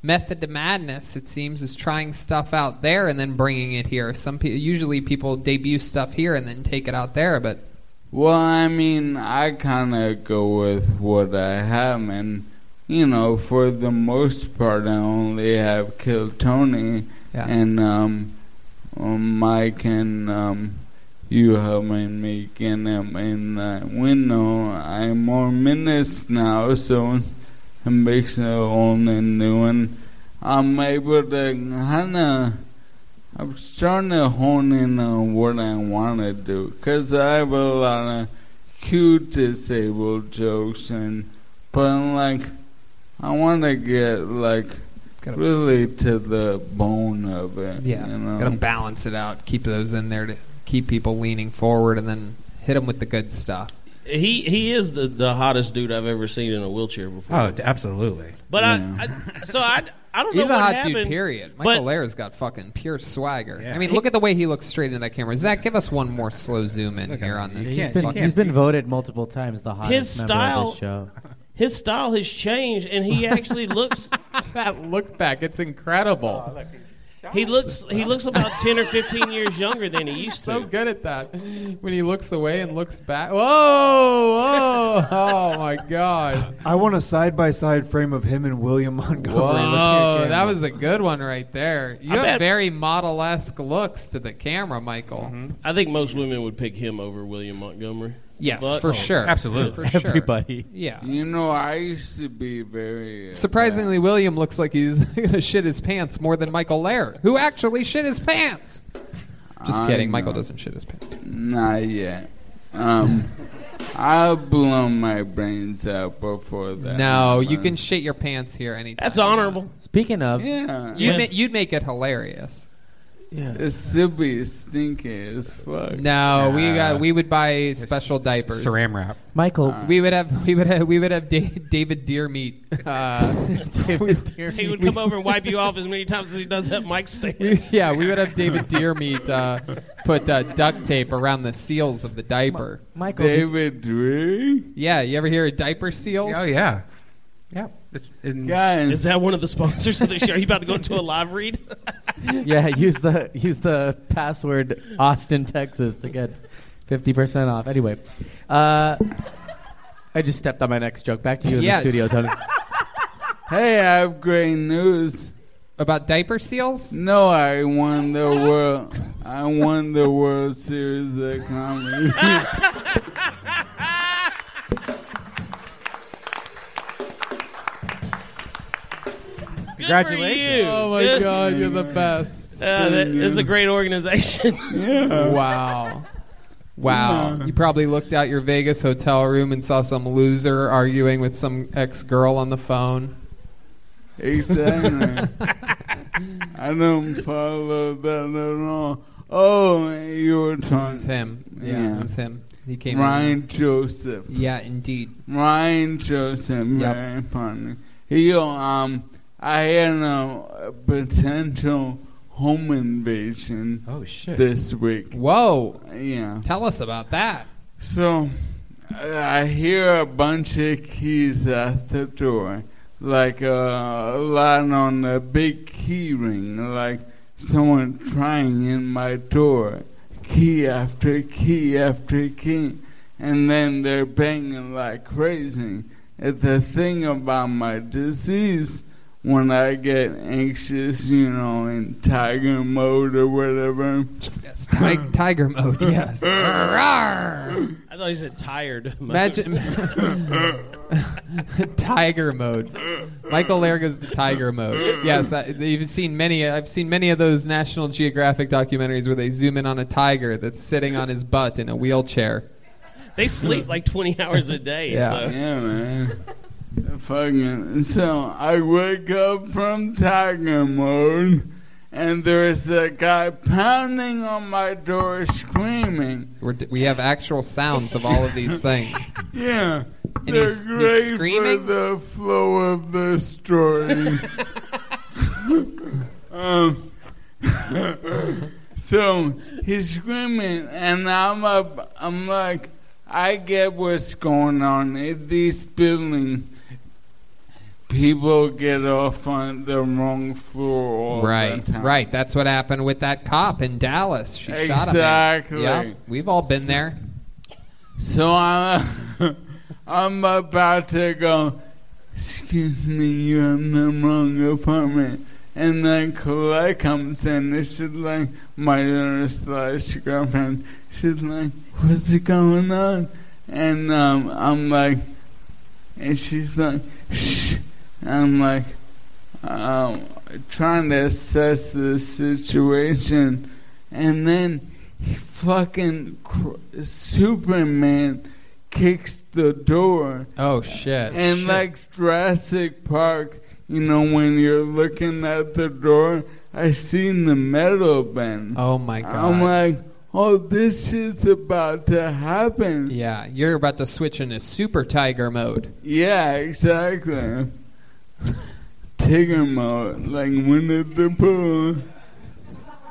S3: method to madness, it seems, is trying stuff out there and then bringing it here. Some pe- usually people debut stuff here and then take it out there, but
S14: Well, I mean, I kind of go with what I have, and you know, for the most part, I only have Kill Tony
S3: Yeah.
S14: and um, um, Mike and um, you helping me get him in that window. I'm more minutes now, so it makes it old and new, and I'm able to kind of. I'm starting to hone in on what I want to do because I have a lot of cute disabled jokes and, but like, I want to get like really to the bone of it.
S3: Yeah,
S14: you know?
S3: gotta balance it out. Keep those in there to keep people leaning forward, and then hit them with the good stuff.
S4: He he is the, the hottest dude I've ever seen in a wheelchair before.
S2: Oh, absolutely.
S4: But I, I so I, I don't
S3: He's
S4: know
S3: a
S4: what
S3: hot
S4: happened.
S3: dude. Period.
S4: but-
S3: Michael Lair's got fucking pure swagger. I mean,
S4: He-
S3: look at the way he looks straight into that camera. Zach, give us one more slow zoom in here on this.
S7: He's been,
S3: fucking-
S7: he's been voted multiple times the hottest
S4: his
S7: member
S4: style
S7: of this show.
S4: his style has changed and he actually looks
S3: that look back it's incredible
S4: he looks he looks about 10 or 15 years younger than he used to
S3: so good at that when he looks away and looks back. Whoa, whoa, oh my god!
S5: I want a side by side frame of him and William Montgomery. looking at
S3: Whoa,
S5: camera.
S3: that was a good one right there. You
S4: I
S3: have
S4: bet-
S3: very model esque looks to the camera, Michael.
S4: Mm-hmm. i think most women would pick him over william montgomery
S3: Yes,
S4: But-
S14: Oh,
S3: for sure. For sure. Yeah.
S14: You know, I used to be very uh,
S3: Surprisingly, William looks like he's gonna shit his pants more than Michael Laird, who actually shit his pants. Just
S14: I'm
S3: kidding. Michael
S14: not.
S3: doesn't shit his pants.
S14: Not yet. Um, I'll blow my brains out before that.
S3: No, you
S14: happens.
S3: can shit your pants here anytime.
S4: That's honorable.
S7: Speaking of,
S14: Yeah.
S3: You'd, ma- you'd make it hilarious.
S14: It's super stinky as fuck.
S3: No, we
S14: Nah.
S3: got we would buy special diapers.
S2: Saran wrap.
S7: Michael,
S14: Uh,
S3: We would have we would have we would have Da- David Deermeat. Uh, David Deermeat.
S4: he would come over and wipe you off as many times as he does that mic stand
S3: yeah, we would have David Deermeat uh, put uh, duct tape around the seals of the diaper.
S7: Michael,
S14: David Dree?
S3: Yeah, you ever hear of diaper seals?
S2: Oh yeah, yeah. It's, in,
S4: is that one of the sponsors of the show are you about to go into a live read
S7: yeah, use the use the password Austin, Texas to get fifty percent off. Anyway, uh, I just stepped on my next joke. Back to you in
S3: Yes.
S7: the studio, Tony.
S14: Hey, I have great news.
S3: About diaper seals?
S14: No, I won the world. I won the World Series of comedy.
S4: Congratulations.
S3: Oh my
S4: Good.
S3: god, you're the best.
S4: uh, that is a great organization
S3: Wow. Wow. You probably looked out your Vegas hotel room and saw some loser arguing with some ex girl on the phone.
S14: Exactly. I don't follow that at all. Oh, you were talking.
S3: It's him. Yeah, it was him. He came in.
S14: Ryan Joseph.
S3: Yeah, indeed.
S14: Ryan Joseph,
S3: Yep.
S14: very funny. He, um, I had a, a potential home invasion.
S3: Oh, shit.
S14: This week.
S3: Whoa.
S14: Yeah.
S3: Tell us about that.
S14: So, I hear a bunch of keys at the door, like uh, a lot on a big key ring, like someone trying in my door, key after key after key, and then they're banging like crazy. And the thing about my disease, when I get anxious, you know, in tiger mode or whatever,
S3: Ti- tiger mode, yes. Rawr!
S4: I thought he said tired.
S3: Imagine tiger mode. Michael Lair goes to tiger mode. Yes, I, you've seen many. I've seen many of those National Geographic documentaries where they zoom in on a tiger that's sitting on his butt in a wheelchair.
S4: they sleep like 20 hours a day.
S3: Yeah.
S4: So.
S14: Yeah, man. Fucking. So I wake up from tiger mode, and there's a guy pounding on my door screaming.
S3: We're, d- we have actual sounds of all of these things.
S14: Yeah.
S3: And
S14: they're
S3: he's- he's
S14: great
S3: screaming?
S14: for the flow of the story. um, so he's screaming, and I'm up. I'm like, I get what's going on. If these buildings, people get off on the wrong floor. All
S3: Right,
S14: The time.
S3: right. That's what happened with that cop in Dallas. She shot him.
S14: Exactly.
S3: Yeah, we've all been there.
S14: So I'm, I'm about to go, excuse me, you're in the wrong apartment. And then Colette comes in and she's like, my daughter slash girlfriend, she's like, what's going on? And um, I'm like, and she's like, shh. I'm like, um, trying to assess the situation. And then he fucking cr- Superman kicks the door.
S3: Oh shit!
S14: And like Jurassic Park, you know, when you're looking at the door, I seen the metal bend.
S3: Oh my
S14: I'm
S3: God.
S14: like, oh, this shit's about to happen.
S3: Yeah, you're about to switch into super tiger mode.
S14: Yeah, exactly. Tigger mode, like Winnie the Pooh.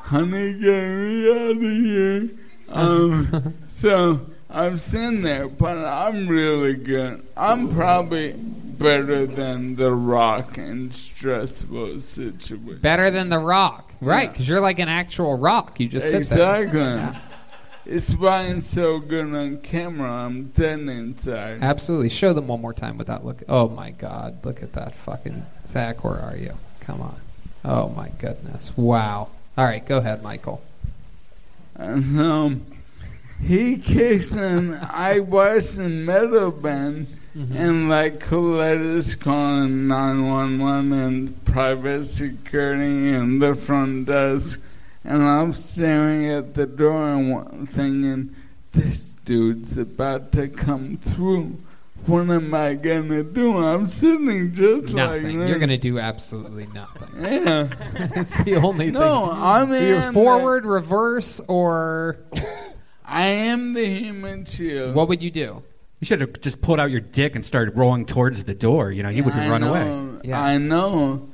S14: Honey, get me out of here. Um, so I'm sitting there, but I'm really good. I'm probably better than The Rock in stressful situations.
S3: Better than the rock, right? Because you're like an actual rock. You just sit there.
S14: Exactly. It's why I'm so good on camera. I'm dead inside.
S3: Absolutely. Show them one more time without look. Oh my God! Look at that fucking Zach. Where are you? Come on. Oh my goodness. Wow. All right, go ahead, Michael.
S14: And um, he kicks and I watch the metal band,
S3: Mm-hmm.
S14: and like Colette is calling 911 and private security and the front desk, and I'm staring at the door and wa- thinking, this dude's about to come through. What am I gonna do? I'm sitting just like
S3: Nothing.
S14: this.
S3: You're gonna do absolutely nothing.
S14: Yeah.
S3: it's the only thing.
S14: No, I'm
S3: You're
S14: in
S3: forward, reverse, or
S14: I am the human shield.
S3: what would you do?
S2: You should have just pulled out your dick and started rolling towards the door. You know, you would
S14: I
S2: have run away.
S14: know, Um, I know,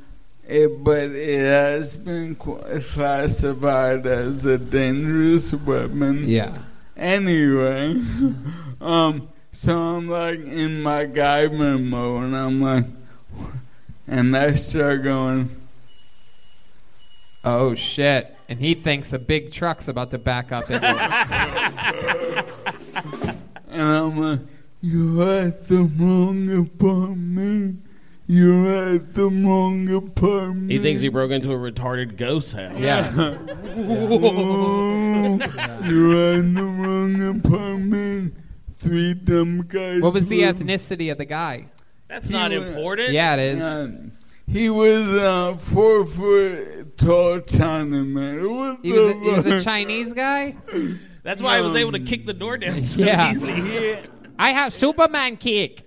S14: it, but it has been qu- classified as a dangerous weapon.
S3: Yeah.
S14: Anyway, um, so I'm like in my Guyman mode, and I'm like, and I start going.
S3: Oh shit! And he thinks a big truck's about to back up. Into
S14: And I'm like, you're at the wrong apartment. You're at the wrong apartment.
S4: He thinks he broke into a retarded ghost house.
S14: Yeah. Oh, you're in the wrong apartment. Three dumb guys.
S3: What was the
S14: were-
S3: ethnicity of the guy?
S4: That's not important.
S3: Yeah, it is.
S14: Um, he was a four foot tall Chinaman. What
S3: He was, a,
S14: the
S3: he was a
S14: fuck?
S3: Chinese guy.
S4: That's why I was able to kick the door down so
S3: Yeah.
S4: easy.
S3: I have Superman kick.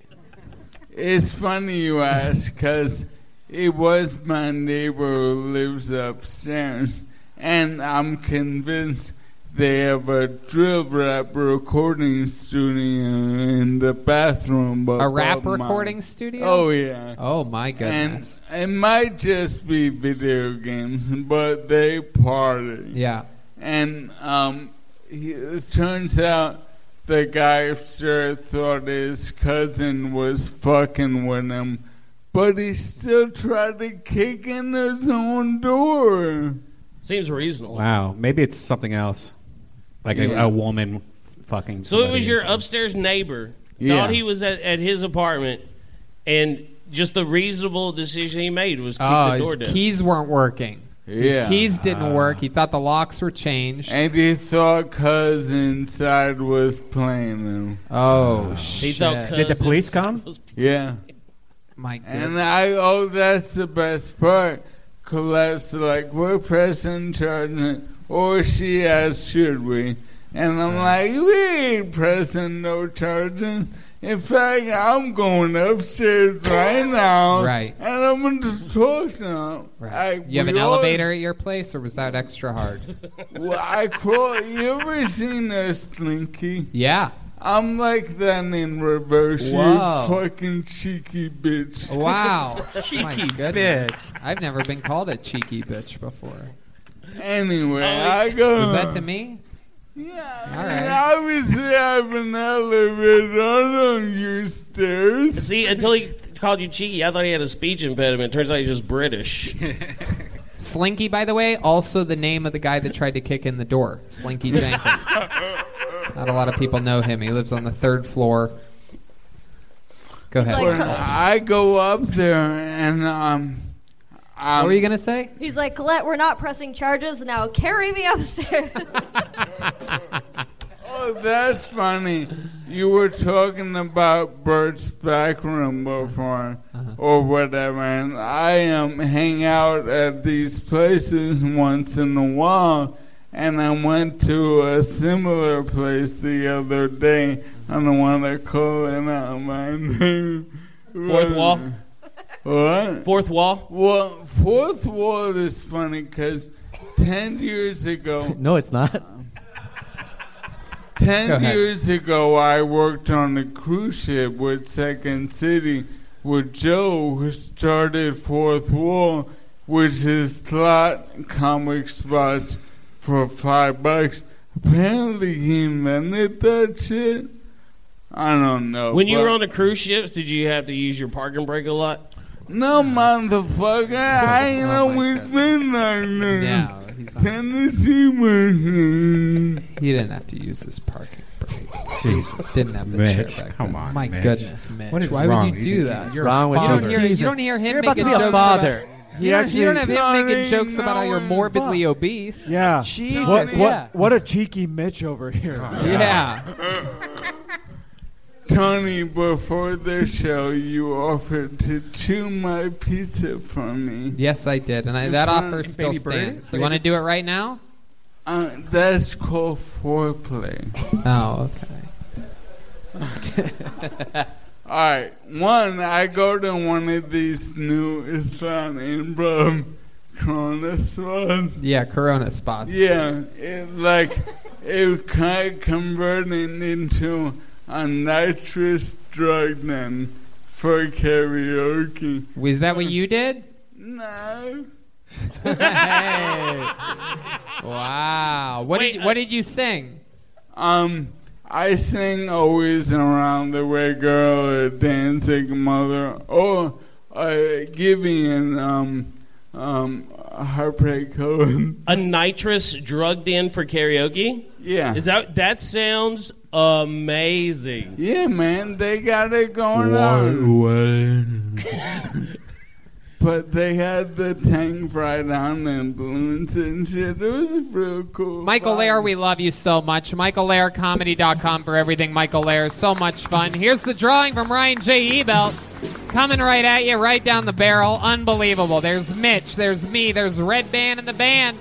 S14: It's funny you ask, because It was my neighbor who lives upstairs, and I'm convinced they have a drill rap recording studio in the bathroom.
S3: A rap
S14: above mine.
S3: recording studio?
S14: Oh, yeah.
S3: Oh my goodness.
S14: And it might just be video games, but they party.
S3: Yeah.
S14: And um, he, it turns out the guy sure thought his cousin was fucking with him, but he still tried to kick in his own door.
S4: Seems reasonable.
S2: Wow. Maybe it's something else. Like
S14: Yeah.
S2: a, a woman fucking.
S4: So it
S2: somebody
S4: was
S2: or
S4: your
S2: something.
S4: upstairs neighbor
S2: Yeah.
S4: thought he was at, at his apartment, and just the reasonable decision he made was keep
S3: Oh,
S4: the door
S3: his
S4: down. Ah.
S3: keys weren't working.
S14: Yeah.
S3: His keys didn't work. He thought the locks were changed.
S14: And he thought cousin side was playing him.
S3: Oh,
S4: He thought
S2: Did the police come?
S14: Yeah.
S3: My
S14: And I, oh, that's the best part. Collapse, like, we're pressing charges, or she asked, should we? And I'm like, we ain't pressing no charges. In fact, I'm going upstairs right now.
S3: Right.
S14: And I'm going to talk to them. Like,
S3: You have an
S14: we all-
S3: elevator at your place, or was that extra hard?
S14: well, I crawl. You ever seen a slinky?
S3: Yeah.
S14: I'm like that in reverse.
S3: Whoa.
S14: You fucking cheeky bitch.
S3: Wow. Oh My goodness. I've never been called a cheeky bitch before.
S14: Anyway, I go.
S3: Was that to me?
S14: Yeah. And obviously, I have an elevator. I don't use stairs.
S4: See, until he called you cheeky, I thought he had a speech impediment. Turns out he's just British.
S3: Slinky, by the way, also the name of the guy that tried to kick in the door, Slinky Jenkins. Not a lot of people know him. He lives on the third floor. Go ahead.
S14: When I go up there and um.
S3: what were you gonna say?
S6: He's like, Colette, we're not pressing charges now. Carry me upstairs.
S14: Oh, that's funny. You were talking about Bert's back room before,
S4: Uh-huh.
S14: or whatever, and I um, hang out at these places once in a while, and I went to a similar place the other day. I don't want to call it out my name.
S4: Fourth wall?
S14: What?
S4: Fourth wall?
S14: Well, fourth wall is funny because 10 years ago,
S7: No, it's not.
S14: Ten
S7: Go ahead.
S14: years ago, I worked on a cruise ship with Second City with Joe, who started Fourth Wall, which is slot comic spots for five bucks. Apparently, he invented that shit. I don't know.
S4: when you
S14: but-
S4: were on the cruise ships, did you have to use your parking brake a lot?
S14: no motherfucker, I ain't always been like this.
S3: No,
S14: Tennessee man.
S3: He didn't have to use his parking brake.
S2: Jesus.
S3: Didn't have the chair
S2: Mitch,
S3: back
S2: come
S3: then.
S2: on,
S3: My
S2: Mitch.
S3: goodness, Mitch.
S2: What is
S3: Why
S2: wrong?
S3: would you
S2: You
S3: do
S2: think
S3: that?
S2: you're wrong with
S3: you, don't
S2: your-
S3: hear, you
S2: Jesus.
S3: don't hear him
S2: You're about to
S3: making
S2: be a
S3: jokes
S2: father.
S3: About,
S2: He
S3: you, don't, you
S2: actually-
S3: don't have him
S14: Johnny,
S3: making jokes about how you're
S14: Johnny,
S3: morbidly obese.
S5: Yeah.
S3: Jesus.
S5: What, what,
S3: yeah.
S5: what a cheeky Mitch over here.
S14: Tony, before the show, you offered to chew my pizza for me.
S3: Yes, I did, and I,
S14: In
S3: that
S14: front-
S3: offer
S14: in
S3: still
S14: Baby Bird?
S3: stands. You want to do it right now?
S14: Uh, that's called foreplay.
S3: Oh,
S14: okay. All right. One, I go to one of these new Islamic from Corona spots.
S3: Yeah, Corona spots.
S14: Yeah, it, like it kind of converting into a nitrous drug then for karaoke.
S3: Was that what you did?
S14: No.
S2: Ah,
S3: Wow. What did you, what did you sing?
S14: Um, I sing always around the way, girl, or dancing mother, or uh, Givian, um, um, heartbreak code.
S4: A nitrous drugged in for karaoke?
S14: Yeah.
S4: Is that that sounds amazing?
S14: Yeah, man, they got it going on. But they had the tank right on and balloons and shit. It was real cool.
S3: Michael
S14: Bye.
S3: Lair, we love you so much. MichaelLairComedy.com for everything. Michael Lair, so much fun. Here's the drawing from Ryan J. Ebelt. Coming right at you, right down the barrel. Unbelievable. There's Mitch. There's me. There's Red Band in the band.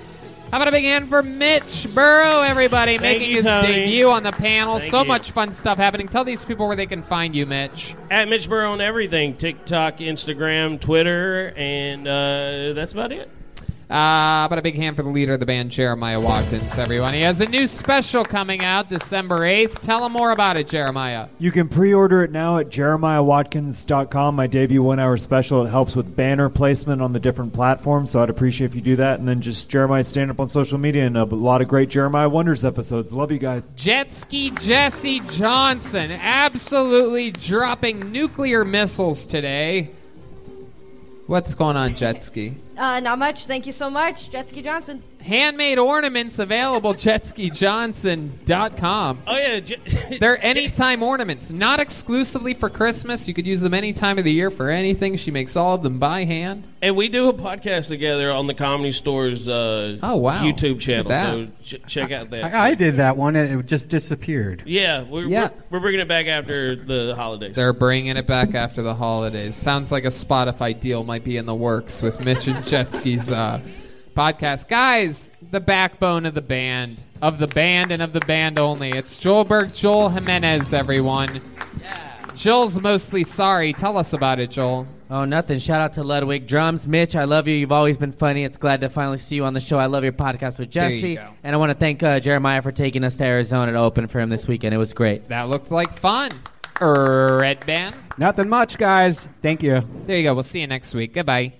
S3: How about a big hand for Mitch Burrow, everybody,
S4: Thank
S3: making
S4: you,
S3: his
S4: Tony.
S3: debut on the panel.
S4: Thank
S3: so
S4: you.
S3: much fun stuff happening. Tell these people where they can find you, Mitch.
S4: At Mitch Burrow on everything TikTok, Instagram, Twitter, and uh, that's about it.
S3: Uh, but a big hand for the leader of the band, Jeremiah Watkins, everyone. He has a new special coming out December 8th. Tell them more about it, Jeremiah.
S5: You can pre-order it now at jeremiahwatkins.com. My debut one-hour special. It helps with banner placement on the different platforms, so I'd appreciate if you do that. And then just Jeremiah stand up on social media and a lot of great Jeremiah Wonders episodes. Love you guys.
S3: Jet ski Jesse Johnson absolutely dropping nuclear missiles today. What's going on, Jet Ski?
S6: Uh, not much. Thank you so much, Jetski Johnson.
S3: Handmade ornaments available, jetskijohnson.com.
S4: Oh, yeah.
S3: They're anytime ornaments, not exclusively for Christmas. You could use them any time of the year for anything. She makes all of them by hand.
S4: And we do a podcast together on the Comedy Store's uh,
S3: Oh, wow.
S4: YouTube
S3: Look
S4: channel.
S3: at
S4: So ch- check out that.
S15: I, I did that one and it just disappeared.
S4: yeah, we're,
S3: Yeah.
S4: We're, we're bringing it back after the holidays.
S3: They're bringing it back after the holidays. Sounds like a Spotify deal might be in the works with Mitch and Jetski's uh, podcast. Guys, the backbone of the band, of the band and of the band only. It's Joel Berg, Joel Jimenez, everyone. Joel's mostly sorry. Tell us about it, Joel.
S15: Oh, nothing. Shout out to Ludwig Drums. Mitch, I love you. You've always been funny. It's glad to finally see you on the show. I love your podcast with
S3: There you
S15: Jesse.
S3: go.
S15: And I want to thank uh, Jeremiah for taking us to Arizona to open for him this weekend. It was great.
S3: That looked like fun. Er, Red Band.
S15: Nothing much, guys. Thank you.
S3: There you go. We'll see you next week. Goodbye.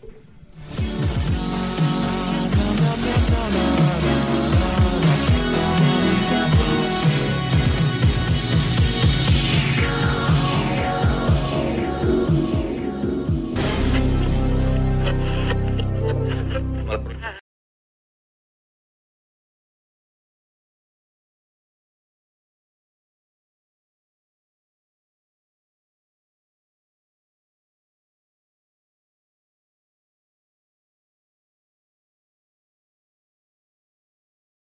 S10: Bye.